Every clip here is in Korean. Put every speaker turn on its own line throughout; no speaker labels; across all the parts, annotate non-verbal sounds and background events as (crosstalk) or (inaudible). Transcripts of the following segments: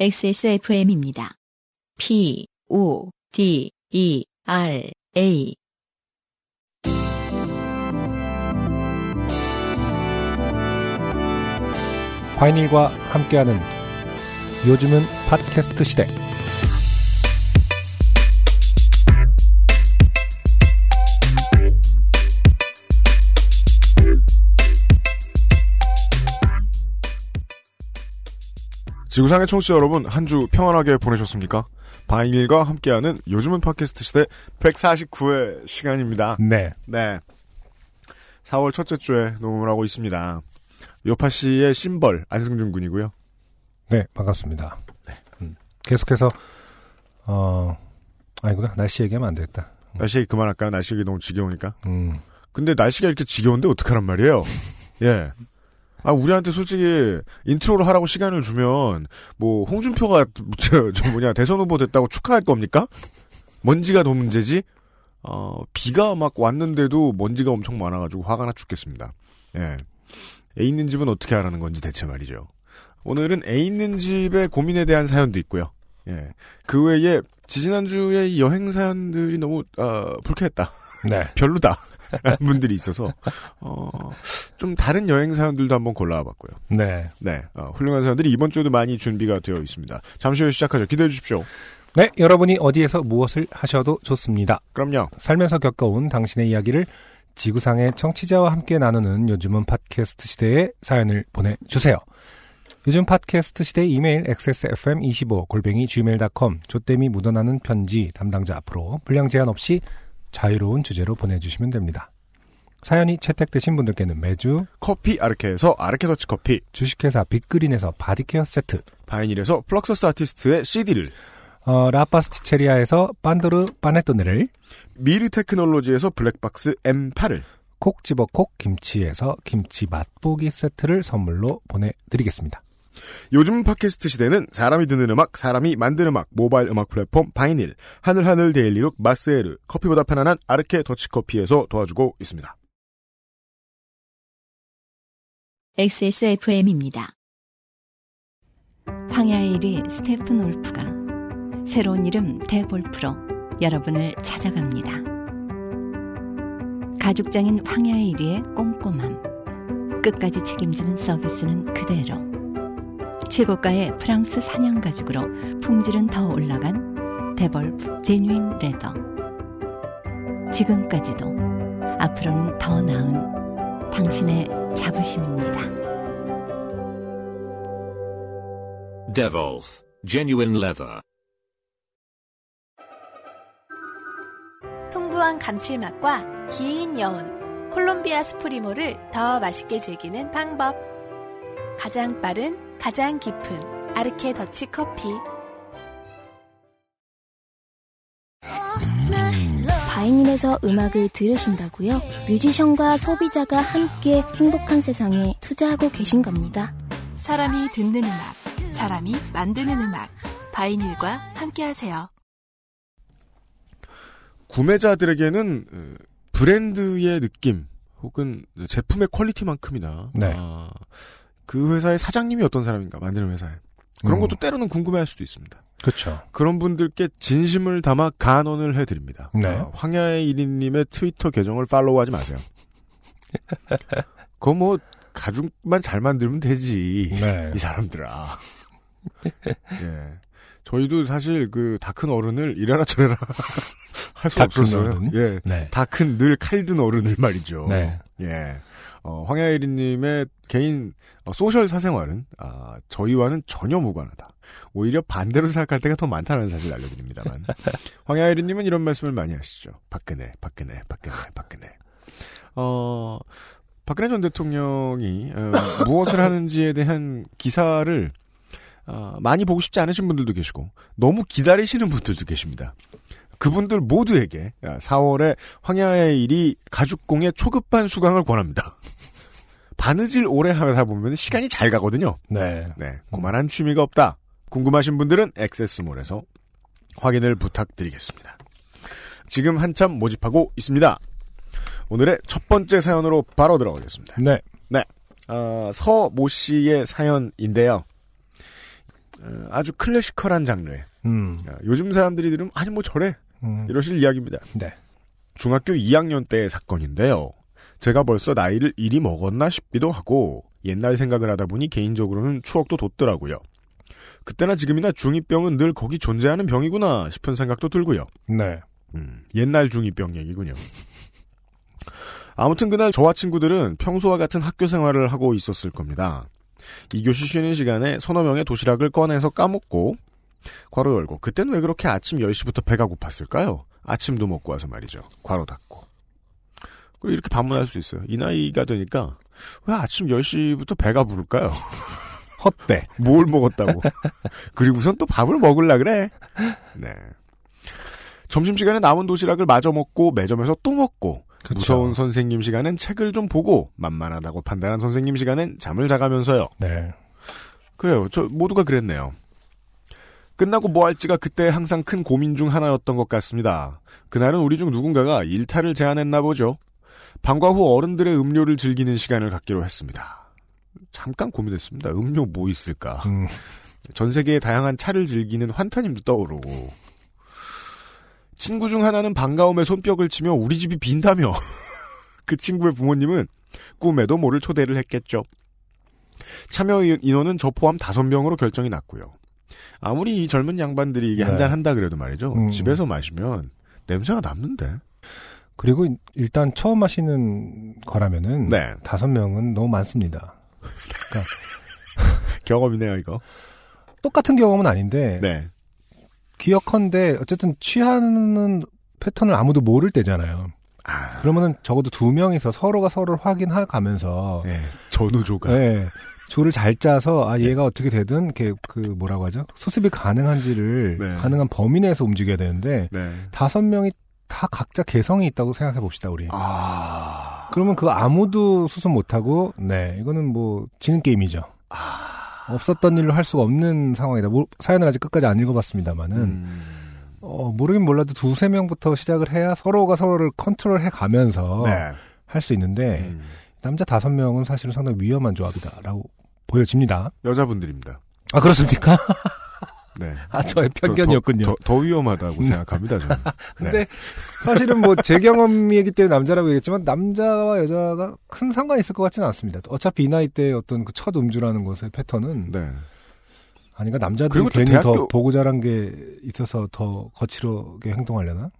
XSFM입니다. P, O, D, E, R, A.
바이닐과 함께하는 요즘은 팟캐스트 시대
지구상의 청취자 여러분, 한 주 평안하게 보내셨습니까? 바인일과 함께하는 요즘은 팟캐스트 시대 149회 시간입니다.
네
네. 4월 첫째 주에 녹음을 하고 있습니다. 요파 씨의 심벌, 안승준 군이고요.
네, 반갑습니다 음, 계속해서 어 아니구나 날씨 얘기하면 안 되겠다
날씨 얘기 그만할까요? 날씨 얘기 너무 지겨우니까.
음
근데 날씨가 이렇게 지겨운데 어떡하란 말이에요? 예. 아, 우리한테 솔직히 인트로를 하라고 시간을 주면, 뭐, 홍준표가, (laughs) 저, 저 뭐냐, 대선 후보 됐다고 축하할 겁니까? 먼지가 더 문제지? 어, 비가 막 왔는데도 먼지가 엄청 많아가지고 화가 나 죽겠습니다. 예. 애 있는 집은 어떻게 하라는 건지 대체 말이죠. 오늘은 애 있는 집의 고민에 대한 사연도 있고요. 예. 그 외에, 지지난주에 이 여행 사연들이 너무, 어, 불쾌했다.
네.
별로다. (laughs) 분들이 있어서 어, 좀 다른 여행 사연들도 한번 골라봤고요.
네.
네, 어, 훌륭한 사연들이 이번 주에도 많이 준비가 되어 있습니다. 잠시 후에 시작하죠. 기대해 주십시오.
네, 여러분이 어디에서 무엇을 하셔도 좋습니다.
그럼요.
살면서 겪어온 당신의 이야기를 지구상의 청취자와 함께 나누는 요즘은 팟캐스트 시대에 사연을 보내주세요. 요즘 팟캐스트 시대 이메일 xsfm25 골뱅이 gmail.com 조땜이 묻어나는 편지 담당자 앞으로 분량 제한 없이 자유로운 주제로 보내주시면 됩니다. 사연이 채택되신 분들께는 매주
커피 아르케에서 아르케 더치 커피,
주식회사 빅그린에서 바디케어 세트,
바이닐에서 플럭서스 아티스트의 CD를,
어, 라파스티체리아에서 빤도르 빠네토네를,
미르 테크놀로지에서 블랙박스 M8을,
콕 집어 콕 김치에서 김치 맛보기 세트를 선물로 보내드리겠습니다.
요즘 팟캐스트 시대는 사람이 듣는 음악, 사람이 만드는 음악, 모바일 음악 플랫폼 바이닐, 하늘하늘 데일리룩 마스에르, 커피보다 편안한 아르케 더치 커피에서 도와주고 있습니다.
XSFM입니다.
황야의 1위 스테픈 올프가 새로운 이름 대볼프로 여러분을 찾아갑니다. 가죽장인 황야의 1위의 꼼꼼함. 끝까지 책임지는 서비스는 그대로. 최고가의 프랑스 사냥 가죽으로 품질은 더 올라간 데볼프 제뉴인 레더. 지금까지도 앞으로는 더 나은 당신의 자부심입니다.
Devolf, genuine leather.
풍부한 감칠맛과 긴 여운, 콜롬비아 스프리모를 더 맛있게 즐기는 방법. 가장 빠른, 가장 깊은 아르케 더치 커피.
바이닐에서 음악을 들으신다고요? 뮤지션과 소비자가 함께 행복한 세상에 투자하고 계신 겁니다.
사람이 듣는 음악, 사람이 만드는 음악. 바이닐과 함께하세요.
구매자들에게는 어, 브랜드의 느낌 혹은 제품의 퀄리티만큼이나
네.
아, 그 회사의 사장님이 어떤 사람인가 만드는 회사에 그런
음.
것도 때로는 궁금해할 수도 있습니다.
그렇죠.
그런 분들께 진심을 담아 간언을 해드립니다.
네.
아, 황야의 일인님의 트위터 계정을 팔로우하지 마세요. (laughs) 그거 뭐 가죽만 잘 만들면 되지.
네.
이 사람들아. (laughs) 예. 저희도 사실 그 다 큰 어른을 이래라 저래라 (laughs) 할 수
다큰
없었어요.
어른?
예.
네.
다 큰 늘 칼 든 어른을 말이죠.
네.
예. 어, 황야일이님의 개인 어, 소셜 사생활은 아, 저희와는 전혀 무관하다. 오히려 반대로 생각할 때가 더 많다는 사실 알려드립니다만 황야일이님은 이런 말씀을 많이 하시죠. 박근혜, 박근혜, 박근혜, 박근혜. 어, 박근혜 전 대통령이 어, 무엇을 하는지에 대한 기사를 어, 많이 보고 싶지 않으신 분들도 계시고 너무 기다리시는 분들도 계십니다. 그분들 모두에게 아, 4월에 황야의 일이 가죽공의 초급반 수강을 권합니다. (laughs) 바느질 오래 하다 보면 시간이 잘 가거든요.
네.
네, 고만한 취미가 없다. 궁금하신 분들은 액세스몰에서 확인을 부탁드리겠습니다. 지금 한참 모집하고 있습니다. 오늘의 첫 번째 사연으로 바로 아, 들어가겠습니다.
네.
어, 서모 씨의 사연인데요. 어, 아주 클래시컬한 장르에
음,
어, 요즘 사람들이 들으면 아니 뭐 저래
음,
이러실 이야기입니다.
네.
중학교 2학년 때의 사건인데요. 제가 벌써 나이를 이리 먹었나 싶기도 하고 옛날 생각을 하다 보니 개인적으로는 추억도 돋더라고요. 그때나 지금이나 중이병은 늘 거기 존재하는 병이구나 싶은 생각도 들고요.
네.
음, 옛날 중2병 얘기군요. 아무튼 그날 저와 친구들은 평소와 같은 학교 생활을 하고 있었을 겁니다. 2교시 쉬는 시간에 서너 명의 도시락을 꺼내서 까먹고, 괄호 열고, 그땐 왜 그렇게 아침 10시부터 배가 고팠을까요? 아침도 먹고 와서 말이죠. 괄호 닫고. 그리고 이렇게 반문할 수 있어요. 이 나이가 되니까, 왜 아침 10시부터 배가 부를까요?
헛배.
뭘 먹었다고. (laughs) 그리고선 또 밥을 먹을라 그래. 네. 점심시간에 남은 도시락을 마저 먹고 매점에서 또 먹고
그쵸.
무서운 선생님 시간엔 책을 좀 보고 만만하다고 판단한 선생님 시간엔 잠을 자가면서요.
네.
그래요. 저 모두가 그랬네요. 끝나고 뭐 할지가 그때 항상 큰 고민 중 하나였던 것 같습니다. 그날은 우리 중 누군가가 일탈을 제안했나 보죠. 방과 후 어른들의 음료를 즐기는 시간을 갖기로 했습니다. 잠깐 고민했습니다. 음료 뭐 있을까?
음,
전 세계의 다양한 차를 즐기는 환타님도 떠오르고 친구 중 하나는 반가움에 손뼉을 치며 우리 집이 빈다며 (laughs) 그 친구의 부모님은 꿈에도 모를 초대를 했겠죠. 참여 인원은 저 포함 다섯 명으로 결정이 났고요. 아무리 이 젊은 양반들이 이게
네.
한잔 한다 그래도 말이죠.
음.
집에서 마시면 냄새가 남는데.
그리고 일단 처음 마시는 거라면은
네.
다섯 명은 너무 많습니다. 그러니까
경험이네요, 이거.
똑같은 경험은 아닌데
네.
기억컨대 어쨌든 취하는 패턴을 아무도 모를 때잖아요.
아,
그러면은 적어도 두 명이서 서로가 서로를 확인해 가면서
예. 전우조가.
네. 조를 잘 짜서
네.
아 얘가 어떻게 되든 이렇게 그 뭐라고 하죠 수습이 가능한지를
네.
가능한 범위 내에서 움직여야 되는데
네.
다섯 명이 다 각자 개성이 있다고 생각해 봅시다 우리.
아.
그러면 그거 아무도 수습 못하고 네 이거는 뭐 지는 게임이죠.
아.
없었던 일로 할 수가 없는 상황이다. 뭐, 사연을 아직 끝까지 안 읽어봤습니다만은
음.
어, 모르긴 몰라도 두세 명부터 시작을 해야 서로가 서로를 컨트롤해 가면서
네.
할 수 있는데
음.
남자 다섯 명은 사실은 상당히 위험한 조합이다라고 보여집니다.
여자분들입니까?
아 그렇습니까?
네.
(laughs) 아 저의
더-
편견이었군요. 네.
더, 네. 더, 더 위험하다고 생각합니다, 저는.
(laughs) 근데 사실은 뭐 제 경험이기 때문에 남자라고 얘기했지만 남자와 여자가 큰 상관이 있을 것 같지는 않습니다. 어차피 이 나이 때 어떤 그 첫 음주라는 것의 패턴은
네.
아니가 남자들이
그리고 또
괜히 더
대학교-
보고 자란 게 있어서 더 거칠게 행동하려나?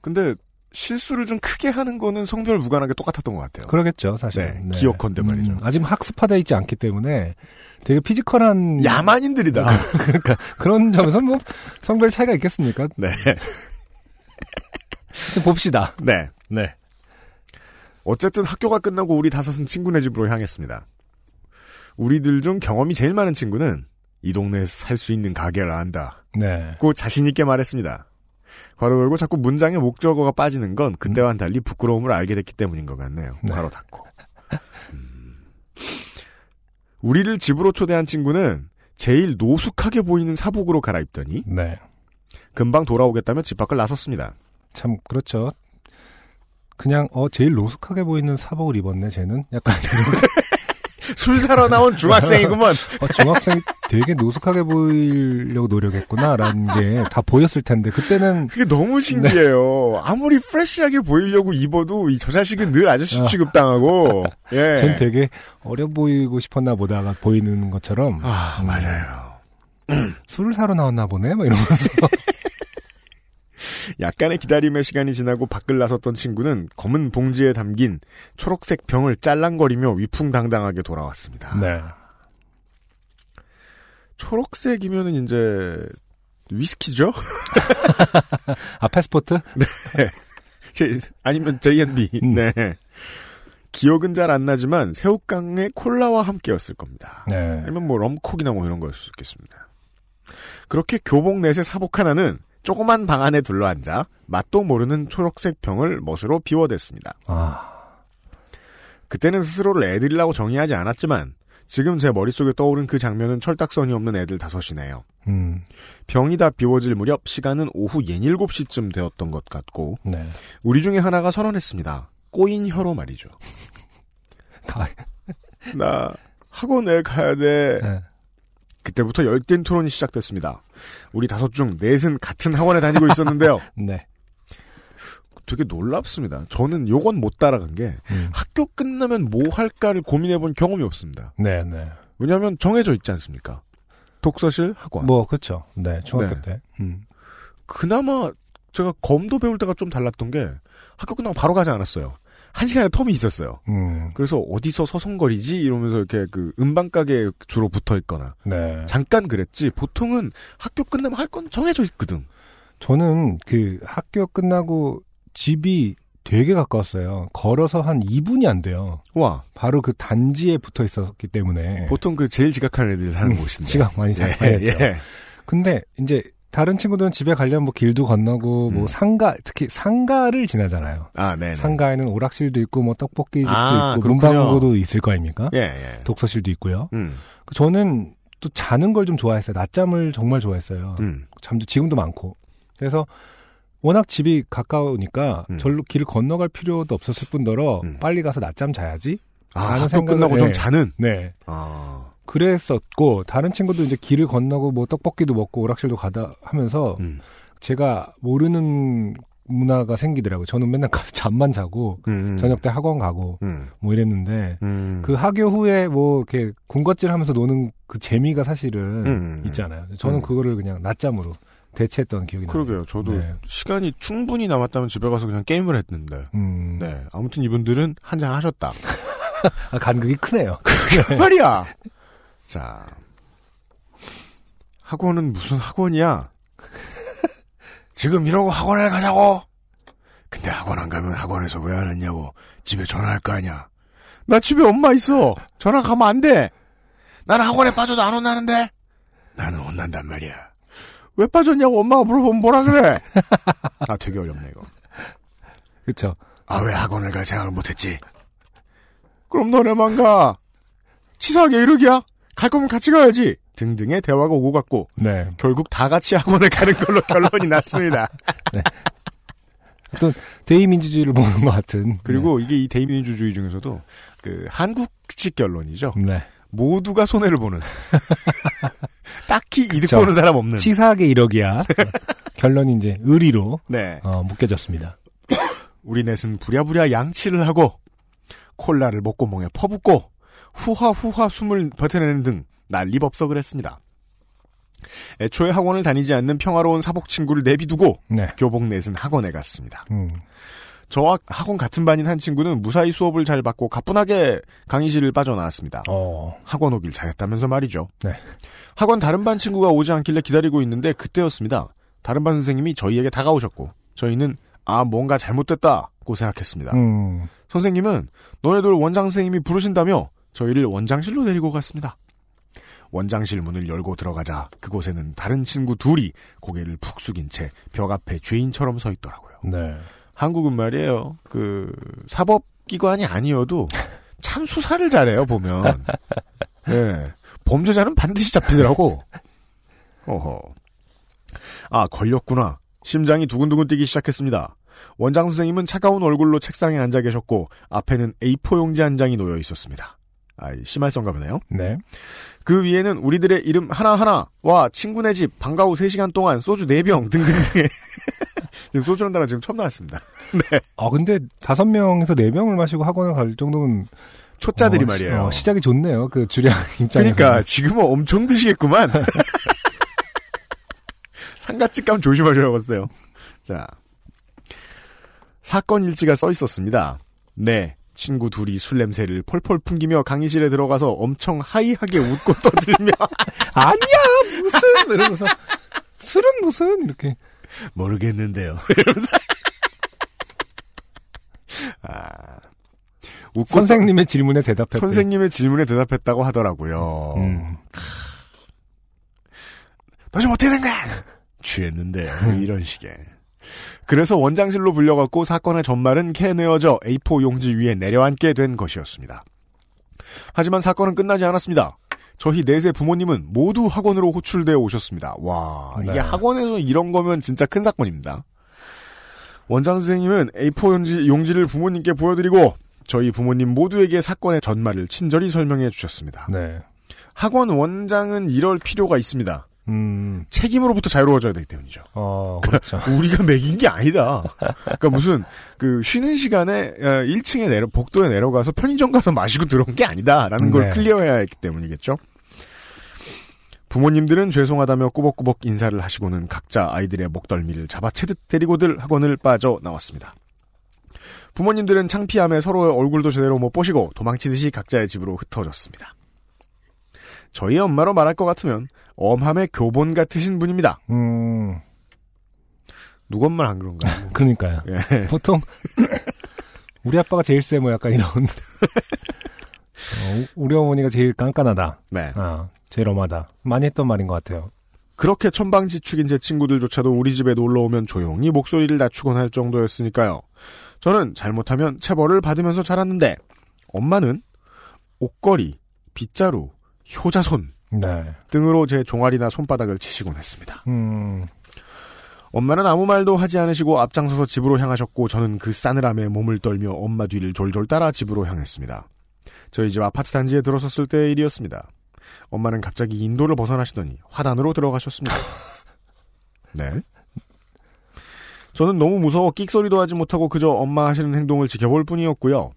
근데 실수를 좀 크게 하는 거는 성별 무관하게 똑같았던 것 같아요.
그러겠죠, 사실.
네, 기억컨대 말이죠.
아직 학습화돼 있지 않기 때문에 되게 피지컬한
야만인들이다.
그런 점에서 뭐 성별 차이가 있겠습니까?
(laughs) 네.
하여튼 봅시다.
네.
네.
어쨌든 학교가 끝나고 우리 다섯은 친구네 집으로 향했습니다. 우리들 중 경험이 제일 많은 친구는 이 동네에서 살 수 있는 가게를 안다.
네.
고 자신있게 말했습니다. 괄호 열고 자꾸 문장의 목적어가 빠지는 건 그때와는 달리 부끄러움을 알게 됐기 때문인 것 같네요.
음. 네.
괄호 닫고. 음. 우리를 집으로 초대한 친구는 제일 노숙하게 보이는 사복으로 갈아입더니
네.
금방 돌아오겠다며 집 밖을 나섰습니다.
참 그렇죠. 그냥 어 제일 노숙하게 보이는 사복을 입었네 쟤는 약간
술 사러 나온 중학생이구먼.
어, 중학생이 되게 노숙하게 보이려고 노력했구나라는 게 다 보였을 텐데 그때는
그게 너무 신기해요.
네.
아무리 프레쉬하게 보이려고 입어도 이 저 자식은 늘 아저씨
아.
취급당하고.
(laughs)
예.
전 되게 어려 보이고 싶었나 보다가 보이는 것처럼
아 맞아요.
술을 사러 나왔나 보네 막 이러면서
약간의 기다림의 시간이 지나고 밖을 나섰던 친구는 검은 봉지에 담긴 초록색 병을 짤랑거리며 위풍당당하게 돌아왔습니다.
네
초록색이면은 이제 위스키죠? (laughs)
아 패스포트
제- 아니면 J&B.
음.
네. 기억은 잘 안 나지만 새우깡의 콜라와 함께였을 겁니다.
네
아니면 뭐 럼콕이나 뭐 이런 거일 수 있겠습니다. 그렇게 교복 넷의 사복 하나는 조그만 방 안에 둘러앉아 맛도 모르는 초록색 병을 멋으로 비워댔습니다.
아,
그때는 스스로를 애들이라고 정의하지 않았지만 지금 제 머릿속에 떠오른 그 장면은 철딱선이 없는 애들 다섯이네요.
음,
병이 다 비워질 무렵 시간은 오후 옌 7시쯤 되었던 것 같고
네.
우리 중에 하나가 선언했습니다. 꼬인 혀로 말이죠.
가,
나 학원에 가야 돼.
네.
그때부터 열띤 토론이 시작됐습니다. 우리 다섯 중 넷은 같은 학원에 다니고 있었는데요. (laughs)
네.
되게 놀랍습니다. 저는 요건 못 따라간 게
음.
학교 끝나면 뭐 할까를 고민해본 경험이 없습니다.
네, 네.
왜냐하면 정해져 있지 않습니까? 독서실, 학원.
뭐, 그쵸. 네, 중학교
네.
때. 음.
그나마 제가 검도 배울 때가 좀 달랐던 게 학교 끝나고 바로 가지 않았어요. 한 시간의 텀이 있었어요.
음.
그래서 어디서 서성거리지 이러면서 이렇게 그 음반 가게에 주로 붙어 있거나
네.
잠깐 그랬지 보통은 학교 끝나면 할 건 정해져 있거든.
저는 그 학교 끝나고 집이 되게 가까웠어요. 걸어서 한 2분이 안 돼요.
와
바로 그 단지에 붙어 있었기 때문에.
보통 그 제일 지각하는 애들이 사는
네. 음,
곳인데.
지각 많이
예,
잘 해야죠.
예.
근데 이제 다른 친구들은 집에 가려면 뭐 길도 건너고 뭐
음.
상가 특히 상가를 지나잖아요.
아 네.
상가에는 오락실도 있고 뭐 떡볶이 집도
아,
있고
그렇군요.
문방구도 있을 거 아닙니까?
예 예.
독서실도 있고요.
음.
저는 또 자는 걸 좀 좋아했어요. 낮잠을 정말 좋아했어요.
음.
잠도 지금도 많고. 그래서 워낙 집이 가까우니까
음.
절로 길을 건너갈 필요도 없었을 뿐더러
음.
빨리 가서 낮잠 자야지.
아
많은
학교
생각을-
끝나고 좀
예.
자는.
네.
아.
그랬었고 다른 친구도 이제 길을 건너고 뭐 떡볶이도 먹고 오락실도 가다 하면서
음.
제가 모르는 문화가 생기더라고요. 저는 맨날 가서 (laughs) 잠만 자고
음.
저녁 때 학원 가고
음.
뭐 이랬는데
음.
그 학교 후에 뭐 이렇게 군것질 하면서 노는 그 재미가 사실은
음.
있잖아요. 저는
음.
그거를 그냥 낮잠으로 대체했던 기억이 나요.
그러게요. 저도
네.
시간이 충분히 남았다면 집에 가서 그냥 게임을 했는데.
음.
네. 아무튼 이분들은 한잔 하셨다.
아, 간극이 크네요.
말이야. 자. 학원은 무슨 학원이야? 지금 이러고 학원에 가자고. 근데 학원 안 가면 학원에서 왜 안 했냐고 집에 전화할 거 아니야. 나 집에 엄마 있어. 전화 가면 안 돼. 난 학원에 빠져도 안 혼나는데. 나는 혼난단 말이야. 왜 빠졌냐고 엄마가 물어보면 뭐라 그래. 아 되게 어렵네 이거.
(laughs) 그렇죠.
아, 왜 학원을 갈 생각을 못했지? 그럼 너네만 가. 치사하게 이러기야? 갈 거면 같이 가야지. 등등의 대화가 오고 갔고
네.
결국 다 같이 학원을 가는 걸로 (laughs) 결론이 났습니다.
대의민주주의를 보는 것 같은.
그리고 이게 이 대의민주주의 중에서도 그 한국식 결론이죠.
네. 네.
모두가
(laughs)
손해를 보는. 딱히 이득
그쵸.
보는 사람 없는.
치사하게
(laughs)
이러기야. 네. 결론이 이제 의리로
네.
어, 묶여졌습니다.
우리 넷은 부랴부랴 양치를 하고 콜라를 목구멍에 퍼붓고 후화후화 숨을 버텨내는 등 난리법석을 했습니다. 애초에 학원을 다니지 않는 평화로운 사복 친구를 내비두고
네.
교복 넷은 학원에 갔습니다.
음.
저와 학원 같은 반인 한 친구는 무사히 수업을 잘 받고 가뿐하게 강의실을 빠져나왔습니다.
어.
학원 오길 잘했다면서 말이죠.
네.
학원 다른 반 친구가 오지 않길래 기다리고 있는데 그때였습니다. 다른 반 선생님이 저희에게 다가오셨고 저희는 아 뭔가 잘못됐다고 생각했습니다.
음.
선생님은 너네들 원장 선생님이 부르신다며 저희를 원장실로 데리고 갔습니다. 원장실 문을 열고 들어가자 그곳에는 다른 친구 둘이 고개를 푹 숙인 채 벽 앞에 죄인처럼 서 있더라고요.
네.
한국은 말이에요. 그 사법 기관이 아니어도 참 수사를 잘해요 보면. 예. 범죄자는 반드시 잡히더라고. 어허. 아 걸렸구나. 심장이 두근두근 뛰기 시작했습니다. 원장 선생님은 차가운 얼굴로 책상에 앉아 계셨고 앞에는 A4 용지 한 장이 놓여 있었습니다. 아, 심할성가 보네요.
네.
그 위에는 우리들의 이름 하나하나와 친구네 집 방과 후 3시간 동안 소주 4병 등등등의 (laughs) 지금 소주란 단어 지금 처음 나왔습니다.
아, 근데 다섯 명에서 네 명을 마시고 학원을 갈 정도면
초짜들이
어,
말이에요.
어, 시작이 좋네요. 그 주량 (laughs) 입장에서.
그러니까 지금은 엄청 드시겠구만. (laughs) 상가집 가면 조심하셔야겠어요. 자 사건 일지가 써 있었습니다. 네 친구 둘이 술 냄새를 폴폴 풍기며 강의실에 들어가서 엄청 하이하게 웃고 (laughs) 떠들며
(laughs) 아니야 무슨 이러면서 술은 무슨 이렇게
모르겠는데요. (laughs) 이러면서 아, 웃고 떠-
선생님의 질문에 대답했대.
선생님의 질문에 대답했다고 하더라고요.
음.
너 지금 어떻게 된 거야? (laughs) 취했는데 뭐 이런 식의. 그래서 원장실로 불려갔고 사건의 전말은 캐내어져 A4 용지 위에 내려앉게 된 것이었습니다. 하지만 사건은 끝나지 않았습니다. 저희 넷의 부모님은 모두 학원으로 호출되어 오셨습니다. 와 이게
네.
학원에서 이런 거면 진짜 큰 사건입니다. 원장 선생님은 A4 용지, 용지를 부모님께 보여드리고 저희 부모님 모두에게 사건의 전말을 친절히 설명해 주셨습니다.
네.
학원 원장은 이럴 필요가 있습니다.
음,
책임으로부터 자유로워져야 되기 때문이죠.
어,
(laughs)
그렇죠.
우리가 매긴 게 아니다. 그러니까 무슨 그 쉬는 시간에 어, 1층에 내려 복도에 내려가서 편의점 가서 마시고 들어온 게 아니다라는
네.
걸 클리어해야 했기 때문이겠죠. 부모님들은 죄송하다며 꾸벅꾸벅 인사를 하시고는 각자 아이들의 목덜미를 잡아채듯 데리고들 학원을 빠져 나왔습니다. 부모님들은 창피함에 서로의 얼굴도 제대로 못 보시고 도망치듯이 각자의 집으로 흩어졌습니다. 저희 엄마로 말할 것 같으면 엄함의 교본 같으신 분입니다.
음,
누구 엄마는 안 그런가요?
그러니까요.
예.
보통 (laughs) 우리 아빠가 제일 세 뭐 약간 이런. 어, 우- 우리 어머니가 제일 깐깐하다.
(laughs) 네.
아, 제일 엄하다. 많이 했던 말인 것 같아요.
그렇게 천방지축인 제 친구들조차도 우리 집에 놀러 오면 조용히 목소리를 낮추곤 할 정도였으니까요. 저는 잘못하면 체벌을 받으면서 자랐는데 엄마는 옷걸이, 빗자루, 효자손
네.
등으로 제 종아리나 손바닥을 치시곤 했습니다.
음,
엄마는 아무 말도 하지 않으시고 앞장서서 집으로 향하셨고 저는 그 싸늘함에 몸을 떨며 엄마 뒤를 졸졸 따라 집으로 향했습니다. 저희 집 아파트 단지에 들어섰을 때의 일이었습니다. 엄마는 갑자기 인도를 벗어나시더니 화단으로
(laughs)
들어가셨습니다. 네. 저는 너무 무서워 끽소리도 하지 못하고 그저 엄마 하시는 행동을 지켜볼 뿐이었고요.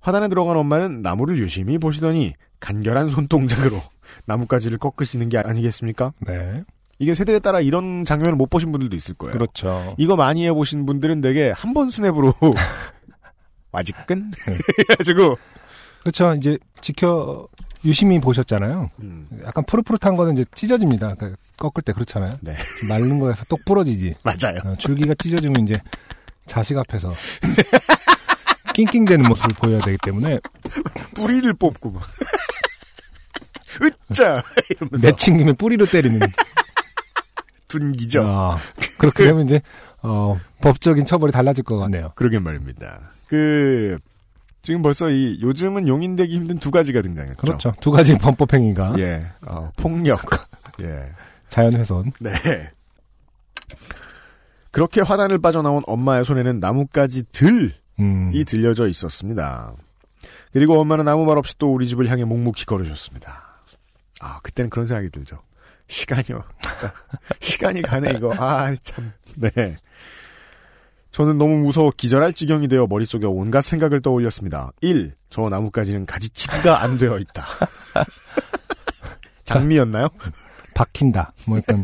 화단에 들어간 엄마는 나무를 유심히 보시더니 간결한 손동작으로 (laughs) 나뭇가지를 꺾으시는 게 아니겠습니까?
네.
이게 세대에 따라 이런 장면을 못 보신 분들도 있을 거예요.
그렇죠.
이거 많이 해보신 분들은 되게 한 번 스냅으로 (laughs) 와직끈 해가지고
그렇죠. 이제 지켜 유심히 보셨잖아요.
음,
약간 푸릇푸릇한 거는 이제 찢어집니다. 그러니까 꺾을 때 그렇잖아요.
네.
마른 거에서 똑 부러지지.
맞아요.
어, 줄기가 찢어지면 이제 자식 앞에서 (laughs) 낑낑대는 모습을 보여야 되기 때문에
뿌리를 뽑고 막 (laughs) 으짜 이러면서
내친 김에 뿌리로 때리는
둔기죠. (laughs)
아, 그렇게 되면 이제 어, 법적인 처벌이 달라질 것 같네요.
그러게 말입니다. 그 지금 벌써 이 요즘은 용인되기 힘든 두 가지가 등장했죠.
그렇죠. 두 가지 범법 행위가
예, 어, (laughs) 폭력. 예,
자연훼손.
네. 그렇게 화단을 빠져나온 엄마의 손에는 나뭇가지 들
음,
이 들려져 있었습니다. 그리고 엄마는 아무 말 없이 또 우리 집을 향해 묵묵히 걸으셨습니다. 아, 그때는 그런 생각이 들죠. 시간이요. 진짜. (laughs) 시간이 가네, 이거. 아, 참. 네. 저는 너무 무서워 기절할 지경이 되어 머릿속에 온갖 생각을 떠올렸습니다. 1. 저 나뭇가지는 가지치기가 안 되어 있다. 장미였나요?
박힌다. 뭐 약간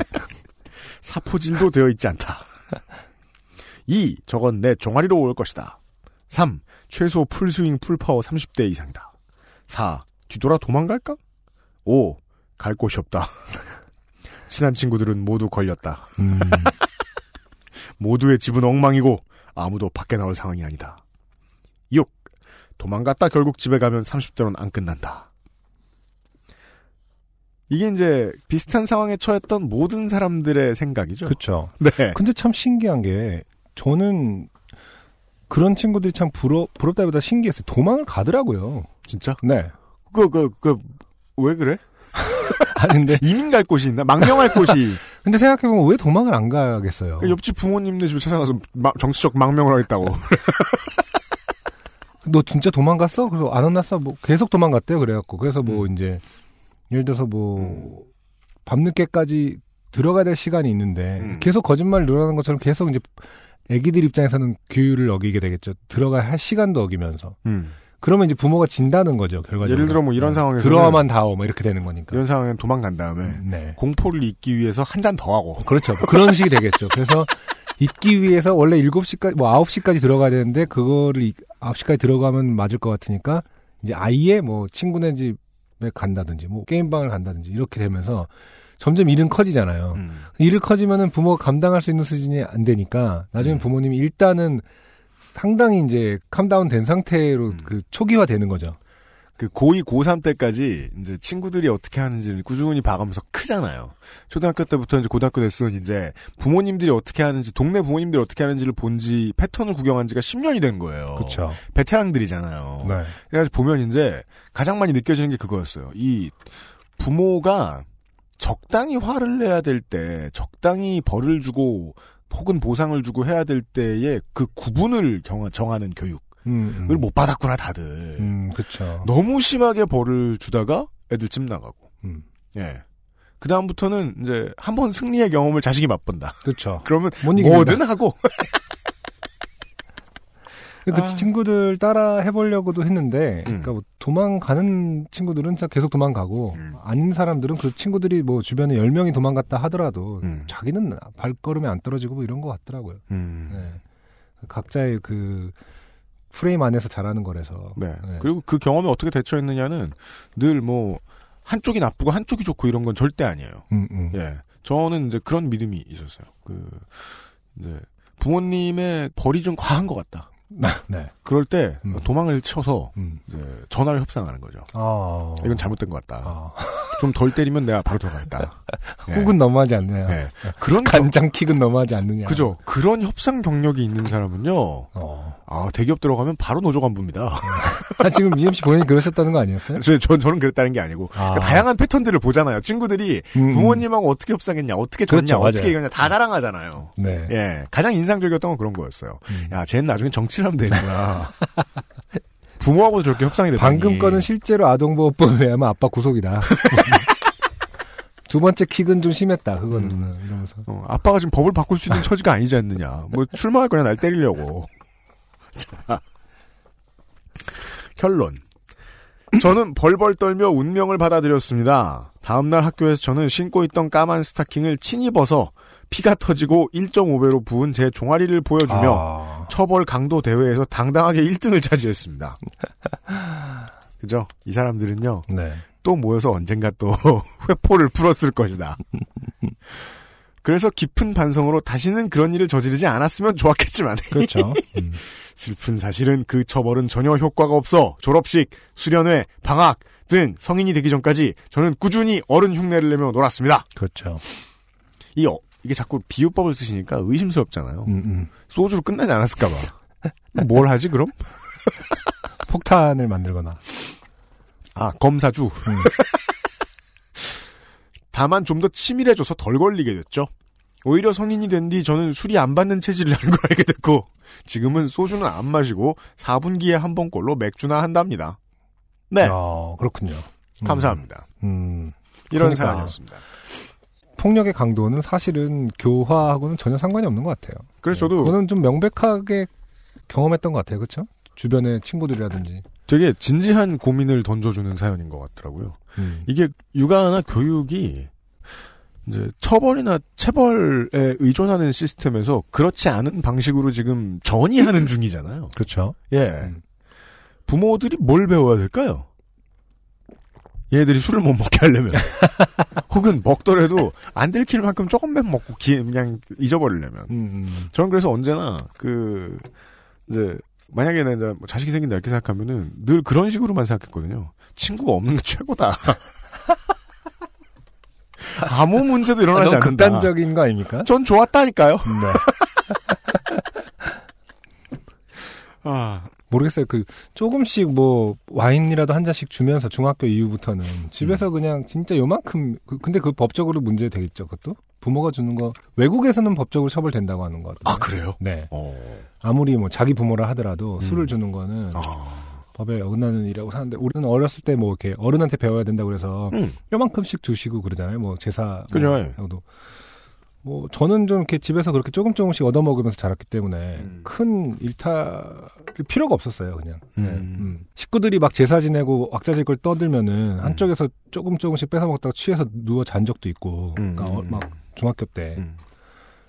사포질도 되어 있지 않다. 2. 저건 내 종아리로 올 것이다. 3. 최소 풀스윙 풀파워 30대 이상이다. 4. 뒤돌아 도망갈까? 5. 갈 곳이 없다. (laughs) 친한 친구들은 모두 걸렸다. (laughs)
음,
모두의 집은 엉망이고 아무도 밖에 나올 상황이 아니다. 6. 도망갔다 결국 집에 가면 30대로는 안 끝난다. 이게 이제 비슷한 상황에 처했던 모든 사람들의 생각이죠.
그렇죠.
네.
근데 참 신기한 게 저는 그런 친구들이 참 부러 부럽다기보다 신기했어요. 도망을 가더라고요.
진짜? (laughs)
네.
그, 그, 그, 왜 그래?
아 근데
이민 갈 곳이 있나? 망명할
(laughs)
곳이.
근데 생각해 보면 왜 도망을 안 가겠어요?
그 옆집 부모님네 집에 찾아가서 마- 정치적
(laughs)
망명을 하겠다고.
너 진짜 도망갔어? 그래서 안 혼났어? 뭐 계속 도망갔대요. 그래갖고 그래서 뭐
음.
이제 예를 들어서 뭐 밤늦게까지 들어가야 될 시간이 있는데
음.
계속 거짓말 늘어나는 것처럼 계속 이제 애기들 입장에서는 규율을 어기게 되겠죠. 들어가야 할 시간도 어기면서
음.
그러면 이제 부모가 진다는 거죠. 결과적으로.
예를 들어 뭐 이런
네.
상황에서는-
들어와만 다오 뭐 이렇게 되는 거니까.
이런 상황엔 도망간 다음에
네.
공포를 잊기 위해서 한 잔 더 하고.
그렇죠. 뭐 그런 식이 되겠죠. 그래서 잊기 위해서 원래 7시까지 뭐 9시까지 들어가야 되는데 그거를 이- 9시까지 들어가면 맞을 것 같으니까 이제 아예 뭐 친구네 집에 간다든지 뭐 게임방을 간다든지 이렇게 되면서 점점 일은 커지잖아요.
음.
일을 커지면은 부모가 감당할 수 있는 수준이 안 되니까 나중에
음.
부모님이 일단은 상당히 이제 캄다운 된 상태로
음.
그 초기화 되는 거죠.
그 고2, 고3 때까지 이제 친구들이 어떻게 하는지를 꾸준히 봐가면서 크잖아요. 초등학교 때부터 이제 고등학교 됐으면 이제 부모님들이 어떻게 하는지, 동네 부모님들이 어떻게 하는지를 본지 패턴을 구경한 지가 10년이 된 거예요.
그렇죠.
베테랑들이잖아요.
네.
그래서 보면 이제 가장 많이 느껴지는 게 그거였어요. 이 부모가 적당히 화를 내야 될 때, 적당히 벌을 주고 혹은 보상을 주고 해야 될 때의 그 구분을 경하- 정하는 교육을
음, 음.
못 받았구나 다들.
음, 그렇죠.
너무 심하게 벌을 주다가 애들 집 나가고
음.
예. 그 다음부터는 이제 한 번 승리의 경험을 자식이 맛본다. (laughs)
그렇죠.
그러면
못 이깁니다.
뭐든 하고
그
아.
친구들 따라 해보려고도 했는데,
음.
그러니까 뭐 도망가는 친구들은 진짜 계속 도망가고,
음.
아닌 사람들은 그 친구들이 뭐 주변에 10명이 도망갔다 하더라도,
음.
자기는 발걸음이 안 떨어지고 뭐 이런 것 같더라고요. 네. 각자의 그 프레임 안에서 잘하는 거라서.
네.
네.
그리고 그 경험에 어떻게 대처했느냐는 늘 뭐 한쪽이 나쁘고 한쪽이 좋고 이런 건 절대 아니에요.
음, 음.
예. 저는 이제 그런 믿음이 있었어요. 그 이제 부모님의 벌이 좀 과한 것 같다.
네.
그럴 때
음.
도망을 쳐서
음.
이제 전화를 협상하는 거죠.
아.
이건 잘못된 것 같다.
아.
좀 덜 때리면 내가
(laughs)
바로 돌아가겠다. 예.
훅은 넘어하지 않느냐.
예. 그런 경-
간장킥은 넘어하지 않느냐.
그죠. 그런 협상 경력이 있는 사람은요.
어.
아 대기업 들어가면 바로 노조 간부입니다.
아, 지금 이엠씨 본인이 그러셨다는 거
(laughs)
아니었어요?
저, 저, 저는 그랬다는 게 아니고
아.
그러니까 다양한 패턴들을 보잖아요. 친구들이
음, 음.
부모님하고 어떻게 협상했냐, 어떻게 졌냐,
그렇죠,
어떻게
맞아요.
이겼냐 다 자랑하잖아요.
네.
예, 가장 인상적이었던 건 그런 거였어요.
음.
야, 쟤는 나중에 정치를 하면
네.
되는구나. 부모하고 저렇게 협상이 됐다.
방금 거는 실제로 아동보호법에 하면 아빠 구속이다. (laughs) 두 번째 킥은 좀 심했다. 그거는 이러면서.
어, 아빠가 지금 법을 바꿀 수 있는 처지가 아니지 않느냐. 뭐 출마할 거냐 날 때리려고. 자, 결론. 저는 벌벌 떨며 운명을 받아들였습니다. 다음날 학교에서 저는 신고 있던 까만 스타킹을 친히 벗어 피가 터지고 1.5배로 부은 제 종아리를 보여주며
아,
처벌 강도 대회에서 당당하게 1등을 차지했습니다. 그죠? 이 사람들은요,
네.
또 모여서 언젠가 또 (laughs) 회포를 풀었을 것이다. 그래서 깊은 반성으로 다시는 그런 일을 저지르지 않았으면 좋았겠지만, (laughs)
그렇죠. 음.
슬픈 사실은 그 처벌은 전혀 효과가 없어 졸업식, 수련회, 방학 등 성인이 되기 전까지 저는 꾸준히 어른 흉내를 내며 놀았습니다.
그렇죠.
이, 어- 이게 자꾸 비유법을 쓰시니까 의심스럽잖아요.
음, 음.
소주로 끝나지 않았을까봐. 뭐 뭘 하지, 그럼?
폭탄을 만들거나.
아, 검사주.
음.
(laughs) 다만 좀 더 치밀해져서 덜 걸리게 됐죠. 오히려 성인이 된 뒤 저는 술이 안 받는 체질이라는 걸 (laughs) 알게 됐고, 지금은 소주는 안 마시고 4분기에 한 번꼴로 맥주나 한답니다. 네,
아, 그렇군요. 음.
감사합니다.
음.
이런
그러니까.
사연이었습니다.
폭력의 강도는 사실은 교화하고는 전혀 상관이 없는 것 같아요.
그래서 저도
그거는 좀 명백하게 경험했던 것 같아요. 그렇죠? 주변의 친구들이라든지.
되게 진지한 고민을 던져주는 사연인 것 같더라고요.
음.
이게 육아나 교육이 이제 처벌이나 체벌에 의존하는 시스템에서 그렇지 않은 방식으로 지금 전이하는 중이잖아요.
그렇죠.
예.
음.
부모들이 뭘 배워야 될까요? 얘들이 술을 못 먹게 하려면 혹은 먹더라도 안 들킬 만큼 조금만 먹고 기- 그냥 잊어버리려면
음, 음.
저는 그래서 언제나 그 이제 만약에 나 이제 뭐 자식이 생긴다 이렇게 생각하면은 늘 그런 식으로만 생각했거든요. 친구가 없는 게 최고다.
(laughs)
아무 문제도
아,
일어나지
너무
않는다. 네.
극단적인 거 아닙니까?
전 좋았다니까요.
네.
아,
모르겠어요. 그 조금씩 뭐 와인이라도 한 잔씩 주면서 중학교 이후부터는 집에서 그냥 진짜 요만큼 그- 근데 그 법적으로 문제 되겠죠. 그것도 부모가 주는 거 외국에서는 법적으로 처벌된다고 하는 것 같아요.
아 그래요?
네.
어,
아무리 뭐 자기 부모라 하더라도
음.
술을 주는 거는
아,
법에 어긋나는 일이라고 사는데 우리는 어렸을 때 뭐 이렇게 어른한테 배워야 된다고 그래서
음.
요만큼씩 주시고 그러잖아요. 뭐 제사
그죠. 예.
도뭐 저는 좀 이렇게 집에서 그렇게 조금 조금씩 얻어 먹으면서 자랐기 때문에
음.
큰 일탈이 필요가 없었어요. 그냥
음.
네, 음. 식구들이 막 제사 지내고 왁자질 걸
음.
떠들면은 한쪽에서 조금 조금씩 뺏어 먹다가 취해서 누워 잔 적도 있고
음.
그러니까 어- 막 중학교 때.
음.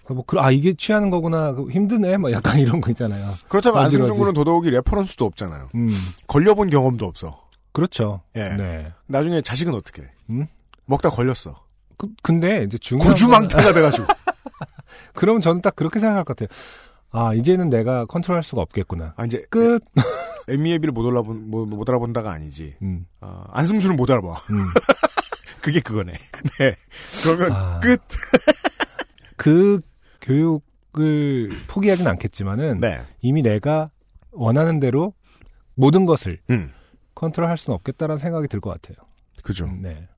그래서 뭐, 그, 아, 이게 취하는 거구나. 그 힘드네. 막 약간 (laughs) 이런 거 있잖아요.
그렇다면
어지러지.
안승준 군은 도덕이 레퍼런스도 없잖아요.
음.
걸려본 경험도 없어.
그렇죠.
예.
네.
나중에 자식은 어떻게? 해?
음?
먹다 걸렸어.
그, 근데 이제 중요한 건-
고주망태가 돼가지고.
그럼 저는 딱 그렇게 생각할 것 같아요. 아 이제는 내가 컨트롤할 수가 없겠구나. (laughs)
아 이제
끝.
에미에비를 못 알아본 못, 못 알아본다가 아니지.
음,
아, 안승준을 못 알아봐.
음.
그게 그거네. (laughs) 네. 그러면
아,
끝.
그 교육을 포기하진 않겠지만은
네.
이미 내가 원하는 대로 모든 것을
음.
컨트롤할 수는 없겠다라는 생각이 들 것 같아요.
그죠.
네.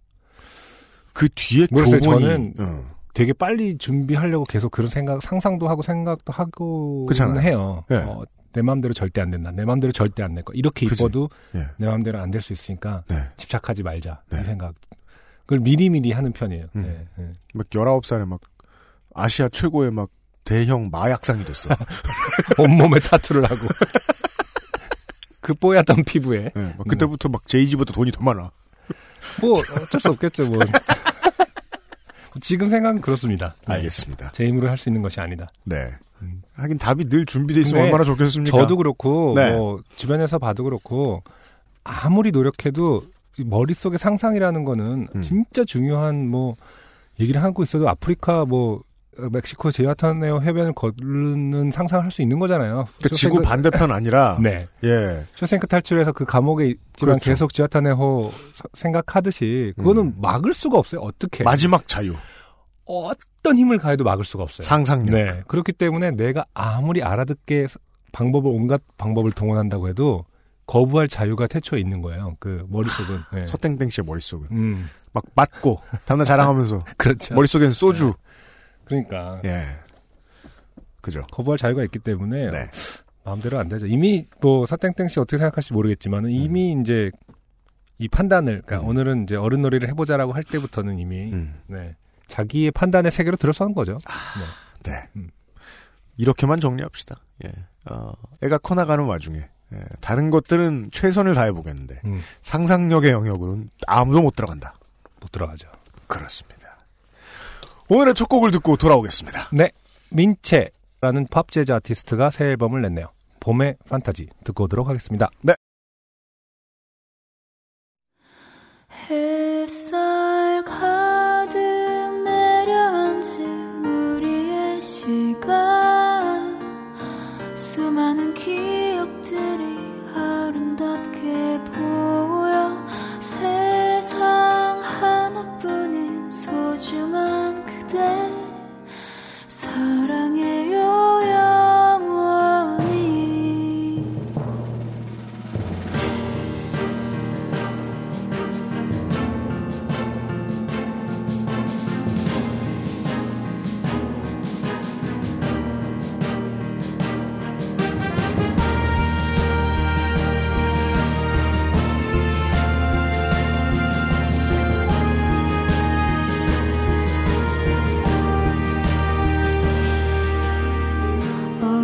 그 뒤에
모르겠어요.
교본이
저는-
어.
되게 빨리 준비하려고 계속 그런 생각, 상상도 하고 생각도 하고
그렇잖아요.
해요.
예.
어, 내 마음대로 절대 안 된다. 내 마음대로 절대 안 될 거. 이렇게
그치.
입어도
예.
내 마음대로 안 될 수 있으니까
네.
집착하지 말자.
네.
이 생각. 그걸 미리미리 하는 편이에요.
음.
네, 네.
막 19살에 막 아시아 최고의 막 대형 마약상이
(laughs)
됐어.
온몸에 타투를 하고. (laughs) 그 뽀얗던 피부에.
네, 막 그때부터 막 제이지보다 돈이 더 많아.
뭐, 어쩔 수 없겠죠, 뭐. 지금 생각은 그렇습니다. 네.
알겠습니다.
제 힘으로 할 수 있는 것이 아니다.
네.
음.
하긴 답이 늘 준비돼 있으면
근데
얼마나 좋겠습니까?
저도 그렇고,
네.
뭐, 주변에서 봐도 그렇고, 아무리 노력해도 이 머릿속에 상상이라는 거는
음.
진짜 중요한 뭐, 얘기를 하고 있어도 아프리카 뭐, 어, 멕시코 제와타네오 해변을 걸는 상상을 할 수 있는 거잖아요.
그러니까 지구
쇼생크-
반대편 아니라
(laughs) 네.
예.
쇼생크 탈출해서 그 감옥에 있지만
그렇죠.
계속 지하탄의호 생각하듯이 그거는
음.
막을 수가 없어요. 어떻게
마지막 자유.
어떤 힘을 가해도 막을 수가 없어요.
상상력.
네 그렇기 때문에 내가 아무리 알아듣게 방법을 온갖 방법을 동원한다고 해도 거부할 자유가 태초에 있는 거예요. 그 머릿속은 네.
서땡땡 씨의 머릿속은 (laughs)
음
막
(laughs)
맞고 다음날 자랑하면서
그렇죠.
머릿속엔 소주.
그러니까
예. 그죠.
거부할 자유가 있기 때문에
네.
마음대로 안 되죠. 이미 뭐 사땡땡 씨 어떻게 생각할지 모르겠지만 이미 이제 이 판단을 그러니까
음.
오늘은 이제 어른놀이를 해보자라고 할 때부터는 이미
음.
네. 자기의 판단의 세계로 들어서는 거죠.
네.
음.
이렇게만 정리합시다. 예. 어, 애가 커나가는 와중에 예. 다른 것들은 최선을 다해 보겠는데
음.
상상력의 영역으로는 아무도 못 들어간다.
못 들어가죠.
그렇습니다. 오늘의 첫 곡을 듣고 돌아오겠습니다.
네. 민채라는 팝 재즈 아티스트가 새 앨범을 냈네요. 봄의 판타지 듣고 오도록 하겠습니다.
햇살 가득 내려앉은 우리의 시간 수많은 기억들이 아름답게 보여 세상 하나뿐인 소중한 그대 사랑해요 영원히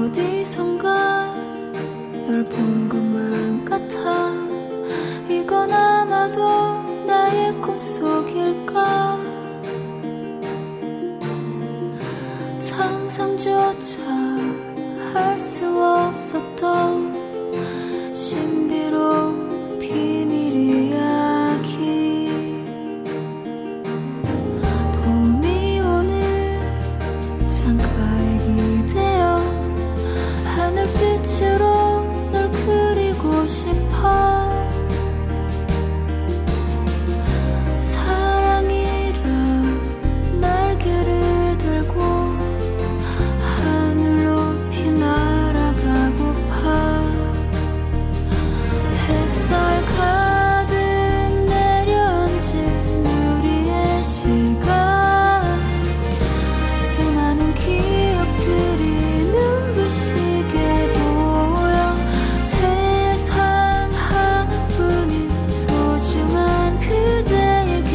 어디선가 널 본 것만 같아 이건 아마도 나의 꿈속일까 상상조차 할 수 없었던 신비로운 비밀 이야기 봄이 오는 창가에 기대어 하늘빛으로 널 그리고 싶어 사랑이란 날개를 들고 하늘 높이 날아가고파 햇살 가득 내려앉은 우리의 시간 수많은 기억들이 눈부시게 보여 세상 하나뿐인 소중한 그대에게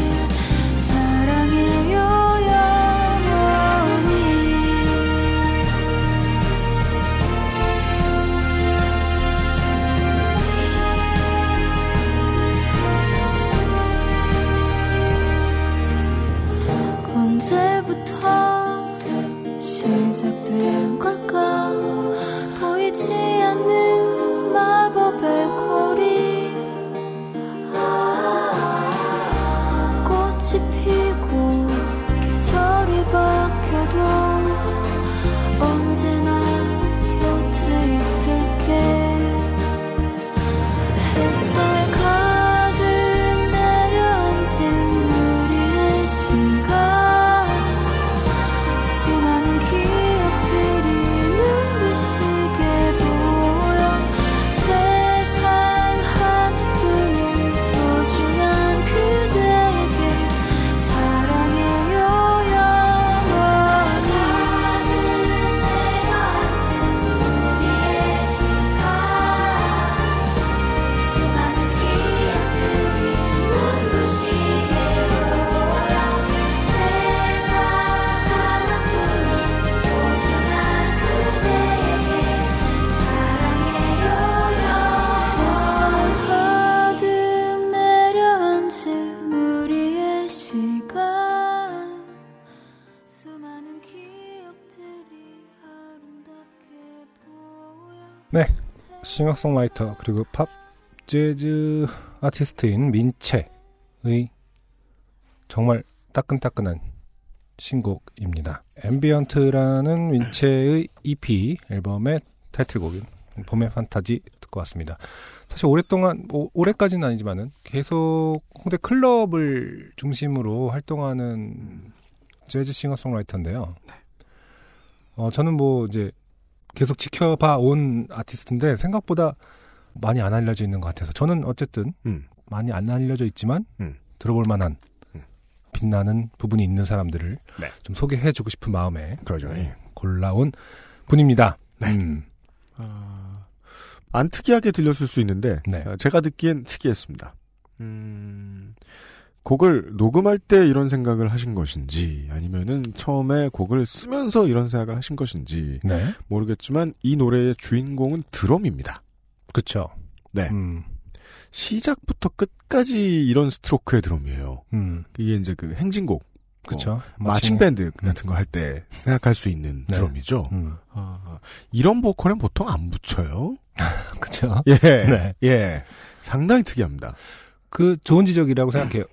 사랑해요 영원히 언제부터 시작된 걸까 보이지 않는 마법의 고리 꽃이 피고 계절이 바뀌어도 언제나 곁에 있을게 햇살 가득 내려앉은 우리의 시간 수많은 기억들이 눈부시게 보여 세상 하나뿐인 소중한 그대에게 사랑해요 영원히 네,
싱어송라이터 그리고 팝 재즈 아티스트인 민채의 정말 따끈따끈한 신곡입니다. 앰비언트라는 민채의 EP 앨범의 타이틀곡인 봄의 판타지 듣고 왔습니다. 사실 오랫동안 뭐 올해까지는 아니지만은 계속 홍대 클럽을 중심으로 활동하는 재즈 싱어송라이터인데요. 어, 저는 뭐 이제 계속 지켜봐 온 아티스트인데 생각보다 많이 안 알려져 있는 것 같아서 저는 어쨌든
음.
많이 안 알려져 있지만
음.
들어볼 만한
음.
빛나는 부분이 있는 사람들을
네.
좀 소개해주고 싶은 마음에
그러죠. 예.
골라온 분입니다.
네.
음,
아, 안 특이하게 들렸을 수 있는데
네.
아, 제가 듣기엔 특이했습니다. 음, 곡을 녹음할 때 이런 생각을 하신 것인지 아니면은 처음에 곡을 쓰면서 이런 생각을 하신 것인지
네,
모르겠지만 이 노래의 주인공은 드럼입니다.
그렇죠.
네.
음,
시작부터 끝까지 이런 스트로크의 드럼이에요.
음,
이게 이제 그 행진곡,
그렇죠.
어. 마칭 밴드 같은 거 할 때 생각할 수 있는
음. 네.
드럼이죠.
음,
아, 이런 보컬은 보통 안 붙여요.
그렇죠. (laughs)
예,
네.
예, 상당히 특이합니다.
그 좋은 지적이라고 생각해요.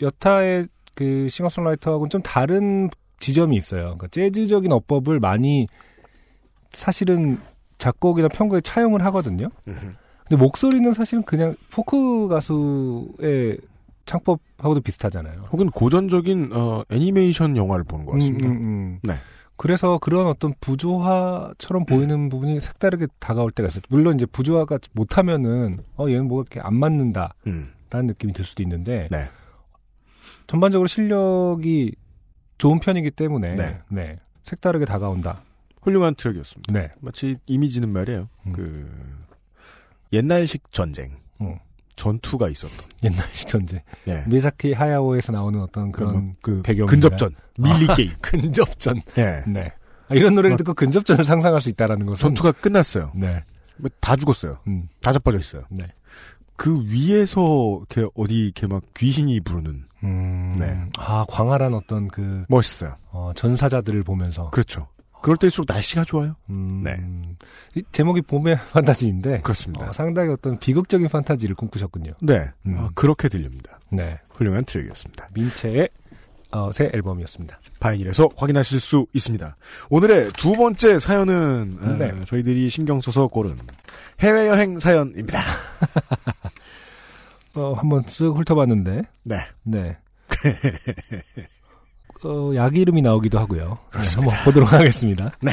여타의 그 싱어송라이터하고는 좀 다른 지점이 있어요. 그러니까 재즈적인 어법을 많이 사실은 작곡이나 편곡에 차용을 하거든요. 근데 목소리는 사실은 그냥 포크 가수의 창법하고도 비슷하잖아요.
혹은 고전적인 어, 애니메이션 영화를 보는 것 같습니다.
음, 음, 음.
네.
그래서 그런 어떤 부조화처럼 보이는 부분이 색다르게 다가올 때가 있어요. 물론 이제 부조화가 못하면은 어 얘는 뭐가 이렇게 안 맞는다.
음,
라는 느낌이 들 수도 있는데
네.
전반적으로 실력이 좋은 편이기 때문에
네.
네. 색다르게 다가온다.
훌륭한 트랙이었습니다.
네.
마치 이미지는 말이에요.
음.
그 옛날식 전쟁,
음.
전투가 있었던.
옛날 시전제
예.
미사키 하야오에서 나오는 어떤
그러니까 뭐
그런
그
배경이나.
근접전, 뭐 밀리 게임.
근접전.
예.
네. 아, 이런
어.
노래를 듣고 근접전을 상상할 수 있다라는 것은
전투가 끝났어요.
네.
뭐다 죽었어요.
음.
다 자빠져 있어요.
네.
그 위에서 이렇게 어디 이렇게 막 귀신이 부르는
음.
네.
아, 광활한 어떤 그
멋있어요.
어, 전사자들을 보면서
그렇죠. 그럴 때일수록 날씨가 좋아요.
음.
네.
이 제목이 봄의 (laughs) 판타지인데
그렇습니다.
어, 상당히 어떤 비극적인 판타지를 꿈꾸셨군요.
네,
음.
아, 그렇게 들립니다.
네.
훌륭한 트랙이었습니다.
민채의 어, 새 앨범이었습니다.
바이닐에서 확인하실 수 있습니다. 오늘의 두 번째 사연은 아,
네.
저희들이 신경 써서 고른 해외 여행 사연입니다.
어, 한번 쓱 훑어봤는데,
네,
네. (laughs) 어, 약 이름이 나오기도 하고요. 네, 한번 보도록 하겠습니다.
(laughs) 네.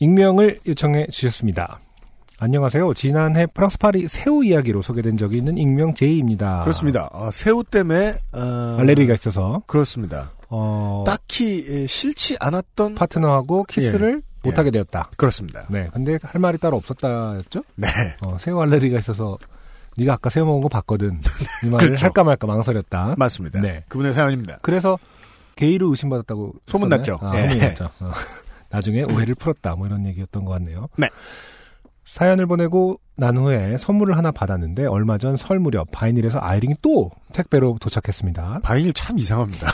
익명을 요청해 주셨습니다. 안녕하세요. 지난해 프랑스 파리 새우 이야기로 소개된 적이 있는 익명 제이입니다.
그렇습니다. 아, 새우 때문에 어,
알레르기가 있어서
그렇습니다.
어,
딱히 예, 싫지 않았던
파트너하고 키스를
예.
못하게 되었다.
그렇습니다.
네, 근데 할 말이 따로 없었다였죠?
네, (laughs)
어, 새우 알레르기가 있어서 네가 아까 새우 먹은 거 봤거든. 이 말을
(laughs) 그렇죠.
할까 말까 망설였다.
맞습니다.
네.
그분의 사연입니다.
그래서 게이로 의심받았다고
소문났죠.
했었나요? 아,
예.
소문났죠. 어. (laughs) 나중에 오해를 풀었다 뭐 이런 얘기였던 것 같네요.
네.
사연을 보내고 난 후에 선물을 하나 받았는데 얼마 전 설 무렵 바이닐에서 아이링이 또 택배로 도착했습니다.
바이닐 참 이상합니다.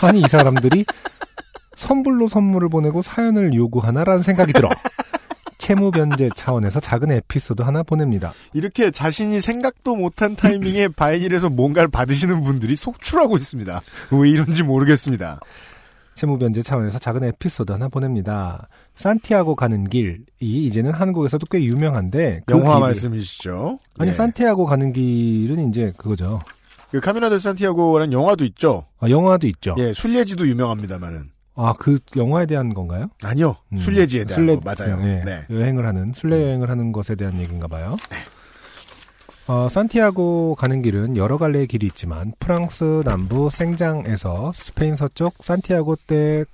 아니 이 사람들이 (laughs) 선불로 선물을 보내고 사연을 요구하나라는 생각이 들어 채무 변제 차원에서 작은 에피소드 하나 보냅니다.
(laughs) 이렇게 자신이 생각도
(laughs)
못한 타이밍에 바이닐에서 뭔가를 받으시는 분들이 속출하고 있습니다. 왜 이런지 모르겠습니다.
채무변제 차원에서 작은 에피소드 하나 보냅니다. 산티아고 가는 길이 이제는 한국에서도 꽤 유명한데 그
영화
길을-
말씀이시죠?
아니
예.
산티아고 가는 길은 이제 그거죠.
그 카미라 델 산티아고라는 영화도 있죠.
아, 영화도 있죠.
예, 순례지도 유명합니다만은.
아 그 영화에 대한 건가요?
아니요.
음.
순례지에 대한
순례-
거 맞아요.
예,
네.
여행을 하는 순례 여행을 하는 것에 대한 얘기인가 봐요.
네.
어, 산티아고 가는 길은 여러 갈래의 길이 있지만 프랑스 남부 생장에서 스페인 서쪽 산티아고 대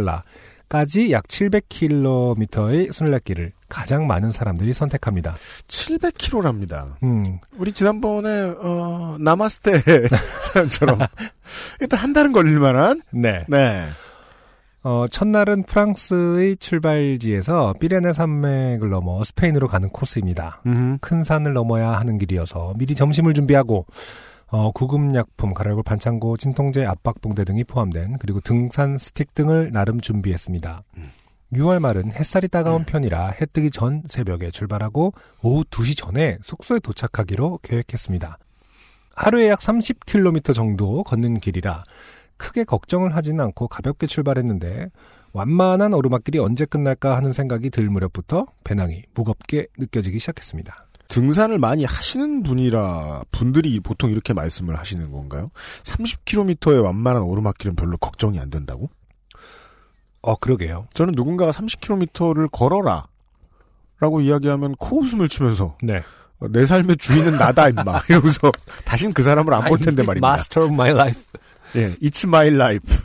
콤포스텔라까지 약 700km의 순례길을 가장 많은 사람들이 선택합니다.
700km랍니다.
음,
우리 지난번에 어, 나마스테 (laughs)
(laughs)
사연처럼 일단 한 달은 걸릴 만한
네.
네.
어, 첫날은 프랑스의 출발지에서 피레네 산맥을 넘어 스페인으로 가는 코스입니다.
음.
큰 산을 넘어야 하는 길이어서 미리 점심을 준비하고 어, 구급약품, 가라골 반창고, 진통제, 압박붕대 등이 포함된 그리고 등산 스틱 등을 나름 준비했습니다. 6월 말은 햇살이 따가운 편이라 해 뜨기 전 새벽에 출발하고 오후 2시 전에 숙소에 도착하기로 계획했습니다. 하루에 약 30km 정도 걷는 길이라 크게 걱정을 하진 않고 가볍게 출발했는데 완만한 오르막길이 언제 끝날까 하는 생각이 들 무렵부터 배낭이 무겁게 느껴지기 시작했습니다.
등산을 많이 하시는 분이라 분들이 보통 이렇게 말씀을 하시는 건가요? 30km의 완만한 오르막길은 별로 걱정이 안 된다고?
어, 그러게요.
저는 누군가가 30km를 걸어라 라고 이야기하면 코웃음을 치면서
네.
어, 내 삶의 주인은 나다 임마 (laughs) 이러면서 다신 그 사람을
아,
안 볼 텐데 말입니다.
Master of my life.
예, It's my life.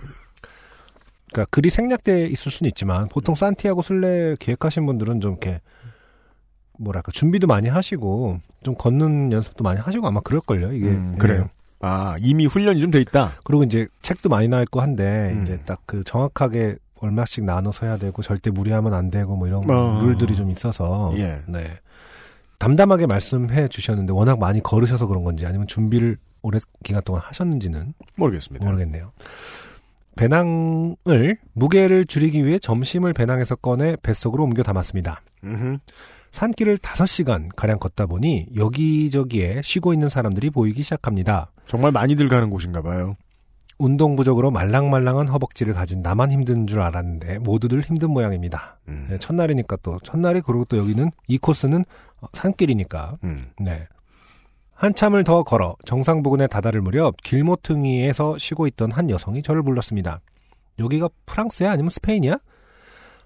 그러니까 글이 생략돼 있을 수는 있지만 보통 산티아고 순례 계획하신 분들은 좀 이렇게 뭐랄까 준비도 많이 하시고 좀 걷는 연습도 많이 하시고 아마 그럴걸요 이게
음, 그래요.
예.
아 이미 훈련이 좀 돼 있다.
그리고 이제 책도 많이 나와 있고 한데
음.
이제 딱 그 정확하게 얼마씩 나눠서 해야 되고 절대 무리하면 안 되고 뭐 이런
어.
룰들이 좀 있어서
예.
네 담담하게 말씀해 주셨는데 워낙 많이 걸으셔서 그런 건지 아니면 준비를 오랜 기간 동안 하셨는지는
모르겠습니다.
어, 모르겠네요. 배낭을 무게를 줄이기 위해 점심을 배낭에서 꺼내 뱃속으로 옮겨 담았습니다.
음흠.
산길을 5시간 가량 걷다 보니 여기저기에 쉬고 있는 사람들이 보이기 시작합니다.
정말 많이들 가는 곳인가 봐요.
운동 부족으로 말랑말랑한 허벅지를 가진 나만 힘든 줄 알았는데 모두들 힘든 모양입니다.
음.
네, 첫날이니까 또 첫날이 그리고 또 여기는 이 코스는 어, 산길이니까
음.
네. 한참을 더 걸어 정상 부근에 다다를 무렵 길모퉁이에서 쉬고 있던 한 여성이 저를 불렀습니다. 여기가 프랑스야 아니면 스페인이야?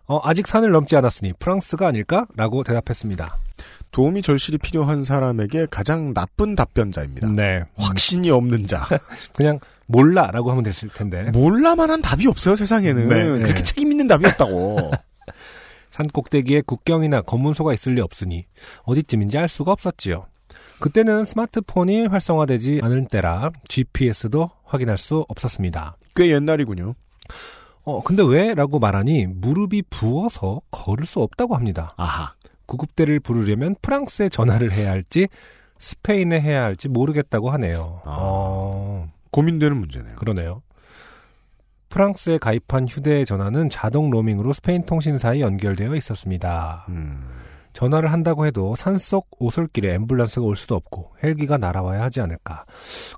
어, 아직 산을 넘지 않았으니 프랑스가 아닐까? 라고 대답했습니다.
도움이 절실히 필요한 사람에게 가장 나쁜 답변자입니다.
네.
확신이 없는 자.
그냥 몰라 라고 하면 됐을 텐데.
몰라만한 답이 없어요 세상에는
네, 네.
그렇게 책임 있는 답이
(laughs)
없다고.
산 꼭대기에 국경이나 검문소가 있을 리 없으니 어디쯤인지 알 수가 없었지요. 그때는 스마트폰이 활성화되지 않은 때라 GPS도 확인할 수 없었습니다.
꽤 옛날이군요.
어, 근데 왜? 라고 말하니 무릎이 부어서 걸을 수 없다고 합니다.
아하.
구급대를 부르려면 프랑스에 전화를 해야 할지 스페인에 해야 할지 모르겠다고 하네요.
아.
어,
고민되는 문제네요.
그러네요. 프랑스에 가입한 휴대전화는 자동 로밍으로 스페인 통신사에 연결되어 있었습니다.
음.
전화를 한다고 해도 산속 오솔길에 앰뷸런스가 올 수도 없고 헬기가 날아와야 하지 않을까.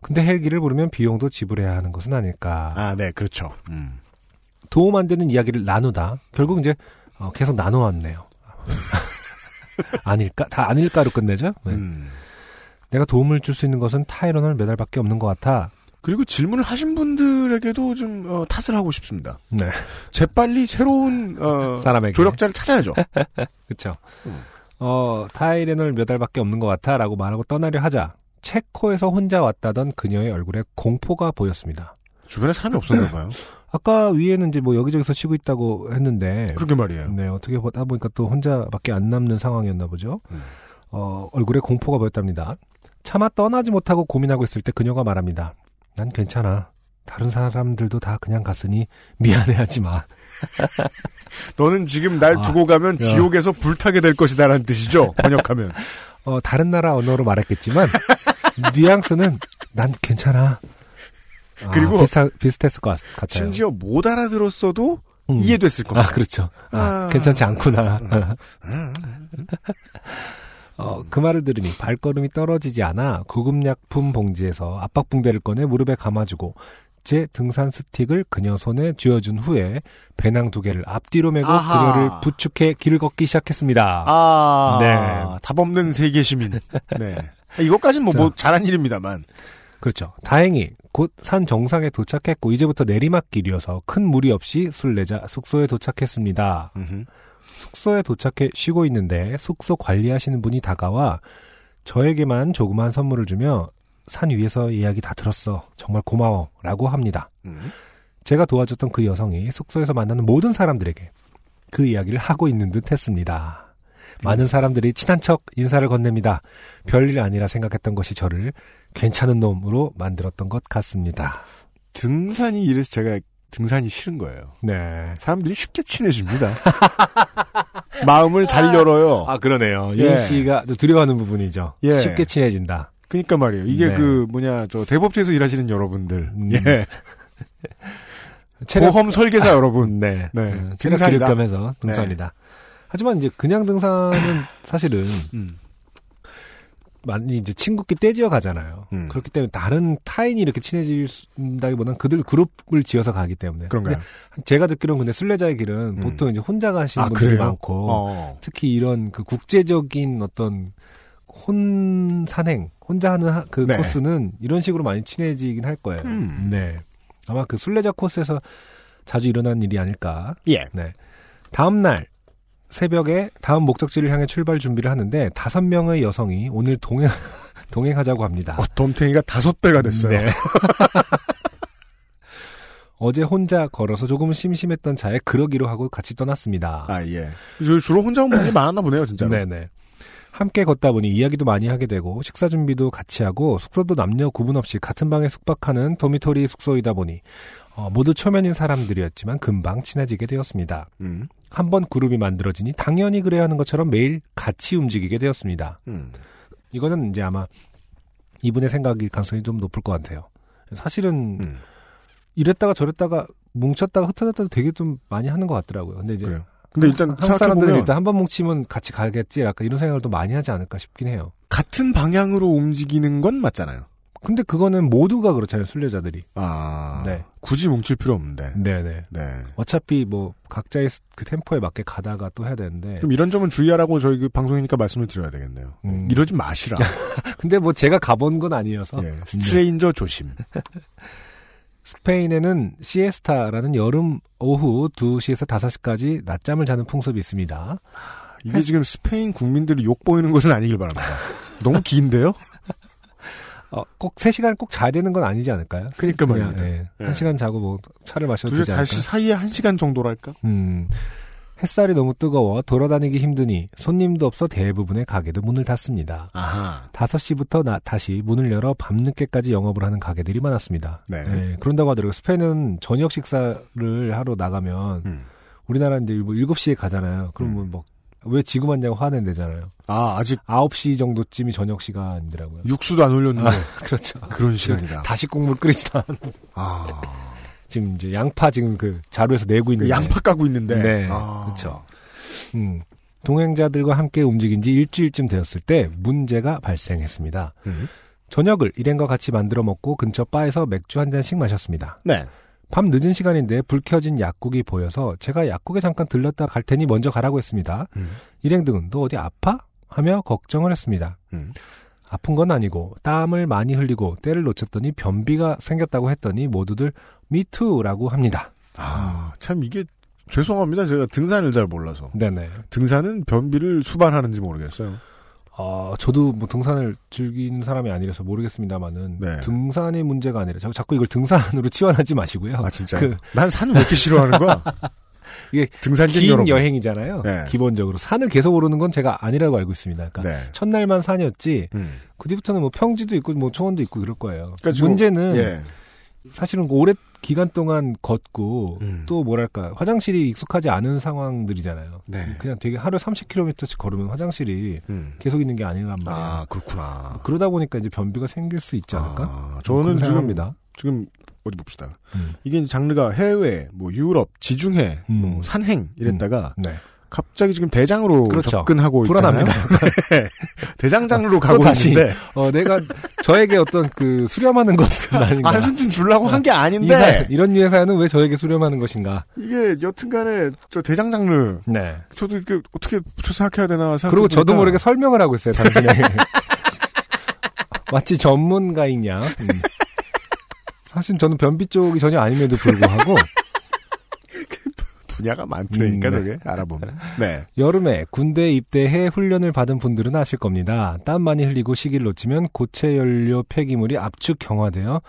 근데 헬기를 부르면 비용도 지불해야 하는 것은 아닐까.
아, 네, 그렇죠. 음.
도움 안 되는 이야기를 나누다 결국 이제 어, 계속 나눠왔네요. (laughs) 아닐까? 다 아닐까로 끝내죠. 네.
음.
내가 도움을 줄 수 있는 것은 타이로놀 메달밖에 없는 것 같아.
그리고 질문을 하신 분들에게도 좀 어, 탓을 하고 싶습니다.
네.
재빨리 새로운 어,
사람에게
조력자를 찾아야죠.
그렇죠.
음.
어 타이레놀 메달밖에 없는 것 같아라고 말하고 떠나려 하자 체코에서 혼자 왔다던 그녀의 얼굴에 공포가 보였습니다.
주변에 사람이 없었나 봐요.
아까 위에는 이제 뭐 여기저기서 치고 있다고 했는데
그러게
(laughs)
말이에요.
네, 어떻게 보다 보니까 또 혼자밖에 안 남는 상황이었나 보죠.
음.
어, 얼굴에 공포가 보였답니다. 차마 떠나지 못하고 고민하고 있을 때 그녀가 말합니다. 난 괜찮아. 다른 사람들도 다 그냥 갔으니 미안해하지 마.
너는 지금 날
아.
두고 가면 지옥에서 불타게 될 것이다라는
(laughs)
뜻이죠. 번역하면.
어, 다른 나라 언어로
(laughs)
말했겠지만 뉘앙스는 난 괜찮아. 아,
그리고
비슷하, 비슷했을 것 같- 같아요.
심지어 못 알아들었어도
음.
이해됐을
아, 그
겁니다. 음.
그렇죠. 아,
아.
괜찮지 않구나. 어, 그 말을 들으니 발걸음이 떨어지지 않아 구급약품 봉지에서 압박붕대를 꺼내 무릎에 감아주고 제 등산 스틱을 그녀 손에 쥐어준 후에 배낭 두 개를 앞뒤로 메고
아하.
그녀를 부축해 길을 걷기 시작했습니다.
아,
네.
답 없는 세계 시민. 네. 이것까지는 뭐,
자.
뭐 잘한 일입니다만.
그렇죠. 다행히 곧 산 정상에 도착했고 이제부터 내리막길이어서 큰 무리 없이 술래자 숙소에 도착했습니다.
음흠.
숙소에 도착해 쉬고 있는데 숙소 관리하시는 분이 다가와 저에게만 조그만 선물을 주며 산 위에서 이야기 다 들었어. 정말 고마워. 라고 합니다.
음.
제가 도와줬던 그 여성이 숙소에서 만나는 모든 사람들에게 그 이야기를 하고 있는 듯 했습니다. 많은 사람들이 친한 척 인사를 건넵니다. 별일 아니라 생각했던 것이 저를 괜찮은 놈으로 만들었던 것 같습니다.
등산이 이래서 제가 등산이 싫은 거예요.
네.
사람들이 쉽게
(laughs)
친해집니다. 마음을 잘 열어요.
아, 그러네요.
예.
유인 씨가 또 두려워하는 부분이죠.
예.
쉽게 친해진다.
그러니까 말이에요. 이게
네.
그 뭐냐 저 대법제에서 일하시는 여러분들.
음.
예.
체력
보험 설계사 여러분.
네.
네.
음, 체력
등산이다. 네.
기를 겸해서 등산이다. 하지만 이제 그냥
(laughs)
등산은 사실은
음.
많이 이제 친구끼리 떼지어 가잖아요.
음.
그렇기 때문에 다른 타인이 이렇게 친해진다기보다는 그들 그룹을 지어서 가기 때문에.
그런가요?
근데 제가 듣기로는 근데 순례자의 길은
음.
보통 이제 혼자 가시는
아,
분들이
그래요?
많고
어.
특히 이런 그 국제적인 어떤 혼 산행 혼자 하는 하- 그
네.
코스는 이런 식으로 많이 친해지긴 할 거예요.
음.
네. 아마 그 순례자 코스에서 자주 일어난 일이 아닐까.
예.
네. 다음 날 새벽에 다음 목적지를 향해 출발 준비를 하는데 다섯 명의 여성이 오늘 동행 (laughs) 동행하자고 합니다.
어, 덤탱이가 다섯 배가 됐어요.
네. (laughs) 어제 혼자 걸어서 조금 심심했던 차에 그러기로 하고 같이 떠났습니다.
아, 예. 저 주로 혼자 온 분이 많았나 보네요, 진짜로.
네네. 함께 걷다 보니 이야기도 많이 하게 되고 식사 준비도 같이 하고 숙소도 남녀 구분 없이 같은 방에 숙박하는 도미토리 숙소이다 보니 어, 모두 초면인 사람들이었지만 금방 친해지게 되었습니다.
음.
한 번 그룹이 만들어지니 당연히 그래야 하는 것처럼 매일 같이 움직이게 되었습니다.
음.
이거는 이제 아마 이분의 생각일 가능성이 좀 높을 것 같아요. 사실은
음.
이랬다가 저랬다가 뭉쳤다가 흩어졌다가 되게 좀 많이 하는 것 같더라고요. 근데 이제
그래요. 근데 일단
한국 사람들은
생각해보면
일단 한 번 뭉치면 같이 가겠지 약간 이런 생각을 또 많이 하지 않을까 싶긴 해요.
같은 방향으로 움직이는 건 맞잖아요.
근데 그거는 모두가 그렇잖아요 순례자들이.
아.
네.
굳이 뭉칠 필요 없는데.
네네.
네.
어차피 뭐 각자의 스- 그 템포에 맞게 가다가 또 해야 되는데.
그럼 이런 점은 주의하라고 저희 그 방송이니까 말씀을 드려야 되겠네요.
음.
이러지 마시라.
근데 뭐 제가 가본 건 아니어서. 네.
예. 스트레인저 조심.
스페인에는 시에스타라는 여름 오후 2시에서 5시까지 낮잠을 자는 풍습이 있습니다.
이게 지금 스페인 국민들이 욕 보이는 것은 아니길 바랍니다. 너무 긴데요?
어, 꼭 3시간 꼭 자야 되는 건 아니지 않을까요?
그니까
그냥
말입니다. 예.
1시간 자고 뭐 차를 마셔도
두세
되지 않을까?
다시 사이에 한 시간 정도랄까?
음. 햇살이 너무 뜨거워 돌아다니기 힘드니 손님도 없어 대부분의 가게도 문을 닫습니다.
아하.
5시부터 나, 다시 문을 열어 밤늦게까지 영업을 하는 가게들이 많았습니다.
네.
그런다고 하더라고요. 스페인은 저녁 식사를 하러 나가면
음.
우리나라는 이제 뭐 7시에 가잖아요. 그러면 뭐왜 지금 왔냐고 화낸대잖아요.
아, 아직
9시 정도쯤이 저녁 시간이더라고요. (laughs)
육수도 안 올렸는데.
그렇죠.
아, 그런
(laughs)
시간이다.
다시 국물 끓이지도 않은
아.
지금 이제 양파 지금 그 자루에서 내고
그
있는
양파 까고 있는데.
네,
아.
그렇죠. 음, 동행자들과 함께 움직인 지 일주일쯤 되었을 때 문제가 발생했습니다.
음.
저녁을 일행과 같이 만들어 먹고 근처 바에서 맥주 한 잔씩 마셨습니다.
네.
밤 늦은 시간인데 불 켜진 약국이 보여서 제가 약국에 잠깐 들렀다 갈 테니 먼저 가라고 했습니다.
음.
일행 등은 너 어디 아파? 하며 걱정을 했습니다.
음.
아픈 건 아니고 땀을 많이 흘리고 때를 놓쳤더니 변비가 생겼다고 했더니 모두들 미투라고 합니다.
아, 참 이게 죄송합니다. 제가 등산을 잘 몰라서.
네네.
등산은 변비를 수반하는지 모르겠어요.
어, 저도 뭐 등산을 즐기는 사람이 아니라서 모르겠습니다만은
네.
등산의 문제가 아니라 자- 자꾸 이걸 등산으로 (laughs) 치환하지 마시고요.
아, 진짜.
그-
난 산을 왜 이렇게 싫어하는 거야?
(laughs) 이게
등산객
긴
여러분.
여행이잖아요.
네.
기본적으로 산을 계속 오르는 건 제가 아니라고 알고 있습니다. 그러니까
네.
첫날만 산이었지
음.
그 뒤부터는 뭐 평지도 있고 뭐 초원도 있고 그럴 거예요.
그러니까 지금-
문제는
예.
사실은 오랜 기간 동안 걷고
음.
또 뭐랄까 화장실이 익숙하지 않은 상황들이잖아요.
네.
그냥 되게 하루 30km씩 걸으면 화장실이
음.
계속 있는 게 아니란 말이에요.
아, 그렇구나.
그러다 보니까 이제 변비가 생길 수 있지 않을까?
아,
그런
저는 지금
생각합니다.
지금 어디 봅시다.
음.
이게 이제 장르가 해외, 뭐 유럽, 지중해,
음.
뭐 산행 이랬다가
네.
갑자기 지금 대장으로
그렇죠.
접근하고
불안합니다.
있잖아요. 대장 장르로 가고
다시.
있는데
어, 내가 저에게 어떤 그 수렴하는 것은 (laughs) 아닌가.
안승준 주려고 한 게
그러니까. 이 사-
아닌데
이런 유의 사연은 왜 저에게 수렴하는 것인가?
이게 여튼간에 저 대장 장르
네.
저도 이게 어떻게 붙여 생각해야 되나 생각.
그리고 저도 모르게 설명을 하고 있어요, 당신의. (laughs) 마치 전문가인 양. 음. 사실 저는 변비 쪽이 전혀 아님에도 불구하고
분야가 많더니까
음, 네.
저게
(laughs)
알아보면. 네.
여름에 군대 입대해 훈련을 받은 분들은 아실 겁니다. 땀 많이 흘리고 시기를 놓치면 고체 연료 폐기물이 압축 경화되어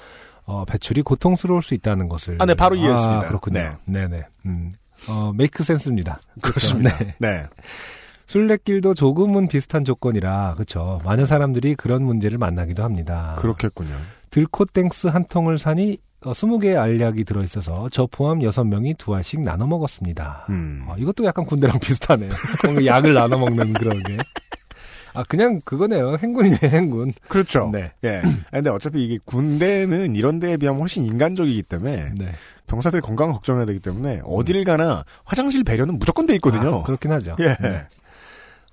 어, 배출이 고통스러울 수 있다는 것을.
아, 네, 바로 이해했습니다.
아, 그렇군요. 네, 네. 음. 어, 메이크 센스입니다.
그렇습니다.
네.
네.
술래길도 조금은 비슷한 조건이라 그렇죠. 많은 사람들이 그런 문제를 만나기도 합니다.
그렇겠군요.
들코땡스 한 통을 사니 어, 20개의 알약이 들어 있어서 저 포함 6명이 두 알씩 나눠 먹었습니다.
음.
(laughs) 어, 이것도 약간 군대랑 비슷하네요. 뭔가 약을 나눠 먹는 그런 게. 아 그냥 그거네요. 행군이네 행군.
그렇죠.
네.
예. 근데 어차피 이게 군대는 이런 데에 비하면 훨씬 인간적이기 때문에
네. 음.
병사들 건강을 걱정해야 되기 때문에 어디를 가나 화장실 배려는 무조건 돼 있거든요.
아, 그렇긴 하죠.
예.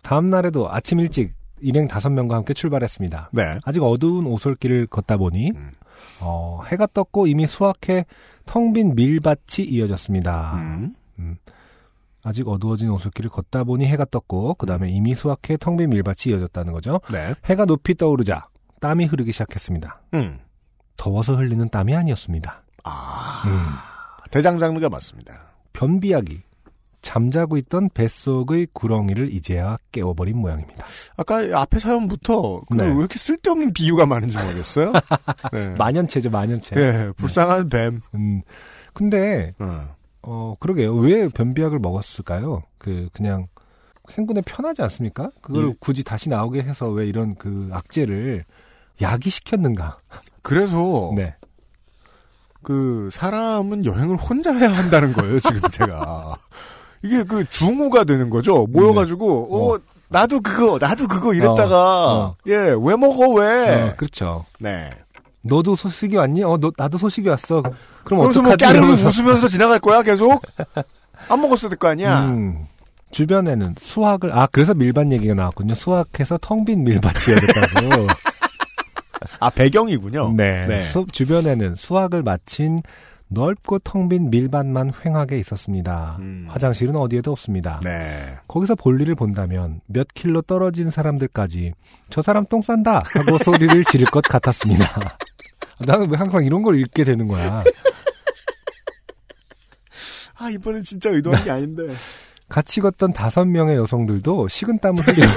다음 날에도 아침 일찍 일행 다섯 명과 함께 출발했습니다.
네.
아직 어두운 오솔길을 걷다 보니
음.
어, 해가 떴고 이미 수확해 텅 빈 밀밭이 이어졌습니다.
음.
아직 어두워진 오솔길을 걷다 보니 해가 떴고 그 다음에 이미 수확해 텅 빈 밀밭이 이어졌다는 거죠.
네.
해가 높이 떠오르자 땀이 흐르기 시작했습니다.
음.
더워서 흘리는 땀이 아니었습니다.
아.
음.
대장 장르가 맞습니다.
변비약이 잠자고 있던 뱃속의 구렁이를 이제야 깨워버린 모양입니다.
아까 앞에 사연부터 그
네.
왜 이렇게 쓸데없는 비유가 많은지
(laughs)
모르겠어요. 네.
만연체죠, 만연체.
예, 불쌍한 뱀.
음, 근데
어.
네. 어 그러게요. 왜 변비약을 먹었을까요? 그 그냥 행군에 편하지 않습니까? 그걸
예.
굳이 다시 나오게 해서 왜 이런 그 악재를 약이 시켰는가?
그래서
네.
그 사람은 여행을 혼자 해야 한다는 거예요. 지금 제가 이게 그 중후가 되는 거죠. 모여가지고 어, 나도 그거 나도 그거 이랬다가
네. 어.
예 왜 먹어 왜
어, 그렇죠.
네.
너도 소식이 왔니? 어, 너 나도 소식이 왔어. 그럼
그래서 뭐
어떡하지?
까르르
이러면서.
웃으면서 지나갈 거야 계속 안 먹었을 거 아니야.
음, 주변에는 수확을 아 그래서 밀밭 얘기가 나왔군요. 수확해서 텅 빈
(laughs)
밀밭이었다고.
아 배경이군요.
네.
네.
수- 주변에는 수확을 마친 넓고 텅 빈 밀밭만 횡하게 있었습니다.
음.
화장실은 어디에도 없습니다.
네.
거기서 볼일을 본다면 몇 킬로 떨어진 사람들까지 저 사람 똥 싼다 하고 소리를 지를 것 같았습니다. (laughs) 나는 왜 항상 이런 걸 읽게 되는 거야.
아 이번엔 진짜 의도한 게 아닌데.
같이 걷던 다섯 명의 여성들도 식은땀을 흘리고 (laughs)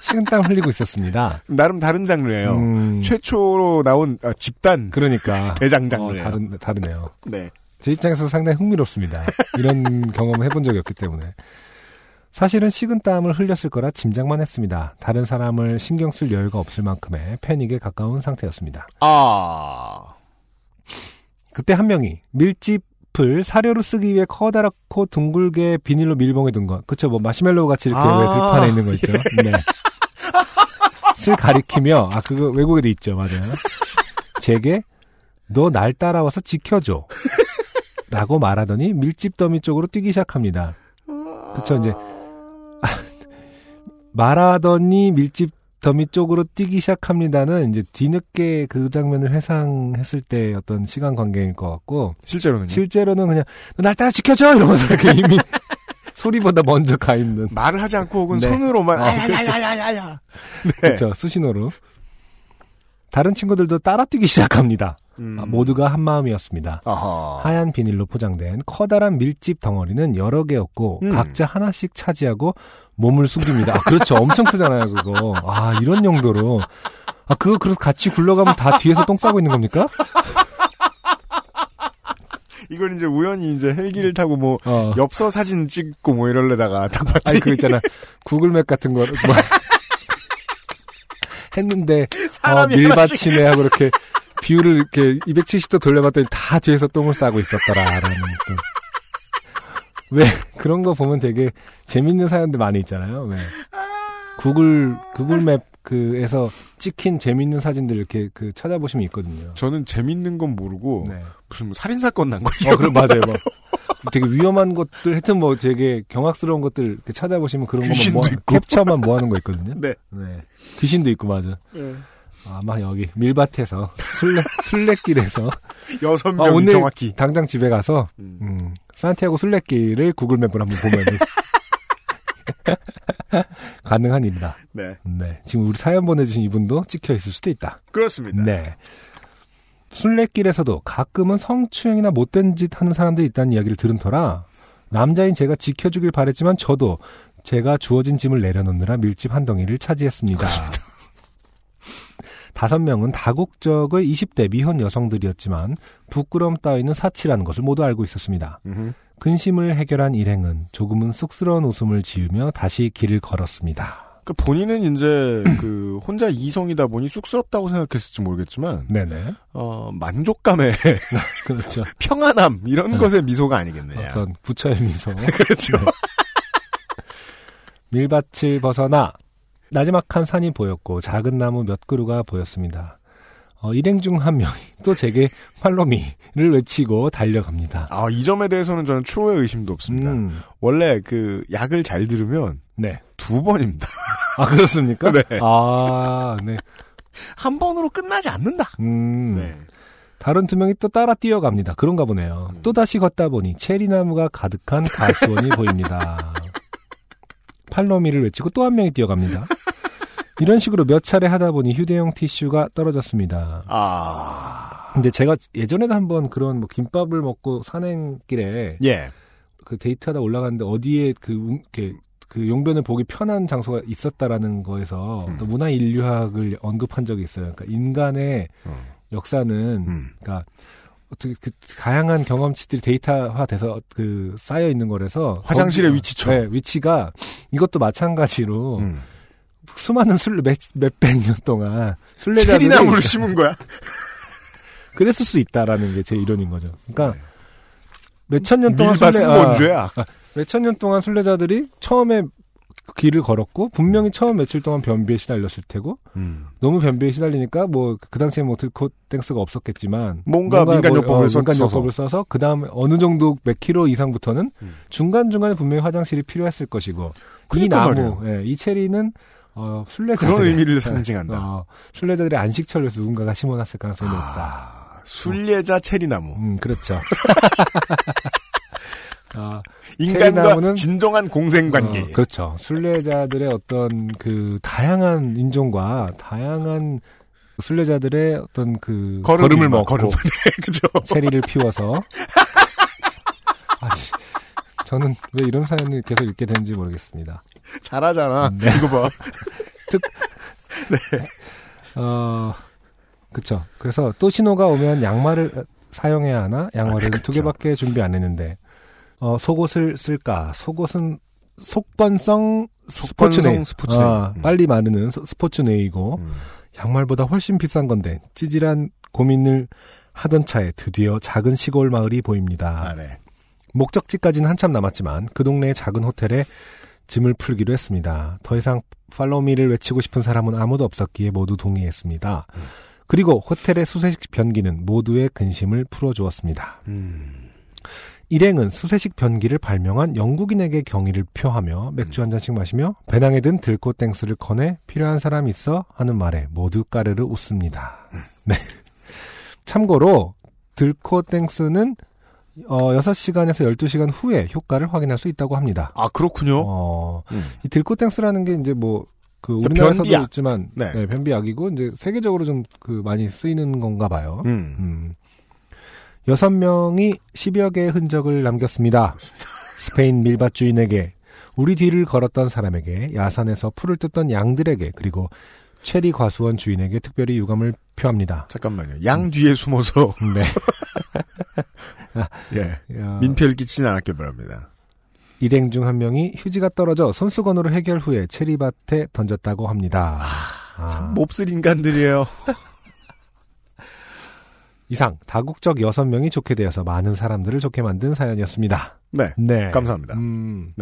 식은땀을 흘리고 있었습니다.
(laughs) 나름 다른 장르예요.
음,
최초로 나온 아, 집단
그러니까
대장
어,
장르예요.
다른 다르네요.
네.
제 입장에서 상당히 흥미롭습니다.
(laughs)
이런 경험을 해본 적이 없기 때문에. 사실은 식은땀을 흘렸을 거라 짐작만 했습니다. 다른 사람을 신경 쓸 여유가 없을 만큼의 패닉에 가까운 상태였습니다.
아.
그때 한 명이 밀집을 사료로 쓰기 위해 커다랗고 둥글게 비닐로 밀봉해 둔 것. 그쵸, 뭐 마시멜로우 같이 이렇게
아, 예.
왜 들판에 있는 거 있죠? 네. 슬 가리키며, 아, 그거 외국에도 있죠, 맞아요. 제게, 너 날 따라와서 지켜줘. 라고 말하더니 밀집 더미 쪽으로 뛰기 시작합니다. 그쵸, 이제. 아, 말하더니 밀집 더미 쪽으로 뛰기 시작합니다는 이제 뒤늦게 그 장면을 회상했을 때 어떤 시간 관계일 것 같고
실제로는요?
실제로는 그냥 너날 따라 지켜줘 이러면서 이렇게 이미 (laughs) 소리보다 먼저 가 있는
말을 하지 않고 혹은
네.
손으로만
어,
아야야야야야야. 네.
그렇죠 수신호로 다른 친구들도 따라 뛰기 시작합니다
음.
아, 모두가 한 마음이었습니다
아하.
어. 하얀 비닐로 포장된 커다란 밀집 덩어리는 여러 개였고
음.
각자 하나씩 차지하고 몸을 숨깁니다. 아, 그렇죠. 엄청 크잖아요, 그거. 아, 이런 용도로. 아, 그거 그래서 같이 굴러가면 다 뒤에서 똥 싸고 있는 겁니까?
이건 이제 우연히 이제 헬기를 타고 뭐
어.
엽서 사진 찍고 뭐 이럴래다가 (laughs) 딱 봤더니
아니 그거 있잖아. 구글맵 같은 거를
(laughs)
뭐 했는데 어,
사람이 하나씩
밀받침에
(laughs)
하고 이렇게 비율을 이렇게 270도 돌려봤더니 다 뒤에서 똥을 싸고 있었더라라는 또. 왜 그런 거 보면 되게 재밌는 사연들 많이 있잖아요. 왜 구글 구글맵 그에서 찍힌 재밌는 사진들 이렇게 그 찾아보시면 있거든요.
저는 재밌는 건 모르고
네.
무슨 뭐 살인 사건 난 거.
어, 그럼 맞아요. 뭐. 되게 위험한 것들, 하여튼 뭐 되게 경악스러운 것들 이렇게 찾아보시면 그런 거만
귀신도
뭐,
있고.
캡처만 뭐 하는 거 있거든요.
(laughs) 네.
귀신도 있고, 맞아. 아마 여기 밀밭에서, 술래,
(laughs)
술래길에서.
여섯
아,
명이
오늘
정확히.
당장 집에 가서,
음.
음, 산티아고 술래길을 구글맵으로 한번 보면 (laughs) 가능한 일이다.
네.
네. 지금 우리 사연 보내주신 이분도 찍혀있을 수도 있다.
그렇습니다.
네. 순례길에서도 가끔은 성추행이나 못된 짓 하는 사람들이 있다는 이야기를 들은 터라 남자인 제가 지켜주길 바랬지만 저도 제가 주어진 짐을 내려놓느라 밀집 한 덩이를 차지했습니다. (laughs) 다섯 명은 다국적의 20대 미혼 여성들이었지만 부끄럼 따위는 사치라는 것을 모두 알고 있었습니다.
음흠.
근심을 해결한 일행은 조금은 쑥스러운 웃음을 지으며 다시 길을 걸었습니다.
그
(clears throat)
본인은 이제 그 혼자 이성이다 보니 쑥스럽다고 생각했을지 모르겠지만
네네.
어 만족감에 (laughs)
그렇죠.
평안함 이런
네.
것에 미소가 아니겠느냐.
어떤 (laughs) 부처의 미소.
그렇죠.
밀밭을 벗어나 나지막한 산이 보였고 작은 나무 몇 그루가 보였습니다. 어, 일행 중 한 명이 (laughs) 또 제게 팔로미를 외치고 달려갑니다.
아, 이 점에 대해서는 저는 추호의 의심도 없습니다.
음,
원래 그 약을 잘 들으면
네.
두 번입니다.
아 그렇습니까?
(laughs) 네.
아 네.
(laughs) 한 번으로 끝나지 않는다.
음.
네.
다른 두 명이 또 따라 뛰어갑니다. 그런가 보네요.
음.
또 다시 걷다 보니 체리나무가 가득한 가수원이 보입니다. (laughs) 팔로미를 외치고 또 한 명이 뛰어갑니다. 이런 식으로 몇 차례 하다 보니 휴대용 티슈가 떨어졌습니다.
아,
근데 제가 예전에도 한번 그런 뭐 김밥을 먹고 산행길에
예.
그 데이트하다 올라갔는데 어디에 그 웅- 이렇게 그 용변을 보기 편한 장소가 있었다라는 거에서
음.
또 문화 인류학을 언급한 적이 있어요. 그러니까 인간의
어,
역사는
음.
그러니까 어떻게 그 다양한 경험치들이 데이터화돼서 그 쌓여 있는 거라서
화장실의
거기가-
위치처럼.
네, 위치가 이것도 마찬가지로
음.
수많은 술래 몇, 몇백 년 동안 술래자들이
체리나무를 심은 거야?
그랬을 수 있다라는 게 제 이론인 거죠. 그러니까 몇 천 년 동안
네. 밀밭은
술래
뭔 죄야?
몇천 년 동안 순례자들이 처음에 길을 걸었고 분명히 처음 며칠 동안 변비에 시달렸을 테고
음.
너무 변비에 시달리니까 뭐 그 당시에 뭐 들코땡스가 없었겠지만
뭔가 민간요법을
어,
써서.
민간요법을 써서 그 다음에 어느 정도 몇 킬로 이상부터는
음.
중간 중간에 분명히 화장실이 필요했을 것이고 이
그러니까
나무, 예, 이 체리는 어, 순례자들 (laughs)
그런 의미를 상징한다.
어, 순례자들의 안식처로서 누군가가 심어놨을 가능성이 높다.
아, 순례자 체리나무.
음 그렇죠. (laughs) 아,
인간과
체리나무는-
진정한 공생관계.
어, 그렇죠. 순례자들의 어떤 그 다양한 인종과 다양한 순례자들의 어떤 그
걸음이
걸음을
막
먹고
걸음. (laughs) 네, 그죠?
체리를 피워서 (laughs) 아씨 저는 왜 이런 사연을 계속 읽게 되는지 모르겠습니다.
잘하잖아. 이거 봐.
어 그렇죠. 그래서 또 신호가 오면 양말을 사용해야 하나? 양말은
아, 그렇죠.
두 개밖에 준비 안 했는데 어 속옷을 쓸까? 속옷은 속건성 스포츠네.
속건성 스포츠네.
아,
음.
빨리 마르는 스- 스포츠네이고
(laughs) 음.
양말보다 훨씬 비싼 건데 찌질한 고민을 하던 차에 드디어 작은 시골 마을이 보입니다.
아, 네.
목적지까지는 한참 남았지만 그 동네의 작은 호텔에 짐을 풀기로 했습니다. 더 이상 팔로미를 외치고 싶은 사람은 아무도 없었기에 모두 동의했습니다. 그리고 호텔의 수세식 변기는 모두의 근심을 풀어주었습니다.
음.
일행은 수세식 변기를 발명한 영국인에게 경의를 표하며 맥주 한 잔씩 마시며 배낭에 든 들꽃 땡스를 꺼내 필요한 사람이 있어 하는 말에 모두 까르르 웃습니다.
음.
네. 참고로 들꽃 땡스는 어, 6시간에서 12시간 후에 효과를 확인할 수 있다고 합니다.
아, 그렇군요.
어,
음.
이 들꽃 땡스라는 게 이제 뭐 그
그러니까
우리나라에서도
변비약.
있지만
네.
네, 변비약이고 이제 세계적으로 좀 그 많이 쓰이는 건가 봐요.
음.
음. 여섯 명이 10여 개의 흔적을 남겼습니다. 스페인 밀밭 주인에게, 우리 뒤를 걸었던 사람에게, 야산에서 풀을 뜯던 양들에게, 그리고 체리 과수원 주인에게 특별히 유감을 표합니다.
잠깐만요. 양 뒤에 숨어서 (laughs)
네.
예.
야,
(laughs) 민폐를 끼치진 않았길 바랍니다.
일행 중 한 명이 휴지가 떨어져 손수건으로 해결 후에 체리밭에 던졌다고 합니다. 아.
참 몹쓸 인간들이에요.
이상, 다국적 여섯 명이 좋게 되어서 많은 사람들을 좋게 만든 사연이었습니다.
네.
네.
감사합니다.
음.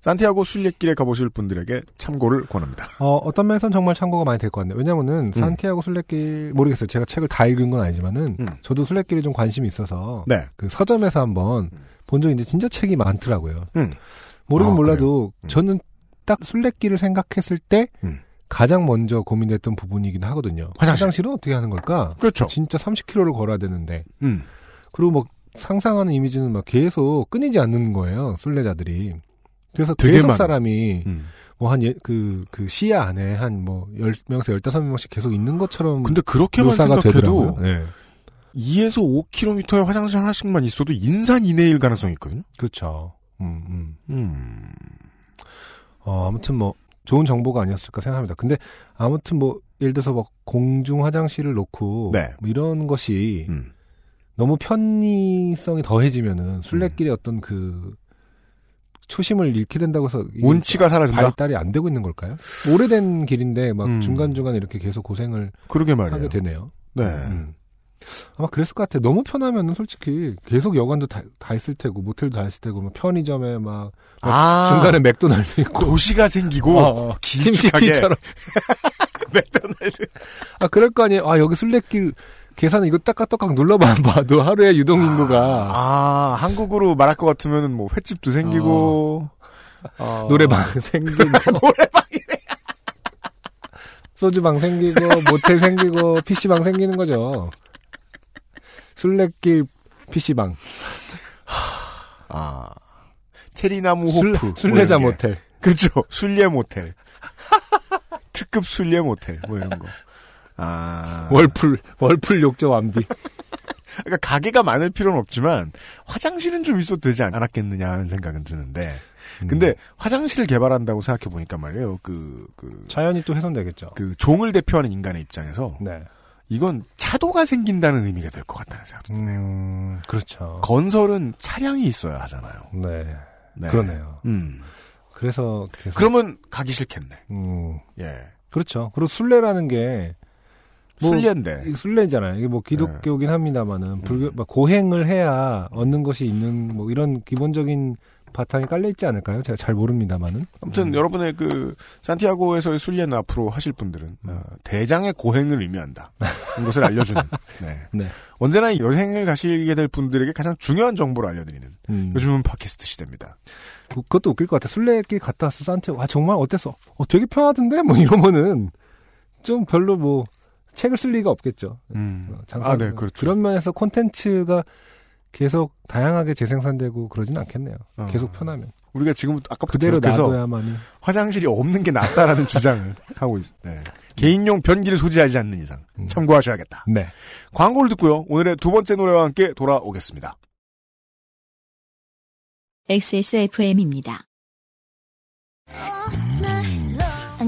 산티아고 순례길에 가보실 분들에게 참고를 권합니다.
어, 어떤 면에서는 정말 참고가 많이 될 것 같네요. 왜냐면은,
음.
산티아고 순례길, 모르겠어요. 제가 책을 다 읽은 건 아니지만은,
음.
저도 순례길에 좀 관심이 있어서,
네.
그 서점에서 한번 본 적이 있는데, 진짜 책이 많더라고요.
음.
모르긴
아,
몰라도,
음.
저는 딱 순례길을 생각했을 때,
음.
가장 먼저 고민됐던 부분이긴 하거든요.
화장실.
은 어떻게 하는 걸까?
그렇죠.
진짜 30km를 걸어야 되는데,
음.
그리고 뭐, 상상하는 이미지는 막 계속 끊이지 않는 거예요, 순례자들이. 그래서
되게
계속
많아요.
사람이,
음.
뭐 한 그, 그 시야 안에 한 뭐 10명에서 15명씩 계속 있는 것처럼
근데 그렇게만
음. 묘사가
생각해도
되더라고요. 네.
2에서 5km의 화장실 하나씩만 있어도 인산 이내일 가능성이 있거든요.
그렇죠. 음, 음.
음.
어, 아무튼 뭐 좋은 정보가 아니었을까 생각합니다. 근데 아무튼 뭐 예를 들어서 뭐 공중 화장실을 놓고
네.
뭐 이런 것이
음.
너무 편리성이 더해지면은 순례길의
음.
어떤 그 초심을 잃게 된다고 해서 이게
운치가 사라진다.
발달이 안 되고 있는 걸까요? 오래된 길인데 막
음.
중간중간 이렇게 계속 고생을
그러게
하게
말이에요.
되네요.
네.
음. 아마 그랬을 것 같아. 너무 편하면은 솔직히 계속 여관도 다, 다 있을 테고 모텔도 다 있을 테고 뭐 편의점에 막
아,
중간에 맥도날드 있고
도시가 생기고
어, 어.
길쭉하게.
심시티처럼
(laughs) 맥도날드
아 그럴 거 아니에요. 아 여기 술래길 계산 이거 딱딱딱딱 눌러만 봐도 하루에 유동 인구가
아 한국으로 말할 것 같으면 뭐 횟집도 생기고 어.
아. 노래방 (laughs)
(laughs)
생기고 소주방 생기고 모텔 생기고 PC방 생기는 거죠. 술래길 PC방
아 체리나무
술,
호프
술래자
뭐 이런 게.
모텔
(laughs) 그렇죠 술래 모텔 (laughs) 특급 술래 모텔 뭐 이런 거아
월풀 월풀 욕조 완비
그러니까 가게가 많을 필요는 없지만 화장실은 좀 있어도 되지 않- 않았겠느냐 하는 생각은 드는데
음.
근데 화장실을 개발한다고 생각해 보니까 말이에요 그그 그,
자연이 또 훼손되겠죠.
그 종을 대표하는 인간의 입장에서
네.
이건 차도가 생긴다는 의미가 될 것 같다는 생각도 드네요.
음, 그렇죠.
건설은 차량이 있어야 하잖아요.
네.
네.
그러네요.
음.
그래서 계속-
그러면 가기 싫겠네.
음,
예.
그렇죠. 그리고 술래라는 게 뭐-
술래인데. 네.
이 술래잖아요. 이게 뭐 기독교긴 합니다만은 불교
음.
막 고행을 해야 얻는 것이 있는 뭐 이런 기본적인 바탕이 깔려 있지 않을까요? 제가 잘 모릅니다만은. 음.
아무튼 여러분의 그 산티아고에서의 술래는 앞으로 하실 분들은 어, 대장의 고행을 의미한다. 이런 것을 (laughs) 알려주는. 네.
네.
언제나 여행을 가시게 될 분들에게 가장 중요한 정보를 알려드리는
음.
요즘은 팟캐스트 시대입니다.
그- 그것도 웃길 것 같아. 술래길 갔다 왔어, 산티아고. 아, 정말 어땠어? 어, 되게 편하던데? 뭐 이러면은 좀 별로 뭐 책을 쓸 리가 없겠죠. 어, 장사.
아, 네, 그렇죠.
런 면에서 콘텐츠가 계속 다양하게 재생산되고 그러진 않겠네요.
어.
계속 편하면.
우리가 지금부터 아까부터
그대로
계속해서
놔둬야만이.
화장실이 없는 게 (laughs) 낫다라는 주장을 하고 있어요. 네. 개인용 변기를 소지하지 않는 이상
음.
참고하셔야겠다.
네.
광고를 듣고요. 오늘의 두 번째 노래와 함께 돌아오겠습니다.
XSFM입니다.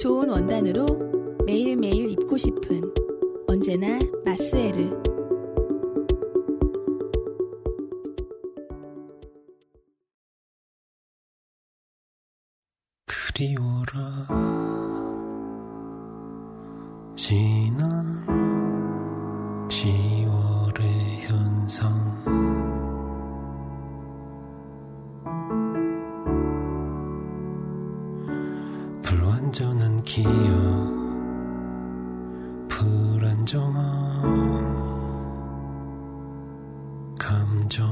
좋은 원단으로 매일매일 입고 싶은 언제나 마스에르
그리워라 지난 10월의 현상 불완전한 기억 불안정한 감정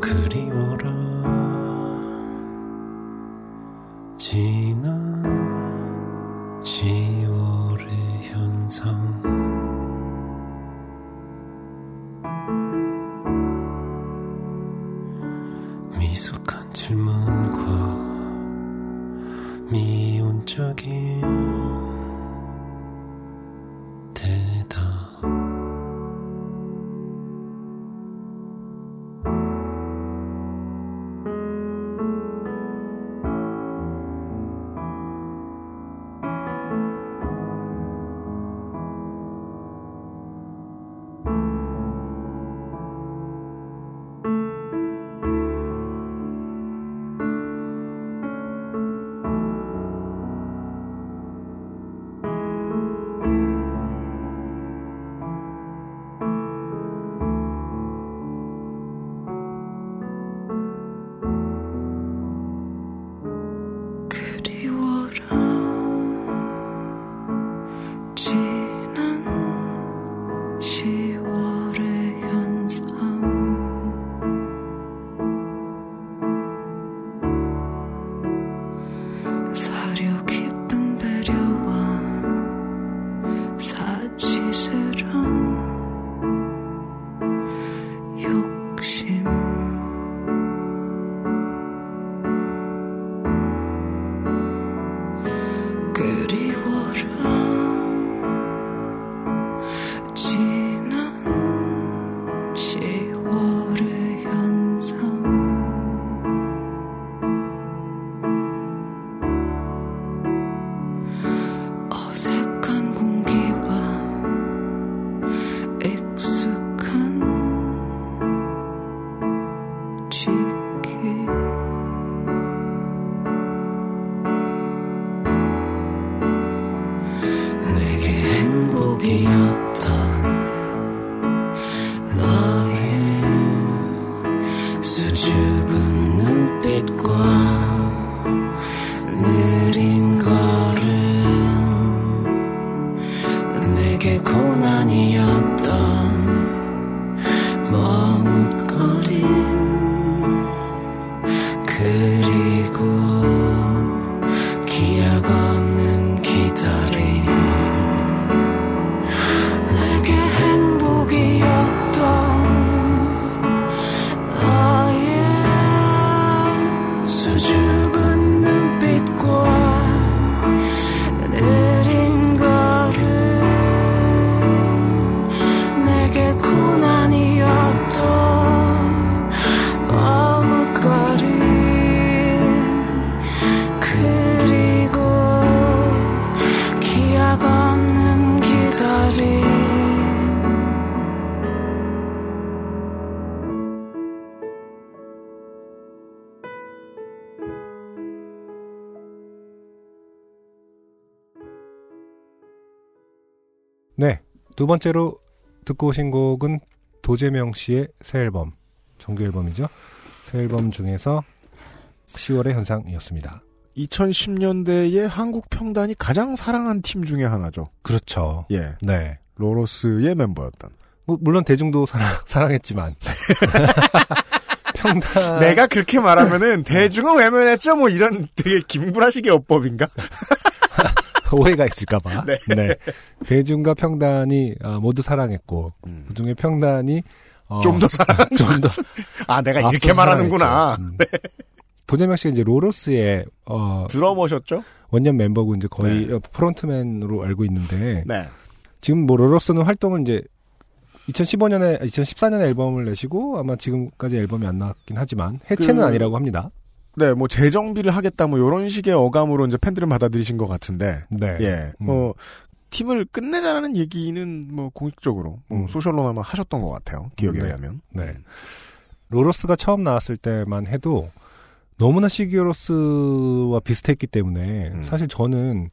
그리워라 지난 10월의 현상 미숙한 질문과 미온적인 대답
솔직히
내게 행복이었던 너의 수줍은 눈빛과 느린 걸음 내게 고난이었던 머뭇거림 그리고 기약 없는 기다림 내게 행복이었던 나의 수줍은 눈빛과 느린 걸음 내게 고난이었던 머뭇거림 그리고 기약 없는 기다림
네. 두 번째로 듣고 오신 곡은 도재명 씨의 새 앨범, 정규 앨범이죠. 새 앨범 중에서 10월의 현상이었습니다.
2010년대에 한국 평단이 가장 사랑한 팀 중에 하나죠.
그렇죠.
예.
네.
로로스의 멤버였던.
뭐, 물론 대중도 사랑, (laughs)
(laughs)
사랑했지만. 평단.
내가 그렇게 말하면은 대중은 외면했죠. 뭐 이런 되게 김구라식의 어법인가?
오해가 있을까봐. 네. 대중과 평단이 어, 모두 사랑했고, 그 중에 평단이 어,
음. 좀 더 사랑.
좀더
아 내가 이렇게
앞서서
말하는구나. 네.
사랑했죠. 음. 도재명 씨가 이제 로로스의 어,
드러머셨죠?
원년 멤버고 이제 거의
네.
어, 프론트맨으로 알고 있는데
네.
지금 뭐 로로스는 활동을 이제 2015년에 2014년에 앨범을 내시고 아마 지금까지 앨범이 안 나왔긴 하지만 해체는
그-
아니라고 합니다.
네, 뭐 재정비를 하겠다 뭐 이런 식의 어감으로 이제 팬들은 받아들이신 것 같은데.
네.
예.
음.
뭐 팀을 끝내자라는 얘기는 뭐 공식적으로 뭐
음.
소셜로나마 하셨던 것 같아요. 기억에
네.
의하면.
네. 로로스가 처음 나왔을 때만 해도 너무나 시기로스와 비슷했기 때문에
음.
사실 저는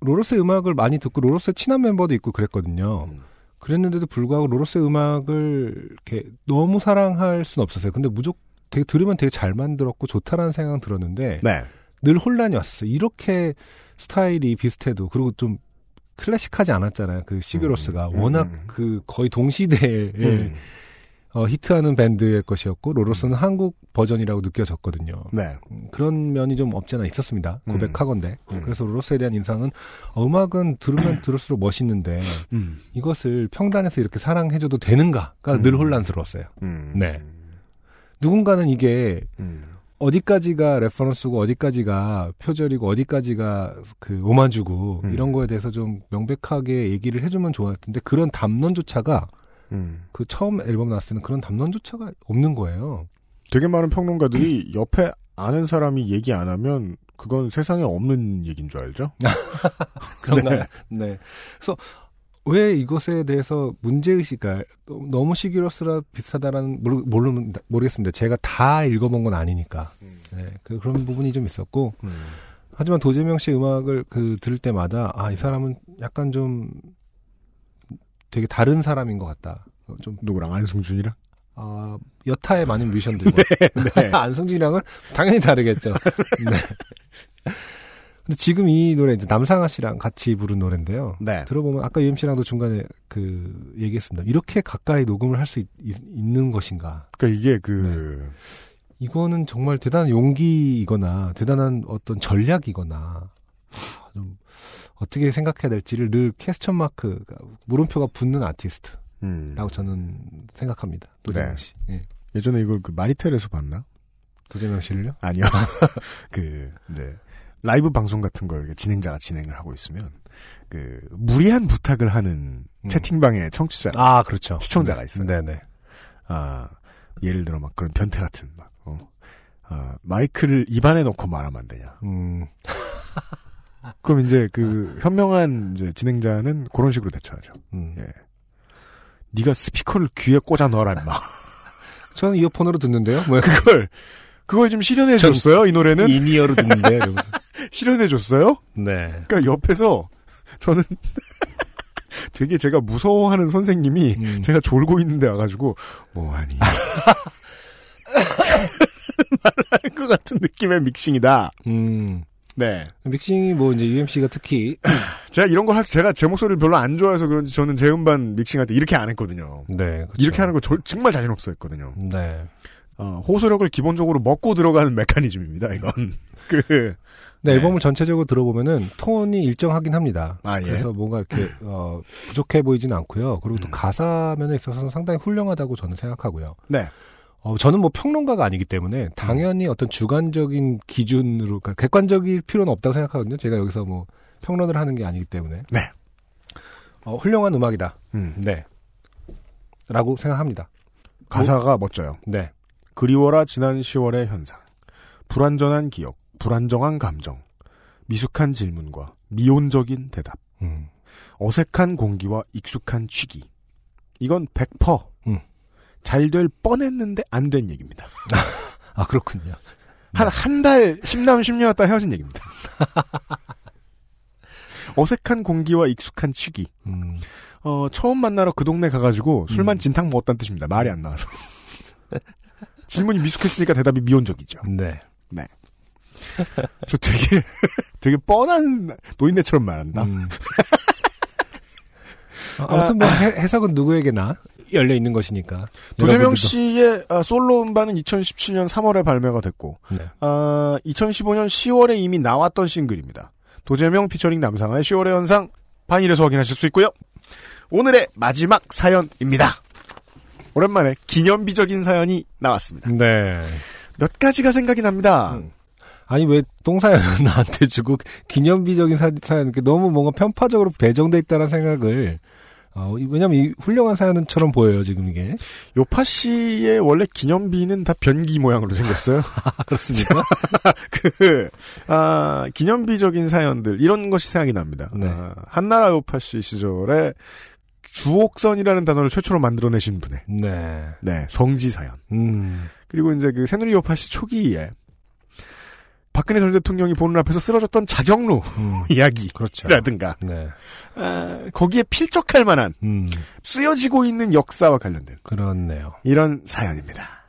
로로스 음악을 많이 듣고 로로스 친한 멤버도 있고 그랬거든요.
음.
그랬는데도 불구하고 로로스 음악을 이렇게 너무 사랑할 순 없었어요. 근데 무조 되게 들으면 되게 잘 만들었고 좋다라는 생각 들었는데
네.
늘 혼란이 왔었어요. 이렇게 스타일이 비슷해도 그리고 좀 클래식하지 않았잖아요. 그 시그로스가
음, 음,
워낙
음.
그 거의 동시대에
음.
어, 히트하는 밴드의 것이었고 로로스는 한국 버전이라고 느껴졌거든요.
네.
음, 그런 면이 좀 없지 않아 있었습니다.
음.
고백하건대.
음.
그래서 로로스에 대한 인상은 어, 음악은
(clears throat)
들으면 들을수록 멋있는데
음.
이것을 평단에서 이렇게 사랑해줘도 되는가가
음.
늘 혼란스러웠어요.
음.
네. 누군가는 이게
음.
어디까지가 레퍼런스고 어디까지가 표절이고 어디까지가 그 오마주고
음.
이런 거에 대해서 좀 명백하게 얘기를 해주면 좋을 텐데 그런 담론조차가
음.
그 처음 앨범 나왔을 때는 그런 담론조차가 없는 거예요.
되게 많은 평론가들이 옆에 아는 사람이 얘기 안 하면 그건 세상에 없는 얘기인 줄 알죠?
네. 그런가요? 네. 그래서 왜 이것에 대해서 문제의식을 너무 시기로스라 비슷하다라는 모르, 모르, 모르겠습니다. 제가 다 읽어본 건 아니니까.
음.
네. 그, 그런 부분이 좀 있었고. 하지만 도재명 씨 음악을 그 들을 때마다 아, 이 사람은 약간 좀 되게 다른 사람인 것 같다. 어, 좀,
누구랑 안승준이랑?
아, 여타의 많은 뮤지션들과
(laughs) 네.
(laughs) 안승준이랑은 당연히
(laughs)
다르겠죠. 네. 근데 지금 이 노래 이제 남상아 씨랑 같이 부른 노래인데요.
네.
들어보면 아까 UMC랑도 중간에 그 얘기했습니다. 이렇게 가까이 녹음을 할 수 있는 것인가?
그러니까 이게 그
네. 이거는 정말 대단한 용기이거나 대단한 어떤 전략이거나 아, 좀 어떻게 생각해야 될지를 늘 캐스천 마크 물음표가 붙는 아티스트라고
음.
저는 생각합니다. 도재명
네.
씨. 예.
예전에 이걸 그 마리텔에서 봤나?
도재명 씨를요?
아니요. (laughs) 그, 네. 라이브 방송 같은 걸 이렇게 진행자가 진행을 하고 있으면, 그, 무리한 부탁을 하는
음.
채팅방에 청취자,
아, 그렇죠.
시청자가 있어요.
네, 네.
아, 예를 들어 막 그런 변태 같은, 막, 어, 아, 마이크를 입안에 넣고 말하면 안 되냐.
음.
그럼 이제 그
네.
현명한 이제 진행자는 그런 식으로 대처하죠.
음.
예. 네가 스피커를 귀에 꽂아 넣어라, 임마.
저는 이어폰으로 듣는데요. 뭐
(laughs) 그걸 그걸 좀 실현해
전-
줬어요. 이 노래는
(laughs) 인이어로 듣는데. 이러면서.
실현해 줬어요.
네.
그러니까 옆에서 저는 (laughs) 되게 제가 무서워하는 선생님이
음.
제가 졸고 있는데 와가지고
(laughs)
뭐하니 말할 것 같은 느낌의 믹싱이다.
음.
네,
믹싱이 뭐 이제 UMC가 특히
제가 이런 걸 할- 제가 제 목소리를 별로 안 좋아해서 그런지 저는 제 음반 믹싱할 때 이렇게 안 했거든요.
네. 그렇죠.
이렇게 하는 거 절- 정말 자신 없어 했거든요.
네.
어, 호소력을 기본적으로 먹고 들어가는 (laughs) 메커니즘입니다. 이건 (laughs) 그
네,
네.
앨범을 전체적으로 들어보면은 톤이 일정하긴 합니다.
아, 예.
그래서 뭔가 이렇게 어, 부족해 보이진 않고요. 그리고
음.
또 가사 면에 있어서는 상당히 훌륭하다고 저는 생각하고요.
네.
어, 저는 뭐 평론가가 아니기 때문에 당연히
음.
어떤 주관적인 기준으로 그러니까 객관적일 필요는 없다고 생각하거든요. 제가 여기서 뭐 평론을 하는 게 아니기 때문에.
네.
어, 훌륭한 음악이다.
음,
네. 라고 생각합니다.
가사가 멋져요.
네.
그리워라 지난 10월의 현상. 불완전한 기억, 불안정한 감정, 미숙한 질문과 미온적인 대답,
음.
어색한 공기와 익숙한 취기. 이건 100%.
음.
잘 될 뻔했는데 안 된 얘기입니다.
아, 그렇군요.
한 한 달 심남 심녀였다 헤어진 얘기입니다. 어색한 공기와 익숙한 취기.
음.
어, 처음 만나러 그 동네 가가지고 술만
음.
진탕 먹었다는 뜻입니다. 말이 안 나와서. 질문이 미숙했으니까 대답이 미온적이죠.
네.
저 되게 (laughs) 되게 뻔한 노인네처럼 말한다.
음. (laughs) 아, 아무튼 뭐 해, 해석은 누구에게나 열려 있는 것이니까.
도재명
여러분들도-
씨의 아, 솔로 음반은 2017년 3월에 발매가 됐고
네.
아, 2015년 10월에 이미 나왔던 싱글입니다. 도재명 피처링 남상아의 10월의 현상 반일에서 확인하실 수 있고요. 오늘의 마지막 사연입니다. 오랜만에 기념비적인 사연이 나왔습니다.
네.
몇 가지가 생각이 납니다.
아니 왜 똥사연은 (laughs) 나한테 주고 기념비적인 사, 사연 이렇게 너무 뭔가 편파적으로 배정돼 있다는 생각을 어, 이- 왜냐면 이 훌륭한 사연처럼 보여요 지금 이게
요파 씨의 원래 기념비는 다 변기 모양으로 생겼어요. (laughs)
아 그렇습니까?
그, 아, 기념비적인 사연들, 이런 것이 생각이 납니다.
네.
아, 한나라 요파 씨 시절에 주옥선이라는 단어를 최초로 만들어내신 분의,
네.
네, 성지 사연.
음.
그리고 이제 그 새누리 요파 씨 초기에 박근혜 전 대통령이 보는 앞에서 쓰러졌던 자경루
음.
(laughs) 이야기.
그렇죠.
라든가
네.
아, 거기에 필적할 만한
음.
쓰여지고 있는 역사와 관련된
그렇네요.
이런 사연입니다.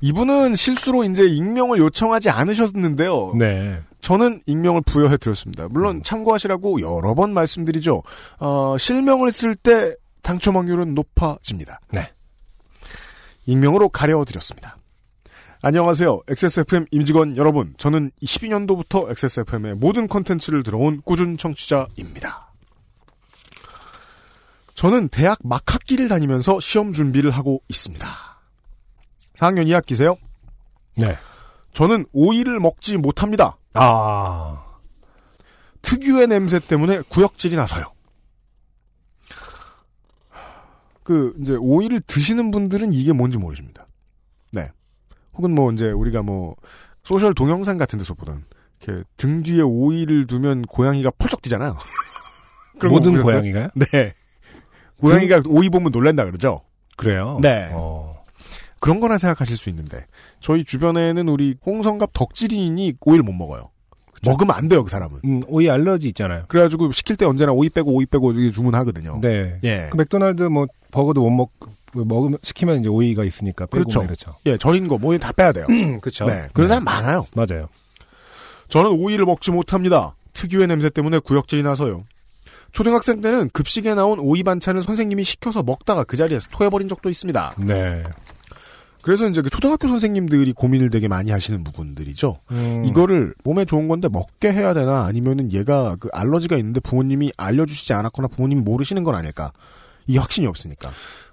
이분은 실수로 이제 익명을 요청하지 않으셨는데요.
네.
저는 익명을 부여해 드렸습니다. 물론 참고하시라고 여러 번 말씀드리죠. 어, 실명을 쓸 때 당첨 확률은 높아집니다.
네.
익명으로 가려 드렸습니다. 안녕하세요. XSFM 임직원 여러분. 저는 12년도부터 XSFM의 모든 콘텐츠를 들어온 꾸준 청취자입니다. 저는 대학 막 학기를 다니면서 시험 준비를 하고 있습니다. 4학년 2학기세요?
네.
저는 오이를 먹지 못합니다.
아.
특유의 냄새 때문에 구역질이 나서요. 그 이제 오이를 드시는 분들은 이게 뭔지 모르십니다. 네. 혹은 뭐 이제 우리가 뭐 소셜 동영상 같은 데서 보던 이렇게 등 뒤에 오이를 두면 고양이가 펄쩍 뛰잖아요. (laughs) 그런 거
모든
보셨어요?
고양이가요?
네. 고양이가 오이 보면 놀란다 그러죠.
그래요.
네.
어.
그런 거나 생각하실 수 있는데 저희 주변에는 우리 홍성갑 덕질인이 오이를 못 먹어요. 먹으면 안 돼요, 그 사람은.
음, 오이 알러지 있잖아요.
그래가지고 시킬 때 언제나 오이 빼고 오이 빼고 이렇게 주문하거든요.
네.
예.
그 맥도날드 뭐 버거도 못 먹, 그 먹으면 시키면 이제 오이가 있으니까 빼고
그렇죠.
막 이러죠.
예, 절인 거, 뭐, 다 빼야 돼요.
그렇죠.
네, 그런 사람 많아요.
맞아요.
저는 오이를 먹지 못합니다. 특유의 냄새 때문에 구역질이 나서요. 초등학생 때는 급식에 나온 오이 반찬을 선생님이 시켜서 먹다가 그 자리에서 토해버린 적도 있습니다.
네.
그래서 이제 그 초등학교 선생님들이 고민을 되게 많이 하시는 부분들이죠.
음.
이거를 몸에 좋은 건데 먹게 해야 되나 아니면은 얘가 그 알러지가 있는데 부모님이 알려주시지 않았거나 부모님이 모르시는 건 아닐까. 이 확신이 없으니까.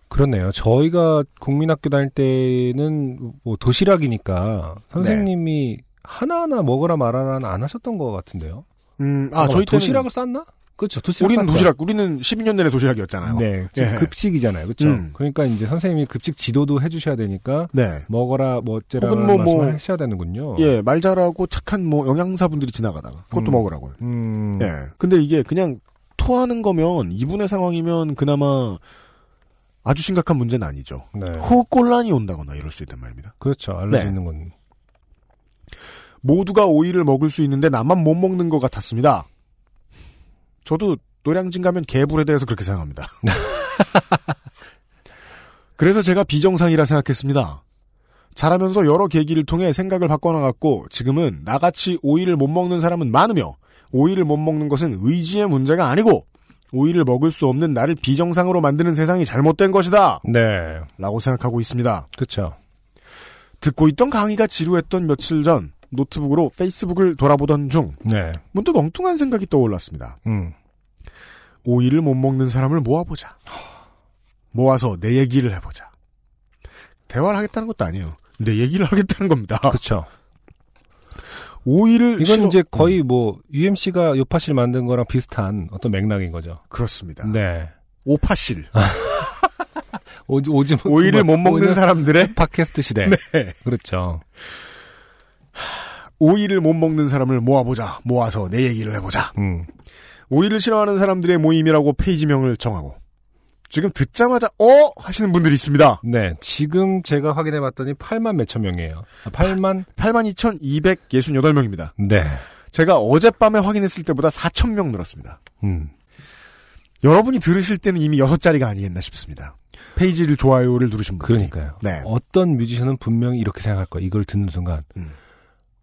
그렇네요. 저희가 국민학교 다닐 때는 뭐 도시락이니까 선생님이
네.
하나하나 먹어라 말아라는 안 하셨던 것 같은데요. 뭐
음, 아, 저희 때는
어, 도시락을 쌌나? 그렇죠. 도시락
우리는
쌌죠.
도시락, 우리는 12년 내내 도시락이었잖아요.
네.
예.
급식이잖아요. 그렇죠.
음.
그러니까 이제 선생님이 급식 지도도 해주셔야 되니까
네.
먹어라 뭐 어째라는
혹은 뭐,
말씀을
뭐,
하셔야 되는군요.
예, 말 잘하고 착한 뭐 영양사분들이 지나가다가 그것도
어. 음.
먹으라고요.
음.
예. 근데 이게 그냥 토하는 거면 이분의 상황이면 그나마 아주 심각한 문제는 아니죠. 그
네.
호흡곤란이 온다거나 이럴 수 있단 말입니다.
그렇죠. 알려져
네.
있는 건.
모두가 오이를 먹을 수 있는데 나만 못 먹는 것 같았습니다. 저도 노량진 가면 개불에 대해서 그렇게 생각합니다. 그래서 제가 비정상이라 생각했습니다. 자라면서 여러 계기를 통해 생각을 바꿔나갔고 지금은 나같이 오이를 못 먹는 사람은 많으며 오이를 못 먹는 것은 의지의 문제가 아니고 오이를 먹을 수 없는 나를 비정상으로 만드는 세상이 잘못된 것이다
네.
라고 생각하고 있습니다.
그렇죠.
듣고 있던 강의가 지루했던 며칠 전 노트북으로 페이스북을 돌아보던 중
네.
문득 엉뚱한 생각이 떠올랐습니다.
음.
오이를 못 먹는 사람을 모아보자. 모아서 내 얘기를 해보자. 대화를 하겠다는 것도 아니에요. 내 얘기를 하겠다는 겁니다.
그렇죠.
오이를
이건
싫어-
이제 거의
음,
뭐 UMC가 요파실 만든 거랑 비슷한 어떤 맥락인 거죠.
그렇습니다.
네.
오파실
오, 오지
오이를 못 먹는
(laughs)
사람들의
팟캐스트 시대.
네.
그렇죠.
오이를 못 먹는 사람을 모아보자. 모아서 내 얘기를 해보자.
음.
오이를 싫어하는 사람들의 모임이라고 페이지명을 정하고 지금 듣자마자 어 하시는 분들이 있습니다.
네. 지금 제가 확인해 봤더니 8만 몇천 명이에요. 아, 8만
82,268명입니다.
네.
제가 어젯밤에 확인했을 때보다 4,000명 늘었습니다.
음.
여러분이 들으실 때는 이미 6자리가 아니겠나 싶습니다. 페이지를 좋아요를 누르신 분.
그러니까요.
네.
어떤 뮤지션은 분명히 이렇게 생각할 거예요. 이걸 듣는 순간.
음.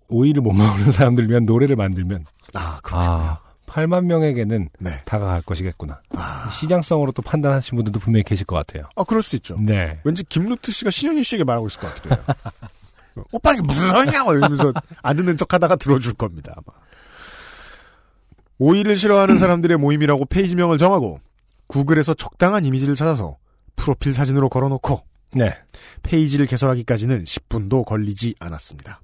오이를 못 먹는 사람들 위한 노래를 만들면
아, 그렇군요.
아, 8만 명에게는
네.
다가갈 것이겠구나.
아,
시장성으로 또 판단하신 분들도 분명히 계실 것 같아요.
아, 그럴 수도 있죠.
네.
왠지 김루트 씨가 신현희 씨에게 말하고 있을 것 같기도 해요. (laughs) 오빠 이게 무슨 소리냐고 이러면서 안 듣는 척 하다가 들어줄 겁니다. 아마. 오이를 싫어하는 사람들의 모임이라고 페이지명을 정하고 구글에서 적당한 이미지를 찾아서 프로필 사진으로 걸어놓고
네.
페이지를 개설하기까지는 10분도 걸리지 않았습니다.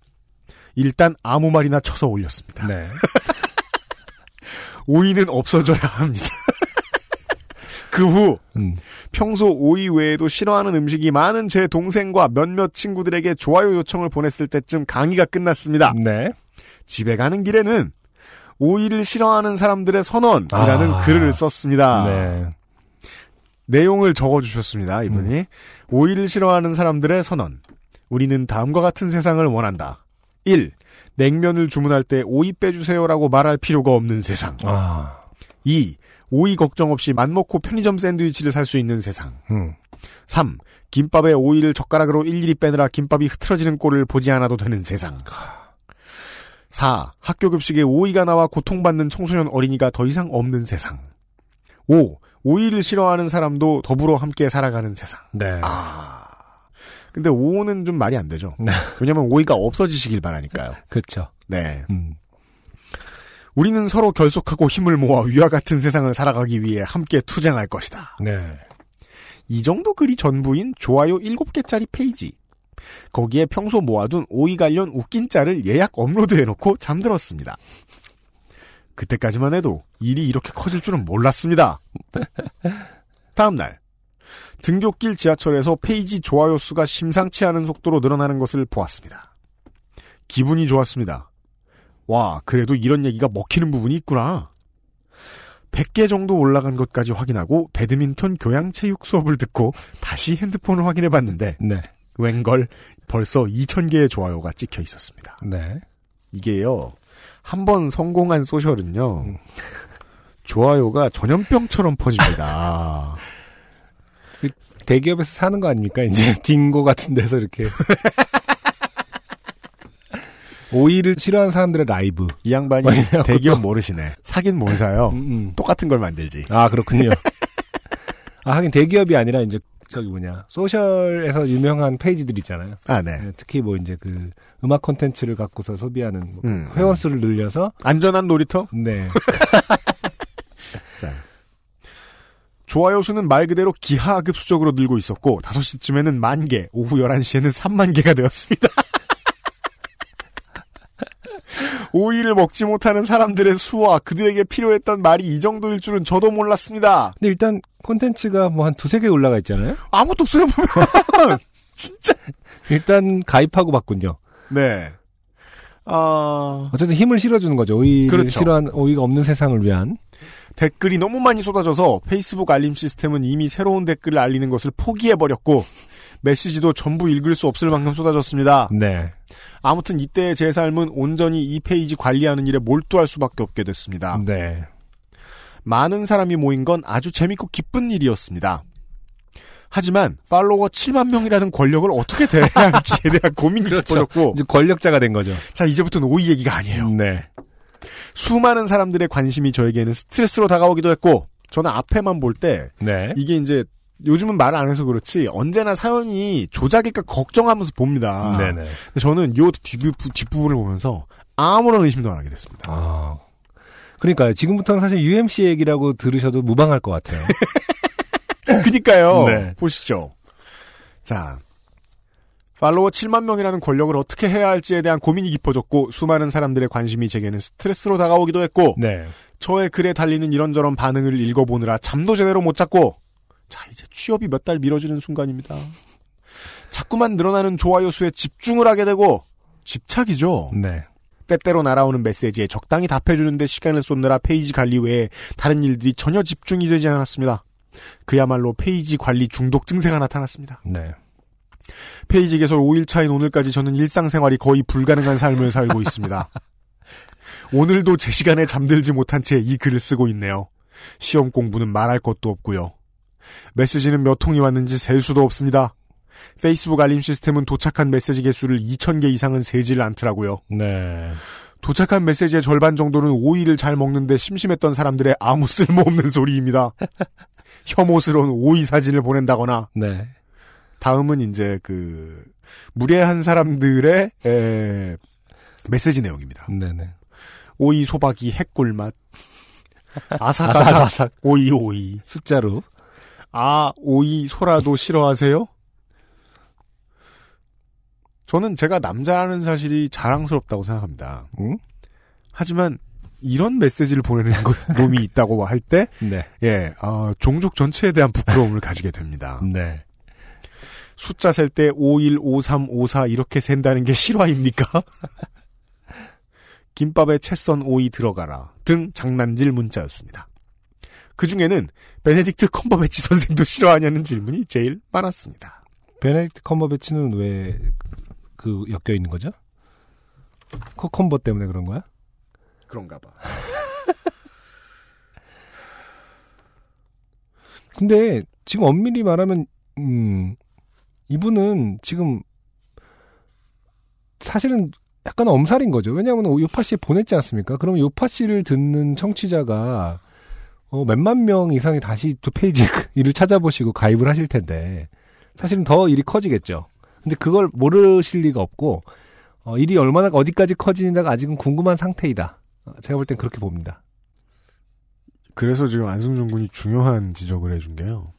일단 아무 말이나 쳐서 올렸습니다.
네.
오이는 없어져야 합니다. (laughs) 그 후
음.
평소 오이 외에도 싫어하는 음식이 많은 제 동생과 몇몇 친구들에게 좋아요 요청을 보냈을 때쯤 강의가 끝났습니다.
네.
집에 가는 길에는 오이를 싫어하는 사람들의 선언이라는
아.
글을 썼습니다.
네.
내용을 적어주셨습니다. 이분이
음.
오이를 싫어하는 사람들의 선언. 우리는 다음과 같은 세상을 원한다. 1. 냉면을 주문할 때 오이 빼주세요라고 말할 필요가 없는 세상.
아.
2. 오이 걱정 없이 맘먹고 편의점 샌드위치를 살 수 있는 세상.
음.
3. 김밥에 오이를 젓가락으로 일일이 빼느라 김밥이 흐트러지는 꼴을 보지 않아도 되는 세상. 4. 학교 급식에 오이가 나와 고통받는 청소년 어린이가 더 이상 없는 세상. 5. 오이를 싫어하는 사람도 더불어 함께 살아가는 세상.
네.
아. 근데 5는 좀 말이 안 되죠.
네.
왜냐면 오이가 없어지시길 바라니까요.
그렇죠.
네.
음.
우리는 서로 결속하고 힘을 모아 위와 같은 세상을 살아가기 위해 함께 투쟁할 것이다.
네.
이 정도 글이 전부인 좋아요 7개짜리 페이지. 거기에 평소 모아둔 오이 관련 웃긴 짤을 예약 업로드해놓고 잠들었습니다. 그때까지만 해도 일이 이렇게 커질 줄은 몰랐습니다. 다음날 등굣길 지하철에서 페이지 좋아요 수가 심상치 않은 속도로 늘어나는 것을 보았습니다. 기분이 좋았습니다. 와, 그래도 이런 얘기가 먹히는 부분이 있구나. 100개 정도 올라간 것까지 확인하고 배드민턴 교양 체육 수업을 듣고 다시 핸드폰을 확인해 봤는데
네.
웬걸 벌써 2000개의 좋아요가 찍혀 있었습니다.
네.
이게요. 한 번 성공한 소셜은요.
음.
좋아요가 전염병처럼 퍼집니다.
대기업에서 사는 거 아닙니까? 이제 (laughs) 딩고 같은 데서 (laughs) 이렇게. 오이를 싫어하는 사람들의 라이브.
(laughs) 이 양반이
왜냐하면
대기업 모르시네. 사긴 뭘 사요.
음, 음.
똑같은 걸 만들지.
아, (laughs) 그렇군요. 아, 하긴 대기업이 아니라 이제 저기 뭐냐. 소셜에서 유명한 페이지들 있잖아요.
아, 네.
네, 특히 뭐 이제 그 음악 콘텐츠를 갖고서 소비하는 뭐
음.
회원 수를 늘려서
안전한 놀이터?
네.
자. 좋아요 수는 말 그대로 기하급수적으로 늘고 있었고 5시쯤에는 만 개, 오후 11시에는 3만 개가 되었습니다. (laughs) 오이를 먹지 못하는 사람들의 수와 그들에게 필요했던 말이 이 정도일 줄은 저도 몰랐습니다.
(laughs) 근데 일단 콘텐츠가 뭐 한 두세 개 올라가 있잖아요.
아무것도 없어요, 보면. 진짜.
일단 가입하고 봤군요.
네. 아,
어쨌든 힘을 실어주는 거죠. 오이
그렇죠.
싫어한 오이가 없는 세상을 위한
댓글이 너무 많이 쏟아져서 페이스북 알림 시스템은 이미 새로운 댓글을 알리는 것을 포기해버렸고 메시지도 전부 읽을 수 없을 만큼 쏟아졌습니다.
네.
아무튼 이때 제 삶은 온전히 이 페이지 관리하는 일에 몰두할 수밖에 없게 됐습니다.
네.
많은 사람이 모인 건 아주 재밌고 기쁜 일이었습니다. 하지만 팔로워 7만 명이라는 권력을 어떻게 대해야 할지에
(laughs)
대한 고민이
그렇죠.
깊어졌고
이제 권력자가 된 거죠.
자 이제부터는 오이 얘기가 아니에요.
네.
수많은 사람들의 관심이 저에게는 스트레스로 다가오기도 했고 저는 앞에만 볼 때
네.
이게 이제 요즘은 말 안 해서 그렇지 언제나 사연이 조작일까 걱정하면서 봅니다.
네네.
근데 저는 요 뒷부, 뒷부분을 보면서 아무런 의심도 안 하게 됐습니다.
아. 그러니까 지금부터는 사실 UMC 얘기라고 들으셔도 무방할 것 같아요.
(laughs) 그니까요.
(laughs) 네.
보시죠. 자. 팔로워 7만 명이라는 권력을 어떻게 해야 할지에 대한 고민이 깊어졌고 수많은 사람들의 관심이 제게는 스트레스로 다가오기도 했고
네.
저의 글에 달리는 이런저런 반응을 읽어보느라 잠도 제대로 못 잤고 자 이제 취업이 몇 달 미뤄지는 순간입니다. 자꾸만 늘어나는 좋아요 수에 집중을 하게 되고 집착이죠.
네.
때때로 날아오는 메시지에 적당히 답해주는데 시간을 쏟느라 페이지 관리 외에 다른 일들이 전혀 집중이 되지 않았습니다. 그야말로 페이지 관리 중독 증세가 나타났습니다.
네.
페이지 개설 5일 차인 오늘까지 저는 일상생활이 거의 불가능한 삶을 살고 있습니다. 오늘도 제 시간에 잠들지 못한 채 이 글을 쓰고 있네요. 시험 공부는 말할 것도 없고요. 메시지는 몇 통이 왔는지 셀 수도 없습니다. 페이스북 알림 시스템은 도착한 메시지 개수를 2,000개 이상은 세질 않더라고요.
네.
도착한 메시지의 절반 정도는 오이를 잘 먹는데 심심했던 사람들의 아무 쓸모없는 (laughs) 소리입니다. 혐오스러운 오이 사진을 보낸다거나
네.
다음은 이제 그 무례한 사람들의 에, 메시지 내용입니다.
네네.
오이 소박이 핵꿀맛 아삭아삭
아삭아삭
오이 오이
숫자로.
아 오이 소라도 싫어하세요? 저는 제가 남자라는 사실이 자랑스럽다고 생각합니다.
응?
하지만 이런 메시지를 보내는 것- 놈이 있다고 할 때,
네.
예, 어, 종족 전체에 대한 부끄러움을 가지게 됩니다.
네.
숫자 셀 때 51, 53, 54 이렇게 센다는 게 실화입니까? (laughs) 김밥에 채썬 오이 들어가라 등 장난질 문자였습니다. 그 중에는 베네딕트 컴버배치 선생도 싫어하냐는 질문이 제일 많았습니다.
베네딕트 컴버배치는 왜 그 엮여 있는 거죠? 코컴버 때문에 그런 거야?
그런가 봐.
근데 지금 엄밀히 말하면 음 이분은 지금 사실은 약간 엄살인 거죠. 왜냐하면 요파 씨 보냈지 않습니까? 그럼 요파 씨를 듣는 청취자가 어, 몇만 명 이상이 다시 또 페이지 (laughs) 일을 찾아보시고 가입을 하실 텐데 사실은 더 일이 커지겠죠. 근데 그걸 모르실 리가 없고 어, 일이 얼마나 어디까지 커지는지가 아직은 궁금한 상태이다. 어, 제가 볼 땐 그렇게 봅니다.
그래서 지금 안승준 군이 중요한 지적을 해준 게요.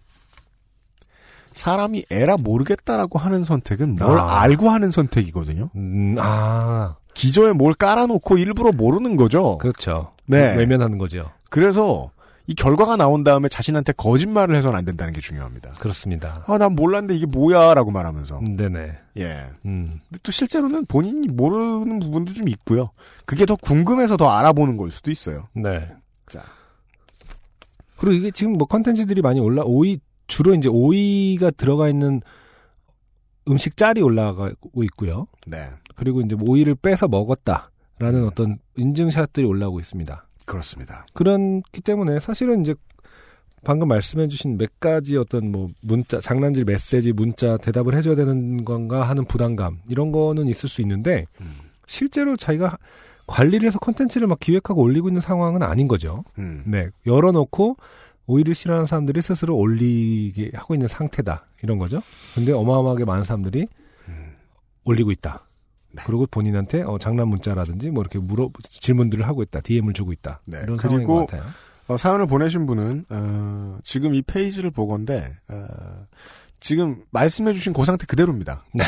사람이 에라 모르겠다라고 하는 선택은 뭘
아.
알고 하는 선택이거든요.
음, 아
기저에 뭘 깔아놓고 일부러 모르는 거죠.
그렇죠.
네.
외면하는 거죠.
그, 래서이 결과가 나온 다음에 자신한테 거짓말을 해서는 안 된다는 게 중요합니다.
그렇습니다.
아, 난 몰랐는데 이게 뭐야라고 말하면서.
네네.
예.
음.
근데 또 실제로는 본인이 모르는 부분도 좀 있고요. 그게 더 궁금해서 더 알아보는 걸 수도 있어요.
네.
자.
그리고 이게 지금 뭐 컨텐츠들이 많이 올라, 오이, 주로 이제 오이가 들어가 있는 음식 짤이 올라가고 있고요.
네.
그리고 이제 뭐 오이를 빼서 먹었다라는 어떤 인증샷들이 올라오고 있습니다.
그렇습니다.
그렇기 때문에 사실은 이제 방금 말씀해주신 몇 가지 어떤 뭐 문자, 장난질 메시지, 문자 대답을 해줘야 되는 건가 하는 부담감 이런 거는 있을 수 있는데
음.
실제로 자기가 관리를 해서 컨텐츠를 막 기획하고 올리고 있는 상황은 아닌 거죠.
음.
네, 열어놓고 오이를 싫어하는 사람들이 스스로 올리게 하고 있는 상태다 이런 거죠. 근데 어마어마하게 많은 사람들이
음.
올리고 있다.
네.
그리고 본인한테 어, 장난 문자라든지 뭐 이렇게 물어 질문들을 하고 있다, DM을 주고 있다
네,
이런 상황인
그리고
것 같아요.
어, 사연을 보내신 분은 어, 지금 이 페이지를 보건데 어, 지금 말씀해주신 그 상태 그대로입니다.
네.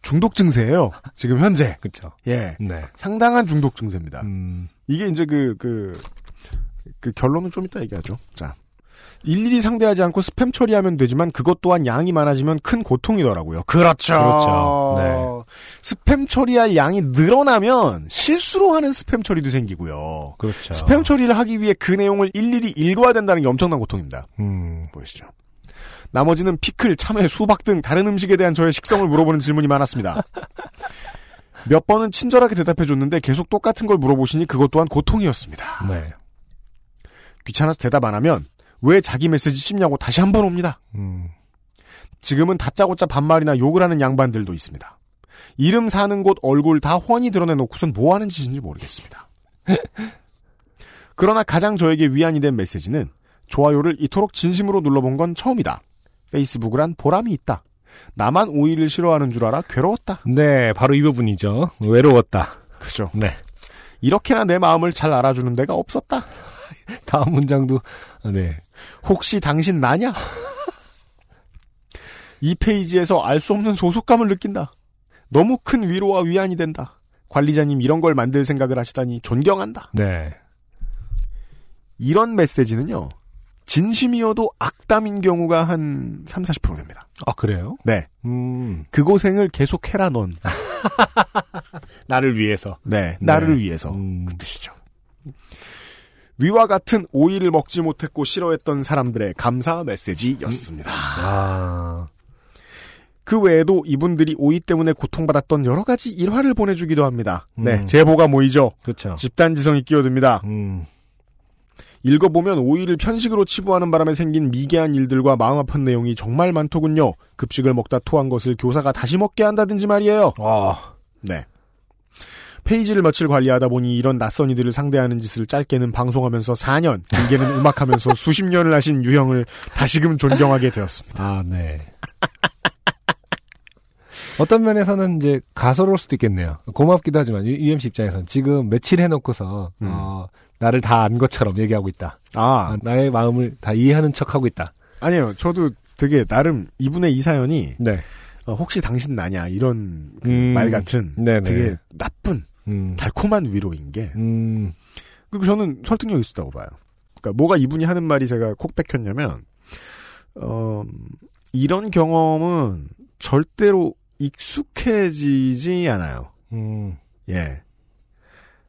중독 증세예요. 지금 현재
그렇죠.
예
네.
상당한 중독 증세입니다.
음,
이게 이제 그 그 그 결론은 좀 이따 얘기하죠. 자 일일이 상대하지 않고 스팸 처리하면 되지만 그것 또한 양이 많아지면 큰 고통이더라고요. 그렇죠.
그렇죠. 네.
스팸 처리할 양이 늘어나면 실수로 하는 스팸 처리도 생기고요.
그렇죠.
스팸 처리를 하기 위해 그 내용을 일일이 읽어야 된다는 게 엄청난 고통입니다.
음,
보시죠. 나머지는 피클, 참외, 수박 등 다른 음식에 대한 저의 식성을 물어보는 질문이 많았습니다. 몇 번은 친절하게 대답해줬는데 계속 똑같은 걸 물어보시니 그것 또한 고통이었습니다.
네.
귀찮아서 대답 안 하면 왜 자기 메시지 씹냐고 다시 한 번 옵니다.
음,
지금은 다짜고짜 반말이나 욕을 하는 양반들도 있습니다. 이름 사는 곳 얼굴 다 훤히 드러내놓고선 뭐 하는 짓인지 모르겠습니다. 그러나 가장 저에게 위안이 된 메시지는 좋아요를 이토록 진심으로 눌러본 건 처음이다. 페이스북을한 보람이 있다. 나만 오이를 싫어하는 줄 알아 괴로웠다.
네, 바로 이 부분이죠. 외로웠다.
그죠.
네.
이렇게나 내 마음을 잘 알아주는 데가 없었다.
다음 문장도 네.
혹시 당신 나냐? 이 페이지에서 알 수 없는 소속감을 느낀다. 너무 큰 위로와 위안이 된다. 관리자님 이런 걸 만들 생각을 하시다니 존경한다.
네.
이런 메시지는요. 진심이어도 악담인 경우가 한 3, 40% 됩니다.
아, 그래요?
네.
음.
그 고생을 계속 해라 넌.
나를 위해서.
네. 나를
네.
위해서.
음.
그 뜻이죠. 위와 같은 오이를 먹지 못했고 싫어했던 사람들의 감사 메시지였습니다.
아.
그 외에도 이분들이 오이 때문에 고통받았던 여러 가지 일화를 보내주기도 합니다.
음.
네, 제보가 모이죠.
그렇죠.
집단지성이 끼어듭니다.
음.
읽어보면 오이를 편식으로 치부하는 바람에 생긴 미개한 일들과 마음 아픈 내용이 정말 많더군요. 급식을 먹다 토한 것을 교사가 다시 먹게 한다든지 말이에요.
아.
네. 페이지를 며칠 관리하다 보니 이런 낯선 이들을 상대하는 짓을 짧게는 방송하면서 4년, 길게는 음악하면서 수십 년을 하신 유형을 다시금 존경하게 되었습니다.
아, 네. 어떤 면에서는 이제 가소로울 수도 있겠네요. 고맙기도 하지만 유- UMC 입장에선 지금 며칠 해놓고서
음.
어, 나를 다 안 것처럼 얘기하고 있다.
아,
아, 나의 마음을 다 이해하는 척하고 있다.
아니에요. 저도 되게 나름 이분의 이 사연이
네.
어, 혹시 당신 나냐 이런 그
음.
말 같은
네네.
되게 나쁜
음.
달콤한 위로인 게
음.
그리고 저는 설득력 이 있었다고 봐요. 그러니까 뭐가 이분이 하는 말이 제가 콕 뺏겼냐면 어, 이런 경험은 절대로 익숙해지지 않아요.
음.
예,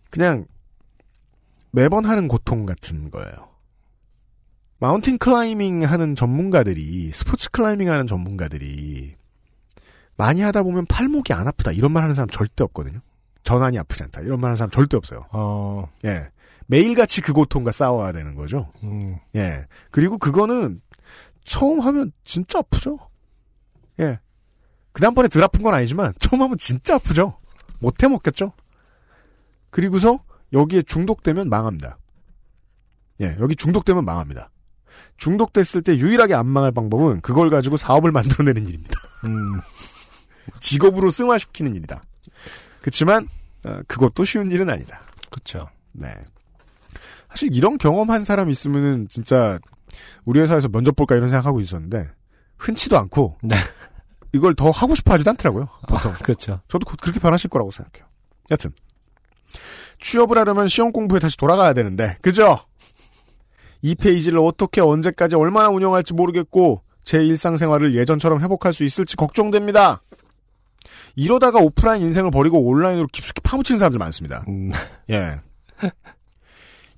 그냥 매번 하는 고통 같은 거예요. 마운틴 클라이밍 하는 전문가들이 스포츠 클라이밍 하는 전문가들이 많이 하다 보면 팔목이 안 아프다 이런 말 하는 사람 절대 없거든요. 전환이 아프지 않다 이런 말 하는 사람 절대 없어요.
어.
예. 매일같이 그 고통과 싸워야 되는 거죠.
음.
예. 그리고 그거는 처음 하면 진짜 아프죠. 예. 그 다음번에 덜 아픈 건 아니지만 처음 하면 진짜 아프죠. 못해 먹겠죠. 그리고서 여기에 중독되면 망합니다. 예, 여기 중독되면 망합니다. 중독됐을 때 유일하게 안 망할 방법은 그걸 가지고 사업을 (laughs) 만들어내는 일입니다.
음.
직업으로 승화시키는 일이다. 그렇지만 어, 그것도 쉬운 일은 아니다.
그렇죠.
네. 사실 이런 경험한 사람 있으면은 진짜 우리 회사에서 면접 볼까 이런 생각하고 있었는데 흔치도 않고
네.
이걸 더 하고 싶어 하지도 않더라고요. 보통.
아, 그렇죠.
저도 곧 그렇게 변하실 거라고 생각해요. 여튼 취업을 하려면 시험 공부에 다시 돌아가야 되는데 그죠? 이 페이지를 어떻게 언제까지 얼마나 운영할지 모르겠고 제 일상생활을 예전처럼 회복할 수 있을지 걱정됩니다. 이러다가 오프라인 인생을 버리고 온라인으로 깊숙이 파묻힌 사람들 많습니다.
음.
예.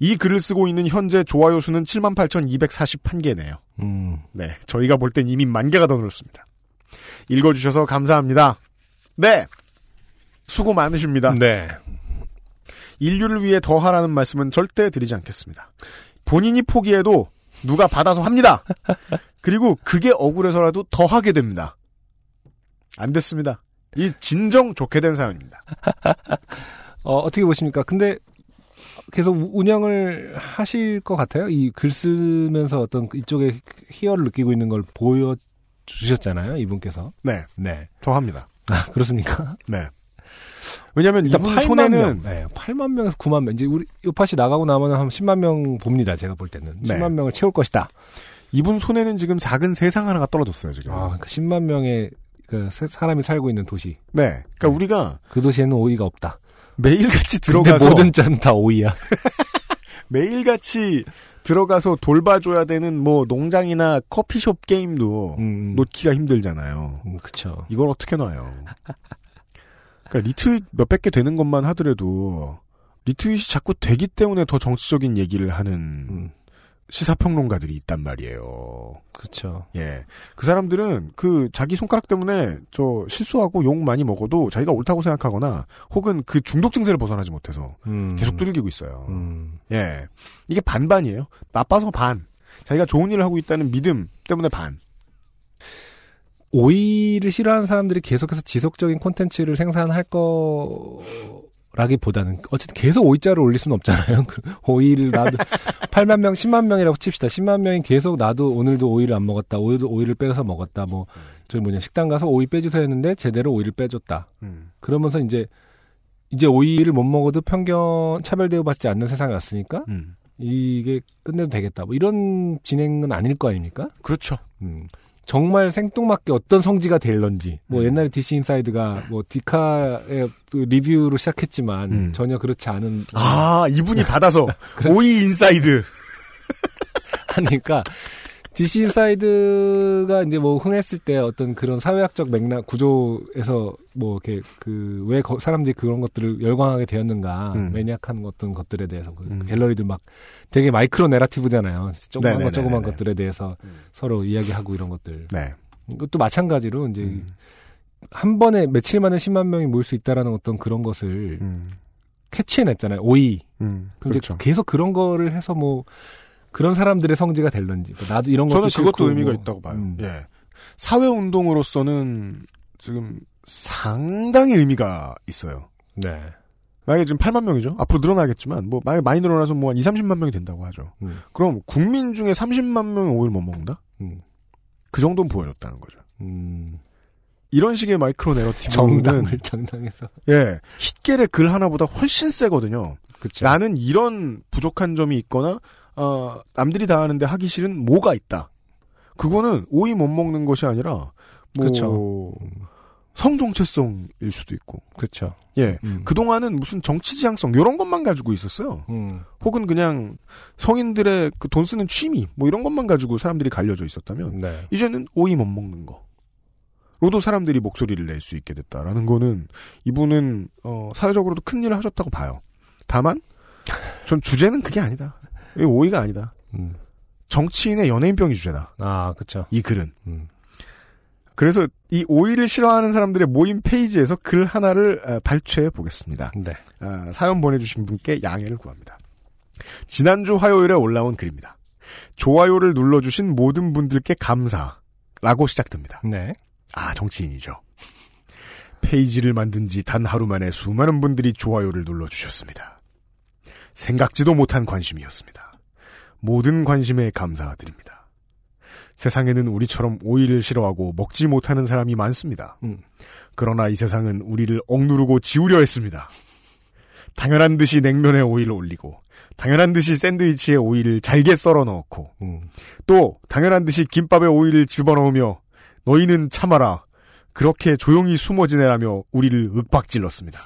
이 글을 쓰고 있는 현재 좋아요 수는 78,241개네요.
음.
네. 저희가 볼 땐 이미 만 개가 더 늘었습니다. 읽어주셔서 감사합니다. 네. 수고 많으십니다.
네.
인류를 위해 더 하라는 말씀은 절대 드리지 않겠습니다. 본인이 포기해도 누가 받아서
(laughs)
합니다. 그리고 그게 억울해서라도 더 하게 됩니다. 안 됐습니다. 이 진정 좋게 된 사연입니다.
어, 어떻게 보십니까? 근데 계속 우- 운영을 하실 것 같아요. 이 글 쓰면서 어떤 그 이쪽에 희열을 느끼고 있는 걸 보여 주셨잖아요, 이분께서.
네.
네.
더 합니다.
아, 그렇습니까?
네. 왜냐면
일단
이분
8만 명.
손에는
네, 8만 명에서 9만 명. 이제 우리 요팟이 나가고 나면 한 10만 명 봅니다. 제가 볼 때는.
네.
10만 명을 채울 것이다.
이분 손에는 지금 작은 세상 하나가 떨어졌어요 지금.
아, 그 10만 명의 그 세- 사람이 살고 있는 도시.
네, 그러니까 우리가
그 도시에는 오이가 없다.
매일같이
(laughs) 근데
들어가서
모든 짠 다 오이야.
매일같이 들어가서 돌봐줘야 되는 뭐 농장이나 커피숍 게임도
음,
놓기가 힘들잖아요.
음, 그쵸.
이걸 어떻게 놔요? 그러니까 리트윗 몇백 개 되는 것만 하더라도 리트윗이 자꾸 되기 때문에 더 정치적인 얘기를 하는
음,
시사평론가들이 있단 말이에요.
그렇죠.
예. 그 사람들은 그 자기 손가락 때문에 저 실수하고 욕 많이 먹어도 자기가 옳다고 생각하거나 혹은 그 중독 증세를 벗어나지 못해서
음,
계속 두들기고 있어요.
음,
예. 이게 반반이에요. 나빠서 반. 자기가 좋은 일을 하고 있다는 믿음 때문에 반.
오이를 싫어하는 사람들이 계속해서 지속적인 콘텐츠를 생산할 거라기보다는 어쨌든 계속 오이자를 올릴 수는 없잖아요. (laughs) 그 오이를 나도 8만 명, 10만 명이라고 칩시다. 10만 명이 계속 나도 오늘도 오이를 안 먹었다. 오늘도 오이를 빼서 먹었다. 뭐 저기 뭐냐 식당 가서 오이 빼주세요 했는데 제대로 오이를 빼줬다.
음.
그러면서 이제 이제 오이를 못 먹어도 편견 차별 대우받지 않는 세상에 왔으니까
음.
이게 끝내도 되겠다. 뭐 이런 진행은 아닐 거 아닙니까?
그렇죠.
음. 정말 생뚱맞게 어떤 성지가 될런지 뭐
음.
옛날에 DC 인사이드가 뭐 디카의 그 리뷰로 시작했지만
음.
전혀 그렇지 않은
아,
네.
이분이
(laughs)
받아서
그렇죠.
오이 인사이드.
하니까 DC 인사이드가 이제 뭐 흥했을 때 어떤 그런 사회학적 맥락 구조에서 뭐 이렇게 그 왜 사람들이 그런 것들을 열광하게 되었는가
음.
매니악한 어떤 것들에 대해서 그
음.
갤러리들 막 되게 마이크로 내러티브잖아요 조그만
네네네네네.
것 조그만 것들에 대해서 서로 이야기하고 이런 것들
네. 음.
이것도 마찬가지로 이제 한 번에 며칠 만에 10만 명이 모일 수 있다라는 어떤 그런 것을
음.
캐치해냈잖아요 오이
음.
근데
그렇죠.
계속 그런 거를 해서 뭐 그런 사람들의 성지가 될런지 뭐 나도 이런 것도
저는
싫고
그것도 의미가
뭐,
있다고 봐요.
음,
예. 사회 운동으로서는 지금 상당히 의미가 있어요.
네.
만약에 지금 8만 명이죠? 앞으로 늘어나겠지만, 뭐, 만약에 많이 늘어나서 뭐 한 2, 30만 명이 된다고 하죠.
음.
그럼 국민 중에 30만 명이 오일 못 먹는다?
음.
그 정도는 보여줬다는 거죠.
음,
이런 식의 마이크로 내러티브는,
정당을 (laughs) 정당해서
예, 힛겔의 글 하나보다 훨씬 세거든요.
그쵸
나는 이런 부족한 점이 있거나 어, 남들이 다 하는데 하기 싫은 뭐가 있다. 그거는 오이 못 먹는 것이 아니라 뭐
그쵸.
성정체성일 수도 있고.
그렇죠
예.
음,
그동안은 무슨 정치 지향성 이런 것만 가지고 있었어요.
음,
혹은 그냥 성인들의 그 돈 쓰는 취미 뭐 이런 것만 가지고 사람들이 갈려져 있었다면
네.
이제는 오이 못 먹는 거. 로도 사람들이 목소리를 낼 수 있게 됐다라는 거는 이분은 어, 사회적으로도 큰 일을 하셨다고 봐요. 다만 전 주제는 그게 아니다. 이 오이가 아니다.
음.
정치인의 연예인병이 주제다.
아 그렇죠
이 글은.
음.
그래서 이 오이를 싫어하는 사람들의 모임 페이지에서 글 하나를 어, 발췌해 보겠습니다.
네.
아, 사연 보내주신 분께 양해를 구합니다. 지난주 화요일에 올라온 글입니다. 좋아요를 눌러주신 모든 분들께 감사. 라고 시작됩니다.
네.
아, 정치인이죠. 페이지를 만든 지 단 하루 만에 수많은 분들이 좋아요를 눌러주셨습니다. 생각지도 못한 관심이었습니다. 모든 관심에 감사드립니다. 세상에는 우리처럼 오이를 싫어하고 먹지 못하는 사람이 많습니다.
음.
그러나 이 세상은 우리를 억누르고 지우려 했습니다. 당연한 듯이 냉면에 오이를 올리고, 당연한 듯이 샌드위치에 오이를 잘게 썰어 넣고,
음.
또 당연한 듯이 김밥에 오이를 집어넣으며 너희는 참아라. 그렇게 조용히 숨어 지내라며 우리를 윽박질렀습니다.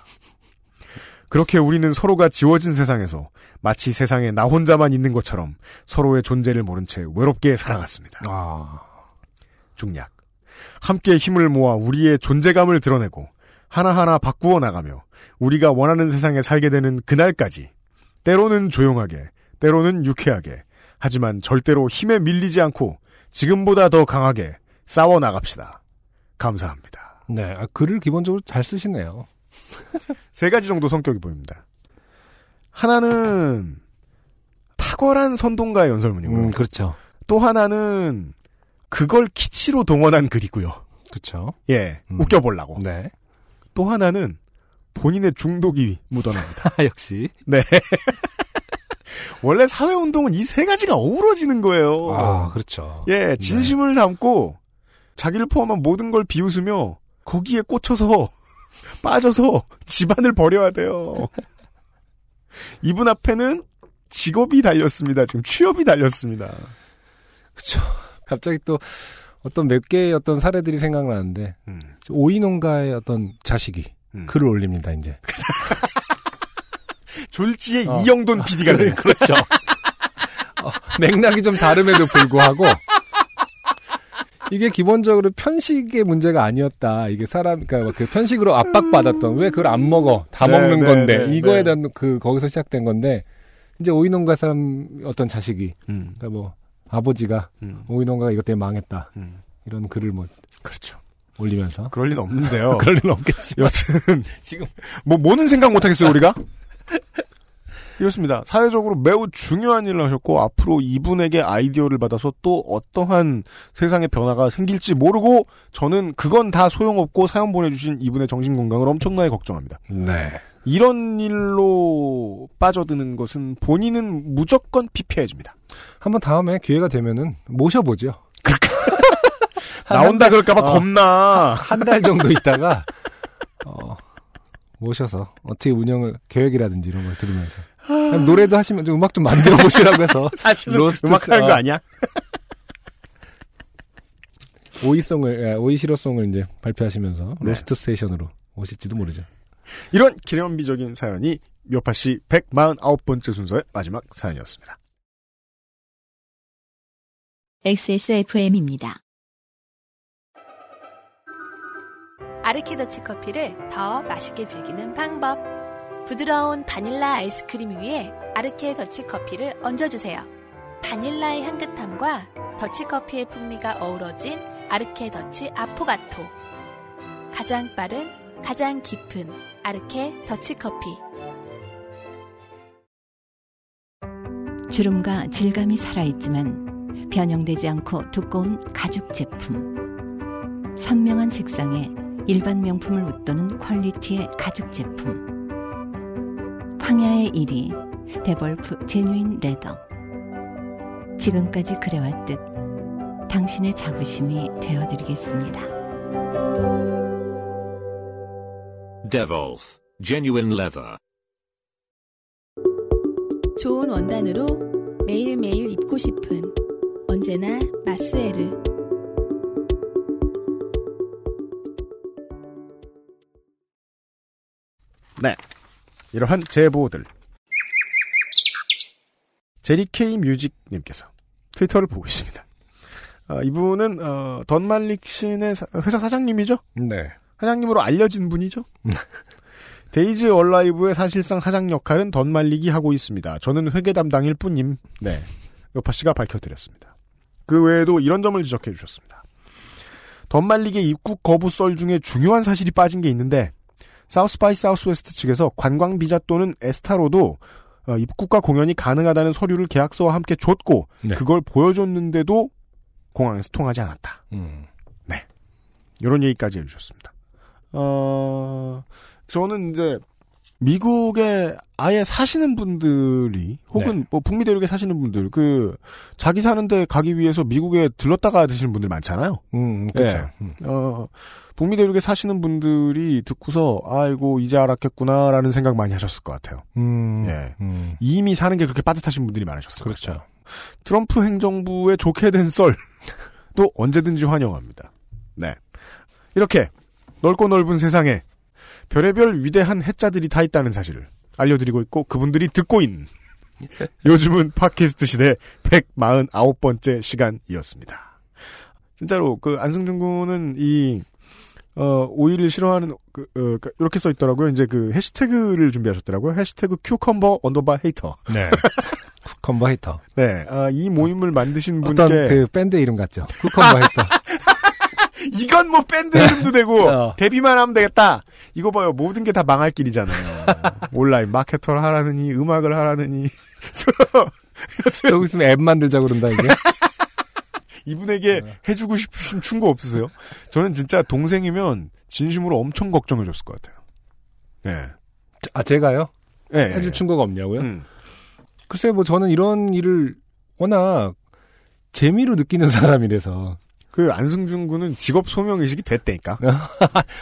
그렇게 우리는 서로가 지워진 세상에서 마치 세상에 나 혼자만 있는 것처럼 서로의 존재를 모른 채 외롭게 살아갔습니다.
아.
중략. 함께 힘을 모아 우리의 존재감을 드러내고 하나하나 바꾸어 나가며 우리가 원하는 세상에 살게 되는 그날까지 때로는 조용하게, 때로는 유쾌하게, 하지만 절대로 힘에 밀리지 않고 지금보다 더 강하게 싸워 나갑시다. 감사합니다.
네. 아, 글을 기본적으로 잘 쓰시네요.
세 가지 정도 성격이 보입니다. 하나는 탁월한 선동가의 연설문이고요.
음, 그렇죠.
또 하나는 그걸 키치로 동원한 글이고요.
그렇죠.
예,
음.
웃겨보려고.
네.
또 하나는 본인의 중독이 묻어납니다.
(laughs) 역시.
원래 사회운동은 이 세 가지가 어우러지는 거예요.
아, 그렇죠.
예, 진심을 담고 자기를 포함한 모든 걸 비웃으며 거기에 꽂혀서 (laughs) 빠져서 집안을 버려야 돼요. 이분 앞에는 직업이 달렸습니다. 지금 취업이 달렸습니다.
갑자기 또 어떤 몇 개의 어떤 사례들이 생각나는데
음,
오이 농가의 어떤 자식이
음.
글을 올립니다 이제
졸지에
어.
이영돈 PD가 되는 거예요.
(laughs) 그렇죠 어, 맥락이 좀 다름에도 불구하고 이게 기본적으로 편식의 문제가 아니었다. 이게 사람, 그러니까 막그 편식으로 압박받았던 왜 그걸 안 먹어? 다
네,
먹는
네,
건데
네,
이거에
네.
대한 그 거기서 시작된 건데 이제 오이농가 사람 어떤 자식이
음,
그러니까 뭐 아버지가
음,
오이농가가 이것 때문에 망했다
음.
이런 글을 뭐
그렇죠.
올리면서
그럴
(laughs)
리는 없는데요.
그럴 일은 없겠지.
어. (laughs) 여튼
지금
뭐 뭐는 생각 못 하겠어요 우리가. 이렇습니다. 사회적으로 매우 중요한 일을 하셨고 앞으로 이분에게 아이디어를 받아서 또 어떠한 세상의 변화가 생길지 모르고 저는 그건 다 소용없고 사연 보내주신 이분의 정신 건강을 엄청나게 걱정합니다.
네.
이런 일로 빠져드는 것은 본인은 무조건 피폐해집니다.
한번 다음에 기회가 되면은 모셔보죠.
나온다 그럴까봐
어.
겁나.
한 달 정도 있다가 어, 모셔서 어떻게 운영을 계획이라든지 이런 걸 들으면서 그냥 노래도 하시면 좀 음악 좀 만들어 보시라고
(laughs)
해서
(laughs) 사실은
로스트
음악하는
어,
거 아니야?
오이송을 예, 오이시로송을 이제 발표하시면서
네.
로스트 스테이션으로 오실지도 모르죠.
이런 기념비적인 사연이 요파 씨 149번째 순서의 마지막 사연이었습니다.
XSFM입니다.
아르케 더치 커피를 더 맛있게 즐기는 방법. 부드러운 바닐라 아이스크림 위에 아르케 더치 커피를 얹어주세요. 바닐라의 향긋함과 더치 커피의 풍미가 어우러진 아르케 더치 아포가토. 가장 빠른, 가장 깊은 아르케 더치 커피.
주름과 질감이 살아있지만 변형되지 않고 두꺼운 가죽 제품. 선명한 색상에 일반 명품을 웃도는 퀄리티의 가죽 제품. 황야의 1위 데볼프 제뉴인 레더. 지금까지 그래왔듯 당신의 자부심이 되어드리겠습니다.
Devolf. Genuine leather.
좋은 원단으로 매일매일 입고 싶은 언제나 마스에르
네. 이러한 제보들. 제리케이 뮤직님께서 트위터를 보고 있습니다. 아, 이분은 어, 던말릭 신의 사- 회사 사장님이죠?
네.
사장님으로 알려진 분이죠? (laughs) 데이즈 얼라이브의 사실상 사장 역할은 던말릭이 하고 있습니다. 저는 회계 담당일 뿐임. 네. 요파 씨가 밝혀드렸습니다. 그 외에도 이런 점을 지적해 주셨습니다. 던말릭의 입국 거부 썰 중에 중요한 사실이 빠진 게 있는데 사우스 바이 사우스웨스트 측에서 관광 비자 또는 에스타로도 어, 입국과 공연이 가능하다는 서류를 계약서와 함께 줬고
네.
그걸 보여줬는데도 공항에서 통하지 않았다.
음.
이런 얘기까지 해주셨습니다. 어, 저는 이제 미국에 아예 사시는 분들이 혹은
네.
뭐 북미 대륙에 사시는 분들 그 자기 사는데 가기 위해서 미국에 들렀다가 되시는 분들 많잖아요.
음,
예.
그렇죠. 음.
어, 북미 대륙에 사시는 분들이 듣고서 아이고 이제 알았겠구나라는 생각 많이 하셨을 것 같아요.
음,
예.
음.
이미 사는 게 그렇게 빠듯하신 분들이 많으셨을 것
그렇죠.
같아요. 트럼프 행정부에 좋게 된 썰도 언제든지 환영합니다. 네. 이렇게 넓고 넓은 세상에 별의별 위대한 해자들이 다 있다는 사실을 알려드리고 있고 그분들이
(laughs)
듣고 있는 요즘은 팟캐스트 시대 149번째 시간이었습니다. 진짜로 그 안승준 군은 이 어, 오이를 싫어하는, 그, 어, 그, 이렇게 써 있더라고요. 이제 그 해시태그를 준비하셨더라고요. 해시태그 큐컴버 언더바 헤이터.
네. (laughs) 쿠컴버 헤이터.
네, 아, 이 모임을 만드신 분께 아,
어떤 그 밴드 이름 같죠. 쿠컴버
(laughs)
헤이터.
이건 뭐 밴드 이름도 되고
(laughs) 어.
데뷔만 하면 되겠다. 이거 봐요, 모든 게 다 망할 길이잖아요. 온라인 마케터를 하라느니 음악을 하라느니 (laughs) 저 네.
여기 있으면 앱 만들자고 그런다,
(laughs)
이게.
이분에게
네.
해주고 싶으신 충고 없으세요? 저는 진짜 동생이면 진심으로 엄청 걱정해줬을 것 같아요. 네,
아, 제가요?
네,
해줄 충고가 없냐고요?
음.
글쎄 뭐 저는 이런 일을 워낙 재미로 느끼는 (laughs) 사람이라서
그 안승준 군은 직업 소명 의식이 됐다니까.
네.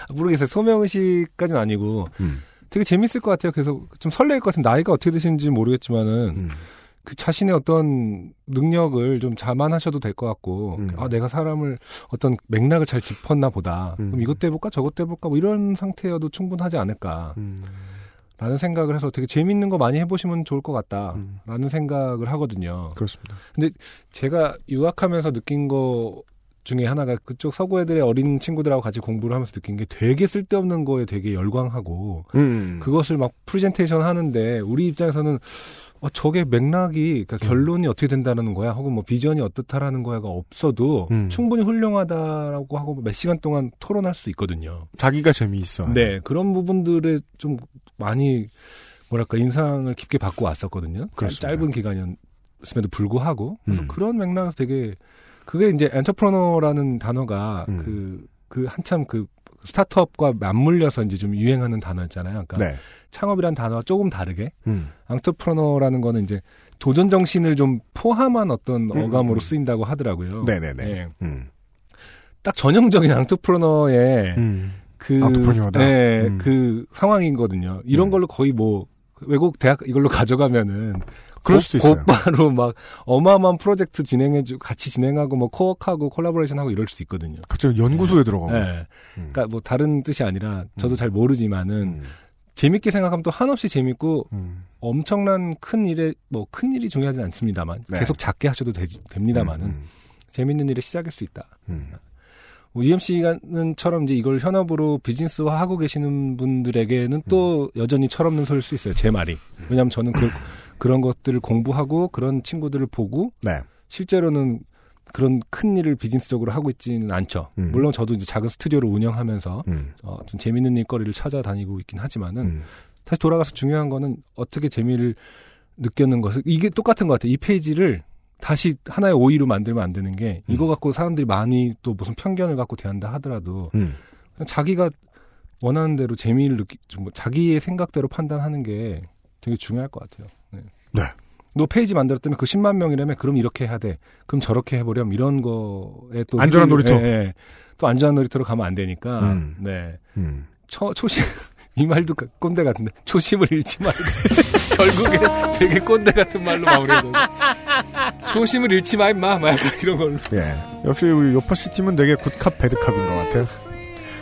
모르겠어요 소명의식까지는 아니고
음.
되게 재밌을 것 같아요 계속 좀 설레일 것 같은 나이가 어떻게 되시는지 모르겠지만은
음.
그 자신의 어떤 능력을 좀 자만하셔도 될 것 같고
음.
아 내가 사람을 어떤 맥락을 잘 짚었나 보다
음.
그럼 이것도 해볼까 저것도 해볼까 뭐 이런 상태여도 충분하지 않을까라는
음.
생각을 해서 되게 재밌는 거 많이 해보시면 좋을 것
음.
같다라는 생각을 하거든요
그렇습니다.
제가 유학하면서 느낀 거 중에 하나가 그쪽 서구 애들의 어린 친구들하고 같이 공부를 하면서 느낀 게 되게 쓸데없는 거에 되게 열광하고
음.
그것을 막 프레젠테이션 하는데 우리 입장에서는 어, 저게 맥락이
음.
그러니까 결론이 어떻게 된다는 거야 혹은 뭐 비전이 어떻다라는 거야가 없어도
음.
충분히 훌륭하다라고 하고 몇 시간 동안 토론할 수 있거든요.
자기가 재미있어.
네 그런 부분들에 좀 많이 뭐랄까 인상을 깊게 받고 왔었거든요. 짧-
그렇습니다.
짧은 기간이었음에도 불구하고 그래서 그러니까.
음.
그런 맥락에서 되게 그게 이제 엔터프로너라는 단어가
음.
그, 그 한참 그 스타트업과 맞물려서 이제 좀 유행하는 단어였잖아요. 아까
네.
창업이란 단어와 조금 다르게
음.
앙트프로너라는 거는 이제 도전 정신을 좀 포함한 어떤
음,
어감으로
음.
쓰인다고 하더라고요.
네네네.
예.
음.
딱 전형적인 앙트프로너의
음.
그,
앙트프로너다.
네,
음.
그 상황이거든요. 이런
음.
걸로 거의 뭐 외국 대학 이걸로 (laughs) 가져가면은
그럴
곧-
수도 있어요.
곧바로 막 어마어마한 프로젝트 진행해주 같이 진행하고 뭐 코어하고 콜라보레이션하고 이럴 수도 있거든요.
갑자기 연구소에 들어가고.
예.
음.
그러니까 뭐 다른 뜻이 아니라 저도
음.
잘 모르지만은
음.
재밌게 생각하면 또 한없이 재밌고
음.
엄청난 큰 일에 뭐 큰 일이 중요하진 않습니다만
네.
계속 작게 하셔도 되니다마는
음.
재밌는 일의 시작일 수 있다.
음.
뭐 E UMC는처럼 이제 이걸 현업으로 비즈니스화 하고 계시는 분들에게는 또 여전히 철없는 소리일 수 있어요. 제 말이. 왜냐하면 저는 그, 그런 것들을 공부하고 그런 친구들을 보고
네.
실제로는 그런 큰 일을 비즈니스적으로 하고 있지는 않죠.
음.
물론 저도 이제 작은 스튜디오를 운영하면서
음.
어, 좀 재밌는 일거리를 찾아다니고 있긴 하지만은
음.
다시 돌아가서 중요한 거는 어떻게 재미를 느꼈는 것을 이게 똑같은 것 같아요. 이 페이지를 다시 하나의 오이로 만들면 안 되는 게 이거
음.
갖고 사람들이 많이 또 무슨 편견을 갖고 대한다 하더라도
음.
그냥 자기가 원하는 대로 재미를 느끼 좀뭐 자기의 생각대로 판단하는 게 되게 중요할 것 같아요. 네.
네.
너 페이지 만들었다면 그 10만 명이라면 그럼 이렇게 해야 돼. 그럼 저렇게 해보렴 이런 거에 또
안전한
휘둘-
놀이터.
예, 예. 또 안전한 놀이터로 가면 안 되니까
음.
네.
음.
처, 초심 (laughs) 이 말도 가- 꼰대 같은데 초심을 잃지 말고 (laughs) 결국에 되게 꼰대 같은 말로 마무리해요. 초심을 잃지 마 임마 막 약간 이런 걸로
예. 역시 우리 요파시 팀은 되게 굿캅 배드캅인 것 같아요.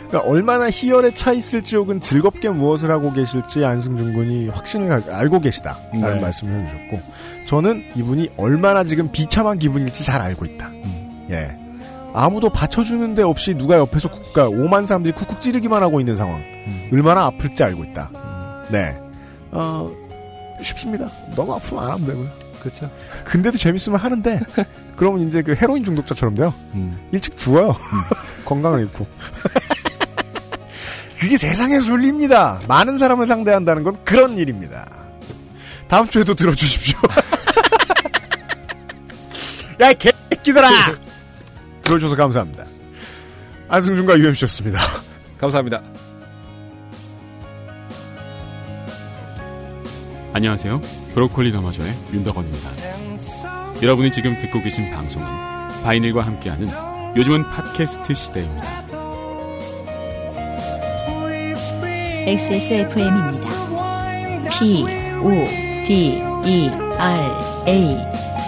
그러니까 얼마나 희열에 차 있을지 혹은 즐겁게 무엇을 하고 계실지 안승준 군이 확신을 가- 알고 계시다라는
네.
말씀을 해주셨고 저는 이분이 얼마나 지금 비참한 기분일지 잘 알고 있다. 예. 아무도 받쳐주는 데 없이 누가 옆에서 국가 오만 사람들이 쿡쿡 찌르기만 하고 있는 상황 얼마나 아플지 알고 있다. 네. 어, 쉽습니다. 너무 아프면 안 하면 되고요.
그렇죠.
근데도 재밌으면 하는데 그러면 이제 그 헤로인 중독자처럼 돼요. 일찍 죽어요. (laughs) 건강을 잃고. (laughs) 그게 세상의 순리입니다. 많은 사람을 상대한다는 건 그런 일입니다. 다음 주에도 들어주십시오. (laughs) 야, 이 개새끼들아! 들어주셔서 감사합니다. 안승준과 UMC였습니다.
감사합니다.
안녕하세요. 브로콜리 너마저의 윤덕원입니다. 여러분이 지금 듣고 계신 방송은 바이닐과 함께하는 요즘은 팟캐스트 시대입니다.
E XSFM입니다. P, O, D, E, R, A.